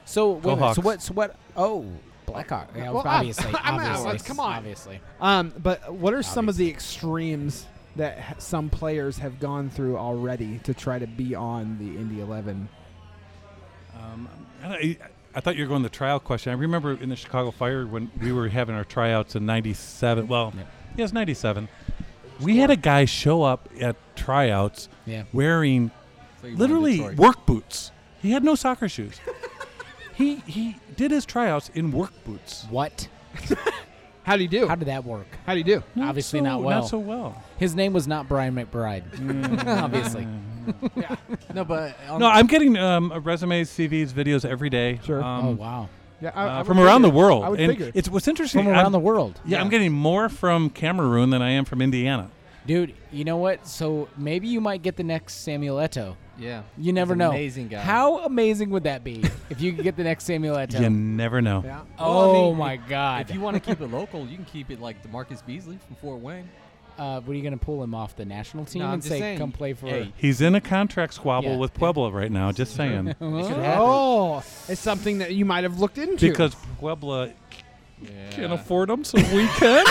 S1: So, wait, a minute, so
S3: Hawks.
S1: what? So what? Oh, Blackhawk. Yeah,
S2: Well, I-
S4: [laughs]
S1: obviously,
S2: I'm out.
S1: obviously,
S2: Let's- come on.
S1: obviously.
S2: Um, but what are some of the extremes that h- some players have gone through already to try to be on the Indy 11?
S3: Um, I, don't- I- I thought you were going the trial question. I remember in the Chicago Fire when we were having our tryouts in '97. Well,
S1: Yep.
S3: yes, '97. We had a guy show up at tryouts
S1: Yeah.
S3: wearing
S4: So you
S3: literally
S4: wanna Detroit.
S3: work boots. He had no soccer
S1: [laughs]
S3: shoes. he he did his tryouts in work boots.
S1: What?
S2: How do you do?
S1: How
S2: How,
S1: did that work?
S2: do you do?
S3: Not
S1: Obviously
S3: so-
S1: not well.
S3: Not so well.
S1: His name was not Brian McBride.
S3: [laughs]
S1: [laughs] obviously.
S4: No, but um,
S3: Mm. No, I'm getting um, uh, resumes, CVs, videos every day.
S2: Sure.
S3: Um,
S1: oh wow.
S2: Yeah,
S3: uh, from around the world.
S2: I would
S3: and
S2: figure.
S3: It's what's interesting.
S1: From around
S3: I'm-
S1: the world.
S3: yeah, I'm getting more from Cameroon than I am from Indiana.
S1: Dude, you know what? So maybe you might get the next Samuel Eto.
S4: yeah,
S1: You never
S4: He's an
S1: know.
S4: Amazing guy.
S1: How amazing would that be if you could get the next Samuel Eto?
S3: You never know.
S2: yeah.
S1: Oh
S4: Well, I mean,
S1: my
S4: if-
S1: God!
S4: If you want to keep it local, you can keep it like Demarcus Beasley from Fort Wayne.
S1: uh, what are you going to pull him off the national team
S4: No, I'm
S1: and
S4: just
S1: say,
S4: saying,
S1: "Come play for"?
S4: hey,
S3: He's in a contract squabble
S1: Yeah.
S3: with Puebla right now. Just
S2: [laughs]
S3: saying,
S1: Huh?
S4: could happen.
S2: Oh, it's something that you might have looked into.
S3: because Puebla
S4: Yeah.
S3: can't afford him, so we can.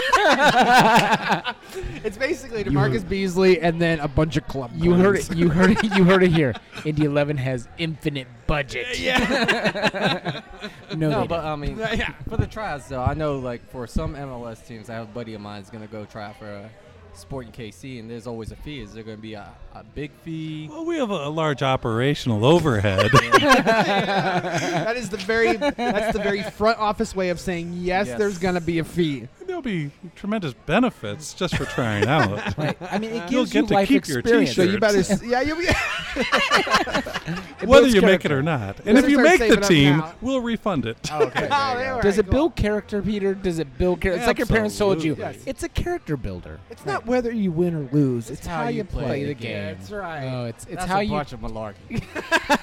S2: it's basically Demarcus Beasley and then a bunch of club.
S1: You heard
S2: clones.
S1: it. You heard it. You heard it here. Indy Eleven has infinite budget. Yeah. [laughs] no,
S4: No,
S1: they
S4: but
S1: don't.
S4: I
S2: [laughs]
S4: mean,
S2: Yeah.
S4: for the tryouts though, I know like for some MLS teams, I have a buddy of mine is gonna go try for a Sporting KC, and there's always a fee. Is there going to be a, a big
S1: [laughs]
S4: fee?
S3: [laughs] Well, we have a, a large operational overhead.
S2: that is the very that's the very front office way of saying yes.
S4: Yes.
S2: There's gonna be a fee.
S3: [laughs] There'll be tremendous benefits just for trying
S2: [laughs]
S3: out.
S1: Right. I mean, it
S3: You'll
S1: gives
S3: get
S1: you
S3: to
S1: life
S3: keep your
S1: experience.
S2: So you
S3: Sure.
S2: better s- yeah you [laughs]
S3: Whether
S2: builds
S3: you make it
S2: character.
S3: or not. And if
S2: Better
S3: you
S2: start
S3: make the
S2: saving up
S3: team,
S2: now.
S3: we'll refund it.
S4: Oh, [laughs] okay.
S2: Oh,
S4: there you
S2: there
S4: go.
S2: we
S1: Does it
S2: Alright,
S1: build character, Peter? Does it build character? It's like your parents told you.
S3: Absolutely. Yes.
S1: It's a character builder.
S2: It's not whether you win or lose. It's, how, you play,
S1: Play the
S2: game.
S1: game.
S2: That's right.
S1: No, it's it's
S4: That's
S1: how
S4: a
S1: you.
S4: bunch of malarkey.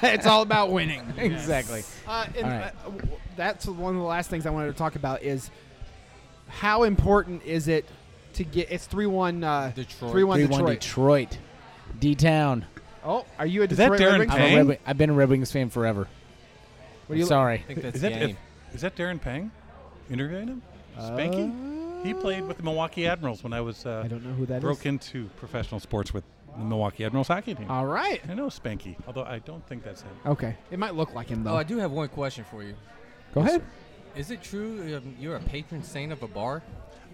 S2: it's all about [laughs] winning.
S1: [laughs] Exactly.
S2: Uh, and
S1: All right.
S2: uh, w- w- that's one of the last things I wanted to talk about is how important is it to get it's three one uh,
S4: Detroit.
S2: three one
S1: Three one
S2: Detroit.
S1: Detroit, D Town.
S2: Oh, are you a
S3: that
S2: Detroit
S3: Darren
S2: Red Wings
S1: I'm
S2: fan?
S1: a
S3: Pang?
S1: Red Wing, I've been a Red Wings fan forever.
S2: What do you-
S1: Sorry.
S4: I
S1: [laughs]
S4: think that's
S3: Is
S4: the
S3: that, if,
S4: game.
S3: is that Darren Pang interviewing him? Spanky? he played with the Milwaukee Admirals when I was uh,
S2: I don't know who that is. Oh.
S3: broke into professional sports with the Milwaukee Admirals hockey team.
S2: All right.
S3: I know Spanky, although I don't think that's him.
S2: Okay. It might look like him
S4: Oh,
S2: though.
S4: I do have one question for you.
S1: Go ahead.
S4: Is it true um, you're a patron saint of a bar?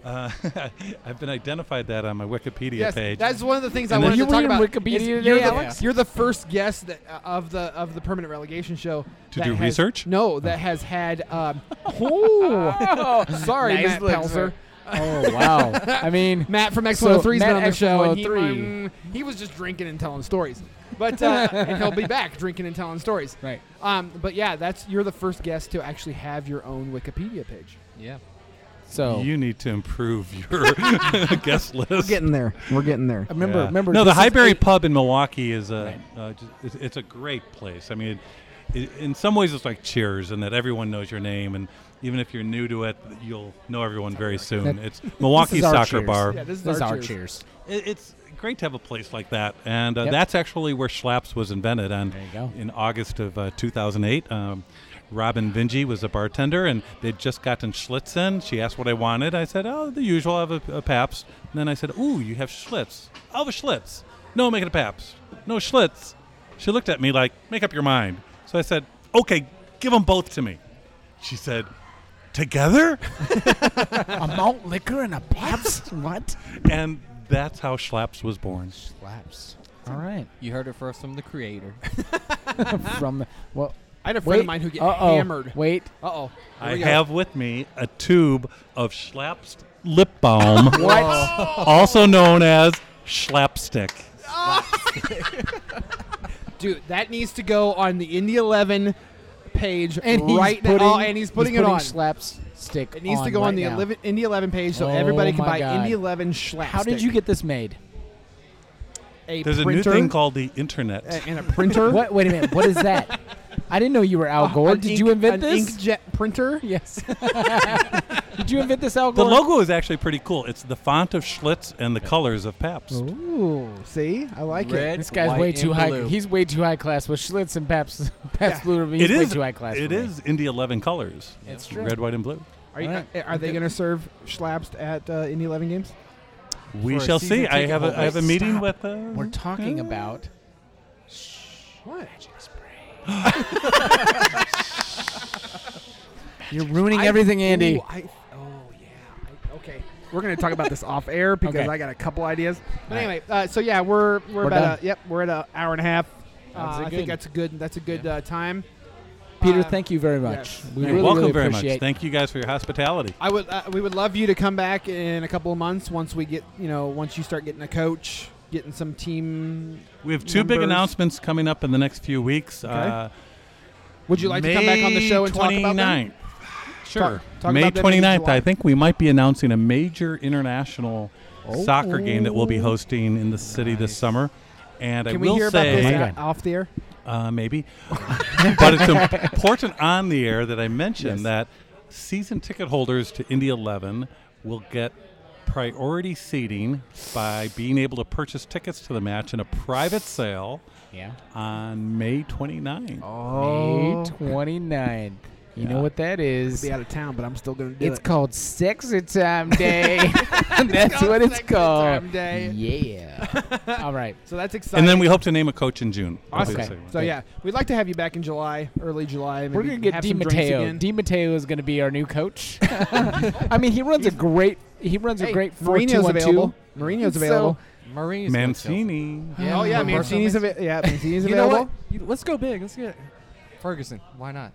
S3: Uh, [laughs] I've been identified that on my Wikipedia
S2: yes,
S3: page.
S2: that's one of the things I
S3: And then-
S2: wanted
S1: You
S2: to talk
S1: reading
S2: about.
S1: Wikipedia
S2: is
S1: today,
S2: you're, the,
S4: Alex?
S2: you're the first guest that, uh, of the of the permanent relegation show
S3: To
S2: that
S3: do
S2: has-
S3: research?
S2: No, that has had.
S3: [laughs]
S2: Um, oh, sorry,
S1: Nice
S2: Matt
S1: look,
S2: Pelzer.
S1: sir. Oh
S2: [laughs]
S1: wow. I mean,
S2: Matt from X103's
S1: So,
S2: been
S1: Matt
S2: on the show. and he-
S1: X103.
S2: he was just drinking and telling stories. But uh, and he'll be back drinking and telling stories.
S1: right.
S2: Um, but yeah, that's you're the first guest to actually have your own Wikipedia page.
S4: Yeah.
S1: So
S3: You need to improve your
S1: [laughs]
S3: guest list.
S2: there. We're getting there.
S1: I remember
S3: Yeah.
S1: remember
S3: No, the
S1: this is
S3: Highbury
S1: eight-
S3: Pub in Milwaukee is a uh, ju- it's, it's a great place. I mean, it, it, in some ways it's like Cheers in that everyone knows your name, and even if you're new to it, you'll know everyone very soon.
S1: That-
S3: it's Milwaukee
S1: is our
S3: Soccer
S1: Cheers.
S3: Bar.
S2: Yeah, this is
S1: this is
S2: our
S1: our
S2: cheers.
S1: [laughs] cheers.
S3: It, it's great to have a place like that, and uh,
S1: Yep.
S3: that's actually where Schlaps was invented. On
S1: There you go.
S3: in August of uh, 2008. Um, Robin Vinji was a bartender, and they'd just gotten Schlitz in. She asked what I wanted. I said, "Oh, the usual. I have a, a Pabst." And then I said, "Ooh, you have Schlitz. I'll have a Schlitz. No, make it a Pabst. No Schlitz." She looked at me like, "Make up your mind." So I said, "Okay, give them both to me." She said, "Together?" [laughs]
S1: a malt liquor and a Pabst? [laughs] what?
S3: and that's how Schlaps was born.
S1: Slaps. All right.
S4: You heard it first from the creator.
S1: From the, well,
S2: I had a friend
S1: wait,
S2: of mine who get
S1: uh-oh,
S2: hammered.
S1: Wait.
S2: Uh oh.
S3: I have with me a tube of Schlaps lip balm.
S1: What?
S3: also known as schlapstick.
S2: Dude, that needs to go on the Indy 11 page
S1: And he's
S2: right
S1: putting,
S2: now. Oh, And he's putting it on.
S1: Slaps stick.
S2: it needs to go on the 11, Indy 11 page so
S1: Oh
S2: everybody can
S1: my
S2: buy
S1: God.
S2: Indy 11 schlapstick.
S1: How did you get this made?
S2: a
S3: There's a new
S2: printer
S3: thing called the internet.
S2: a- and a printer?
S1: What? Wait a minute. What is that? I didn't know you were Al
S2: [laughs]
S1: Gore.
S2: Uh, An
S1: Oh, Did
S2: ink-
S1: you invent
S2: an
S1: this?
S2: inkjet printer?
S1: [laughs] Yes. [laughs] Did you invent this Al
S3: the
S1: Gore?
S3: logo is actually pretty cool. It's the font of Schlitz and the colors of Pabst.
S2: Ooh, see? I like it.
S4: Red,
S1: This guy's
S4: white,
S1: way
S4: and
S1: too high.
S4: blue.
S1: He's way too high class with Schlitz and [laughs] Pabst. Pabst
S2: Yeah.
S1: Blue Ribbon. He's
S3: It
S1: way
S3: is.
S1: too high class.
S3: It
S1: for me.
S3: is Indy 11 colors.
S1: It's true.
S3: Red, white, and blue.
S2: Are, you,
S1: All right.
S2: are they going to serve schlaps at uh, Indy 11 games?
S3: We
S4: For a
S3: shall
S4: season
S3: see. I
S4: ticket
S3: have a,
S4: holder.
S3: I have a meeting
S1: Stop.
S3: with. Uh,
S1: We're talking
S3: yeah.
S1: about.
S2: What?
S1: You're ruining everything, Andy.
S2: Ooh, I, oh yeah. I, okay. We're gonna talk about this [laughs] off air because
S1: Okay.
S2: I got a couple ideas. But
S1: All right.
S2: anyway, uh, so yeah, we're we're,
S1: We're
S2: about
S1: done.
S2: a, yep, we're at an hour and a half. Uh,
S1: That's a
S2: I think
S1: good-
S2: that's a good that's a good
S4: Yeah.
S2: uh, time.
S1: Peter,
S2: Uh,
S1: thank you very much.
S2: yes.
S1: We
S3: You're
S1: really,
S3: welcome
S1: really
S3: very much.
S1: appreciate
S3: Thank you guys for your hospitality.
S2: I would uh, we would love you to come back in a couple of months once we get you know once you start getting a coach, getting some team.
S3: We have two big
S2: Numbers.
S3: announcements coming up in the next few weeks. Uh,
S2: Would you like to come back on the
S3: May
S2: show and talk about them?
S3: 29th. Sure.
S2: Talk- talk
S3: May
S2: about them in
S3: 29th,
S2: July.
S3: I think we might be announcing a major international
S1: Oh.
S3: soccer game that we'll be hosting in the city this
S4: Nice.
S3: summer. And I
S2: Can we
S3: will
S2: hear
S3: say,
S2: about
S1: My
S2: this
S1: God.
S2: o- off the air?
S3: Uh, maybe, [laughs] but it's important on the air that I mention
S1: Yes.
S3: that season ticket holders to Indy 11 will get priority seating by being able to purchase tickets to the match in a private sale
S1: Yeah.
S3: on May 29th.
S2: Oh.
S1: May 29th. You know
S3: Yeah.
S1: what that is?
S2: Be out of town, but I'm still gonna do
S1: It's
S2: it.
S1: called Sexy Time Day. [laughs] That's what it's
S2: Sexy
S1: called.
S2: Time Day.
S1: Yeah. All right.
S2: So that's exciting.
S3: And then we hope to name a coach in June. That'll be the
S1: Okay.
S3: second one.
S2: So yeah, we'd like to have you back in July, early July. Maybe
S1: We're gonna get
S2: have
S1: Di
S2: some drinks
S1: Matteo.
S2: again. [laughs]
S1: Di Matteo is gonna be our new coach. I mean, he runs a great he runs a
S2: Hey,
S1: great four two
S2: Mourinho's
S1: one
S2: available.
S1: two.
S2: Mourinho's
S1: So-
S2: available.
S4: Marines.
S3: Mancini.
S2: oh yeah,
S4: Roberto
S2: Mancini's
S4: Mancini.
S2: available. [laughs] Yeah, Mancini's
S1: You know
S2: available.
S1: what? You- Let's go big. Let's get.
S4: Ferguson.
S1: [laughs]
S4: Why not?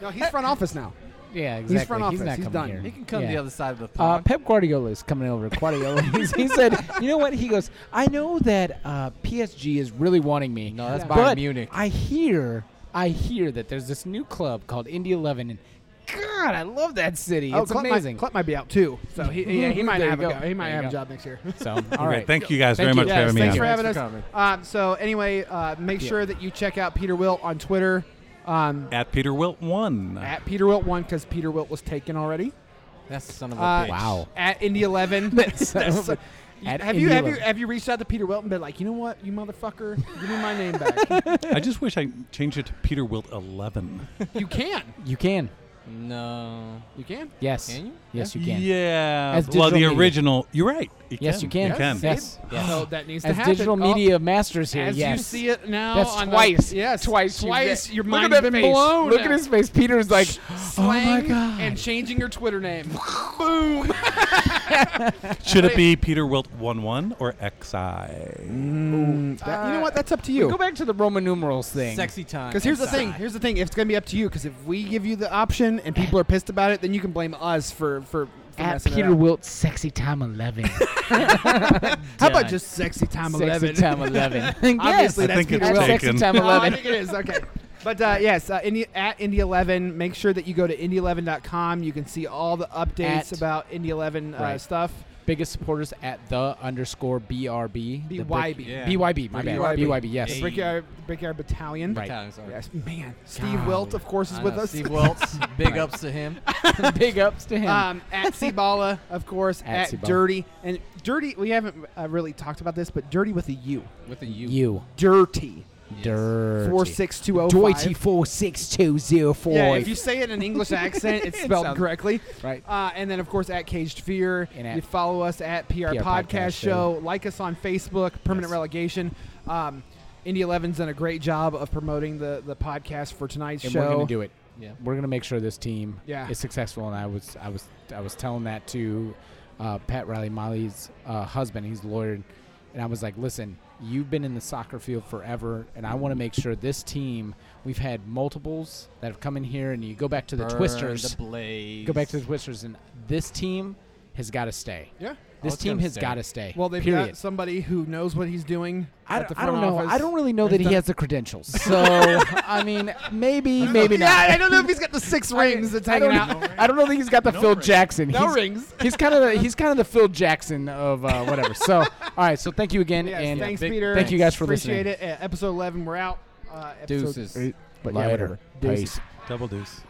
S2: No, he's front office now.
S1: Yeah, exactly.
S2: He's front office.
S1: He's not
S2: He's
S1: coming
S2: done.
S1: here.
S4: He can come
S1: yeah.
S4: the other side of the
S1: Uh,
S4: pond.
S1: Pep Guardiola is coming
S2: [laughs]
S1: over. Guardiola, he's, he said, "You know what?" He goes, "I know that uh, PSG is really wanting me.
S4: No, that's
S1: Yeah.
S4: Bayern
S1: but
S4: Munich.
S1: I hear, I hear that there's this new club called Indy Eleven, and God, I love that city. it's
S2: Klopp Oh,
S1: amazing.
S2: Might, Klopp might be out too, so he, yeah, he might
S1: [laughs] There
S2: have a
S1: you go.
S2: go. he might
S1: There you
S2: have a
S1: go.
S2: job next year. [laughs]
S1: so, all
S3: All
S1: right.
S3: right. Thank you guys
S1: Thank
S3: very
S1: you.
S3: much
S1: Yes,
S3: for having me
S2: thanks
S3: on.
S2: for having
S4: Thanks for
S2: us. Um, so anyway, uh, make sure that you check out Peter Wilt on Twitter um,
S3: At Peter Wilt one.
S2: at Peter Wilt one because Peter Wilt was taken already.
S4: That's the son of a
S2: Uh,
S4: bitch.
S1: wow.
S2: At Indy
S1: [laughs]
S2: Eleven.
S1: That's-
S2: That's- uh,
S1: At
S2: have you
S1: Indy
S2: have you
S1: 11.
S2: have you reached out to Peter Wilt and been like, you know what, you motherfucker, give me my name
S1: [laughs]
S2: back?
S3: I just wish I changed it to Peter Wilt eleven.
S2: you can,
S1: You can,
S4: No.
S2: [sighs] you
S1: [sighs]
S2: can.
S1: yes,
S4: Can you?
S1: yes, you can.
S3: Yeah.
S1: As
S3: well,
S1: digital
S3: the
S1: media.
S3: original. You're right.
S1: Yes, you can.
S3: You can.
S1: Yes.
S4: Yes.
S2: So that needs to
S1: As
S2: happen.
S1: digital
S2: Oh,
S1: media masters here,
S2: As
S1: yes.
S2: you see it now,
S1: That's
S2: on the-
S1: twice.
S2: yes,
S1: twice. you
S2: twice.
S1: did-
S2: Your
S1: Look at
S2: mind's
S1: that
S2: been
S1: face.
S2: blown.
S1: Look at his face. Peter's like, oh my
S2: slang
S1: god.
S2: and changing your Twitter name. Boom.
S3: Should it
S1: [laughs]
S3: be Peter Wilt one one or XI?
S2: That- Uh, you know what? That's up to
S1: Mm, Go
S2: you.
S1: back to the Roman numerals thing.
S4: Sexy time.
S2: Because here's the
S4: Inside.
S2: thing. Here's the thing. If it's gonna be up to you, because if we give you the option and people are pissed about it, then you can blame us for for. for
S1: At
S2: messing it
S1: Peter
S2: up.
S1: Wilt, sexy
S2: [laughs]
S1: time 11.
S2: How about
S1: Done.
S2: just sexy time
S1: sexy
S2: eleven?
S1: time 11? yes.
S2: [laughs] Obviously,
S3: I
S2: that's
S3: think
S2: Peter
S3: it's
S1: at
S2: Wilt.
S1: sexy
S3: taken.
S1: time
S2: Oh, I
S1: 11.
S2: think it is. Okay. But uh, yes, uh, Indy, at Indy 11, make sure that you go to Indy11.com. You can see all the updates
S1: At-
S2: about Indy 11 uh,
S1: Right.
S2: stuff.
S1: Biggest supporters at the underscore BRB. the brick-
S2: BYB.
S4: Yeah.
S1: BYB, my bad.
S2: BYB.
S1: BYB, yes.
S2: The
S4: Hey.
S2: Brickyard, Brickyard Battalion.
S1: Right.
S4: Italians are-
S2: Yes, man. Steve Wilt, of course, is
S4: I
S2: with
S4: know,
S2: us.
S4: Steve Welts. Big ups to him.
S1: [laughs] Big ups to
S2: [laughs]
S1: him.
S2: um, at Cibala, of course,
S1: At
S2: at,
S1: Cibala.
S2: Dirty. And Dirty, we haven't uh, really talked about this, but Dirty with a U.
S4: With a U.
S1: you.
S2: Dirty.
S1: Dirty.
S2: 46205.
S1: 46204.
S2: Yeah, if you say it in an English accent,
S1: [laughs]
S2: it's spelled
S1: sounds-
S2: correctly.
S1: right.
S2: Uh, and then, of course, at Caged Fear.
S1: And at
S2: you follow us at PR,
S1: PR
S2: Podcast,
S1: Podcast
S2: Show. Like us on Facebook, Permanent Relegation. Um, Indy 11's done a great job of promoting the, the podcast for tonight's
S1: and
S2: show.
S1: we're going to do it.
S4: Yeah.
S1: We're going to make sure this team
S2: Yeah.
S1: is successful. And I was, I was, I was telling that to uh, Pat Riley Molly's uh, husband. He's a lawyer, and I was like, "Listen, you've been in the soccer field forever, and I want to make sure this team. We've had multiples that have come in here, and you go back to the
S4: Burn
S1: Twisters,
S4: The Blaze.
S1: go back to the Twisters, and this team has got to stay.
S2: Yeah.
S1: This
S4: it's
S1: team
S4: gonna
S1: has
S4: stay.
S1: got to stay.
S2: Well, they've
S1: period.
S2: got somebody who knows what he's doing.
S1: I,
S2: at the
S1: don't- I
S2: front
S1: don't know.
S2: Office.
S1: I don't really know that he
S2: done-
S1: has
S2: [laughs]
S1: the credentials. So I mean, maybe, [laughs] maybe not.
S2: Yeah, I don't know if he's got the six [laughs] rings that's
S1: I
S2: hanging
S1: don't,
S2: out.
S1: I don't know that he's got the Phil
S3: rings.
S1: Jackson.
S2: No
S1: he's, [laughs]
S2: rings.
S1: He's kind of the, he's kind of the Phil Jackson of uh,
S2: [laughs]
S1: whatever. So all right. So thank you again,
S2: Yes,
S1: and uh,
S2: thanks,
S4: big-
S2: Peter.
S1: thank you guys for
S2: Appreciate
S1: listening.
S2: it. Uh, episode 11, we're out. Uh, episode
S4: Deuces.
S1: But
S2: Later.
S1: yeah, whatever.
S2: Deuces.
S1: Peace.
S3: Double deuce.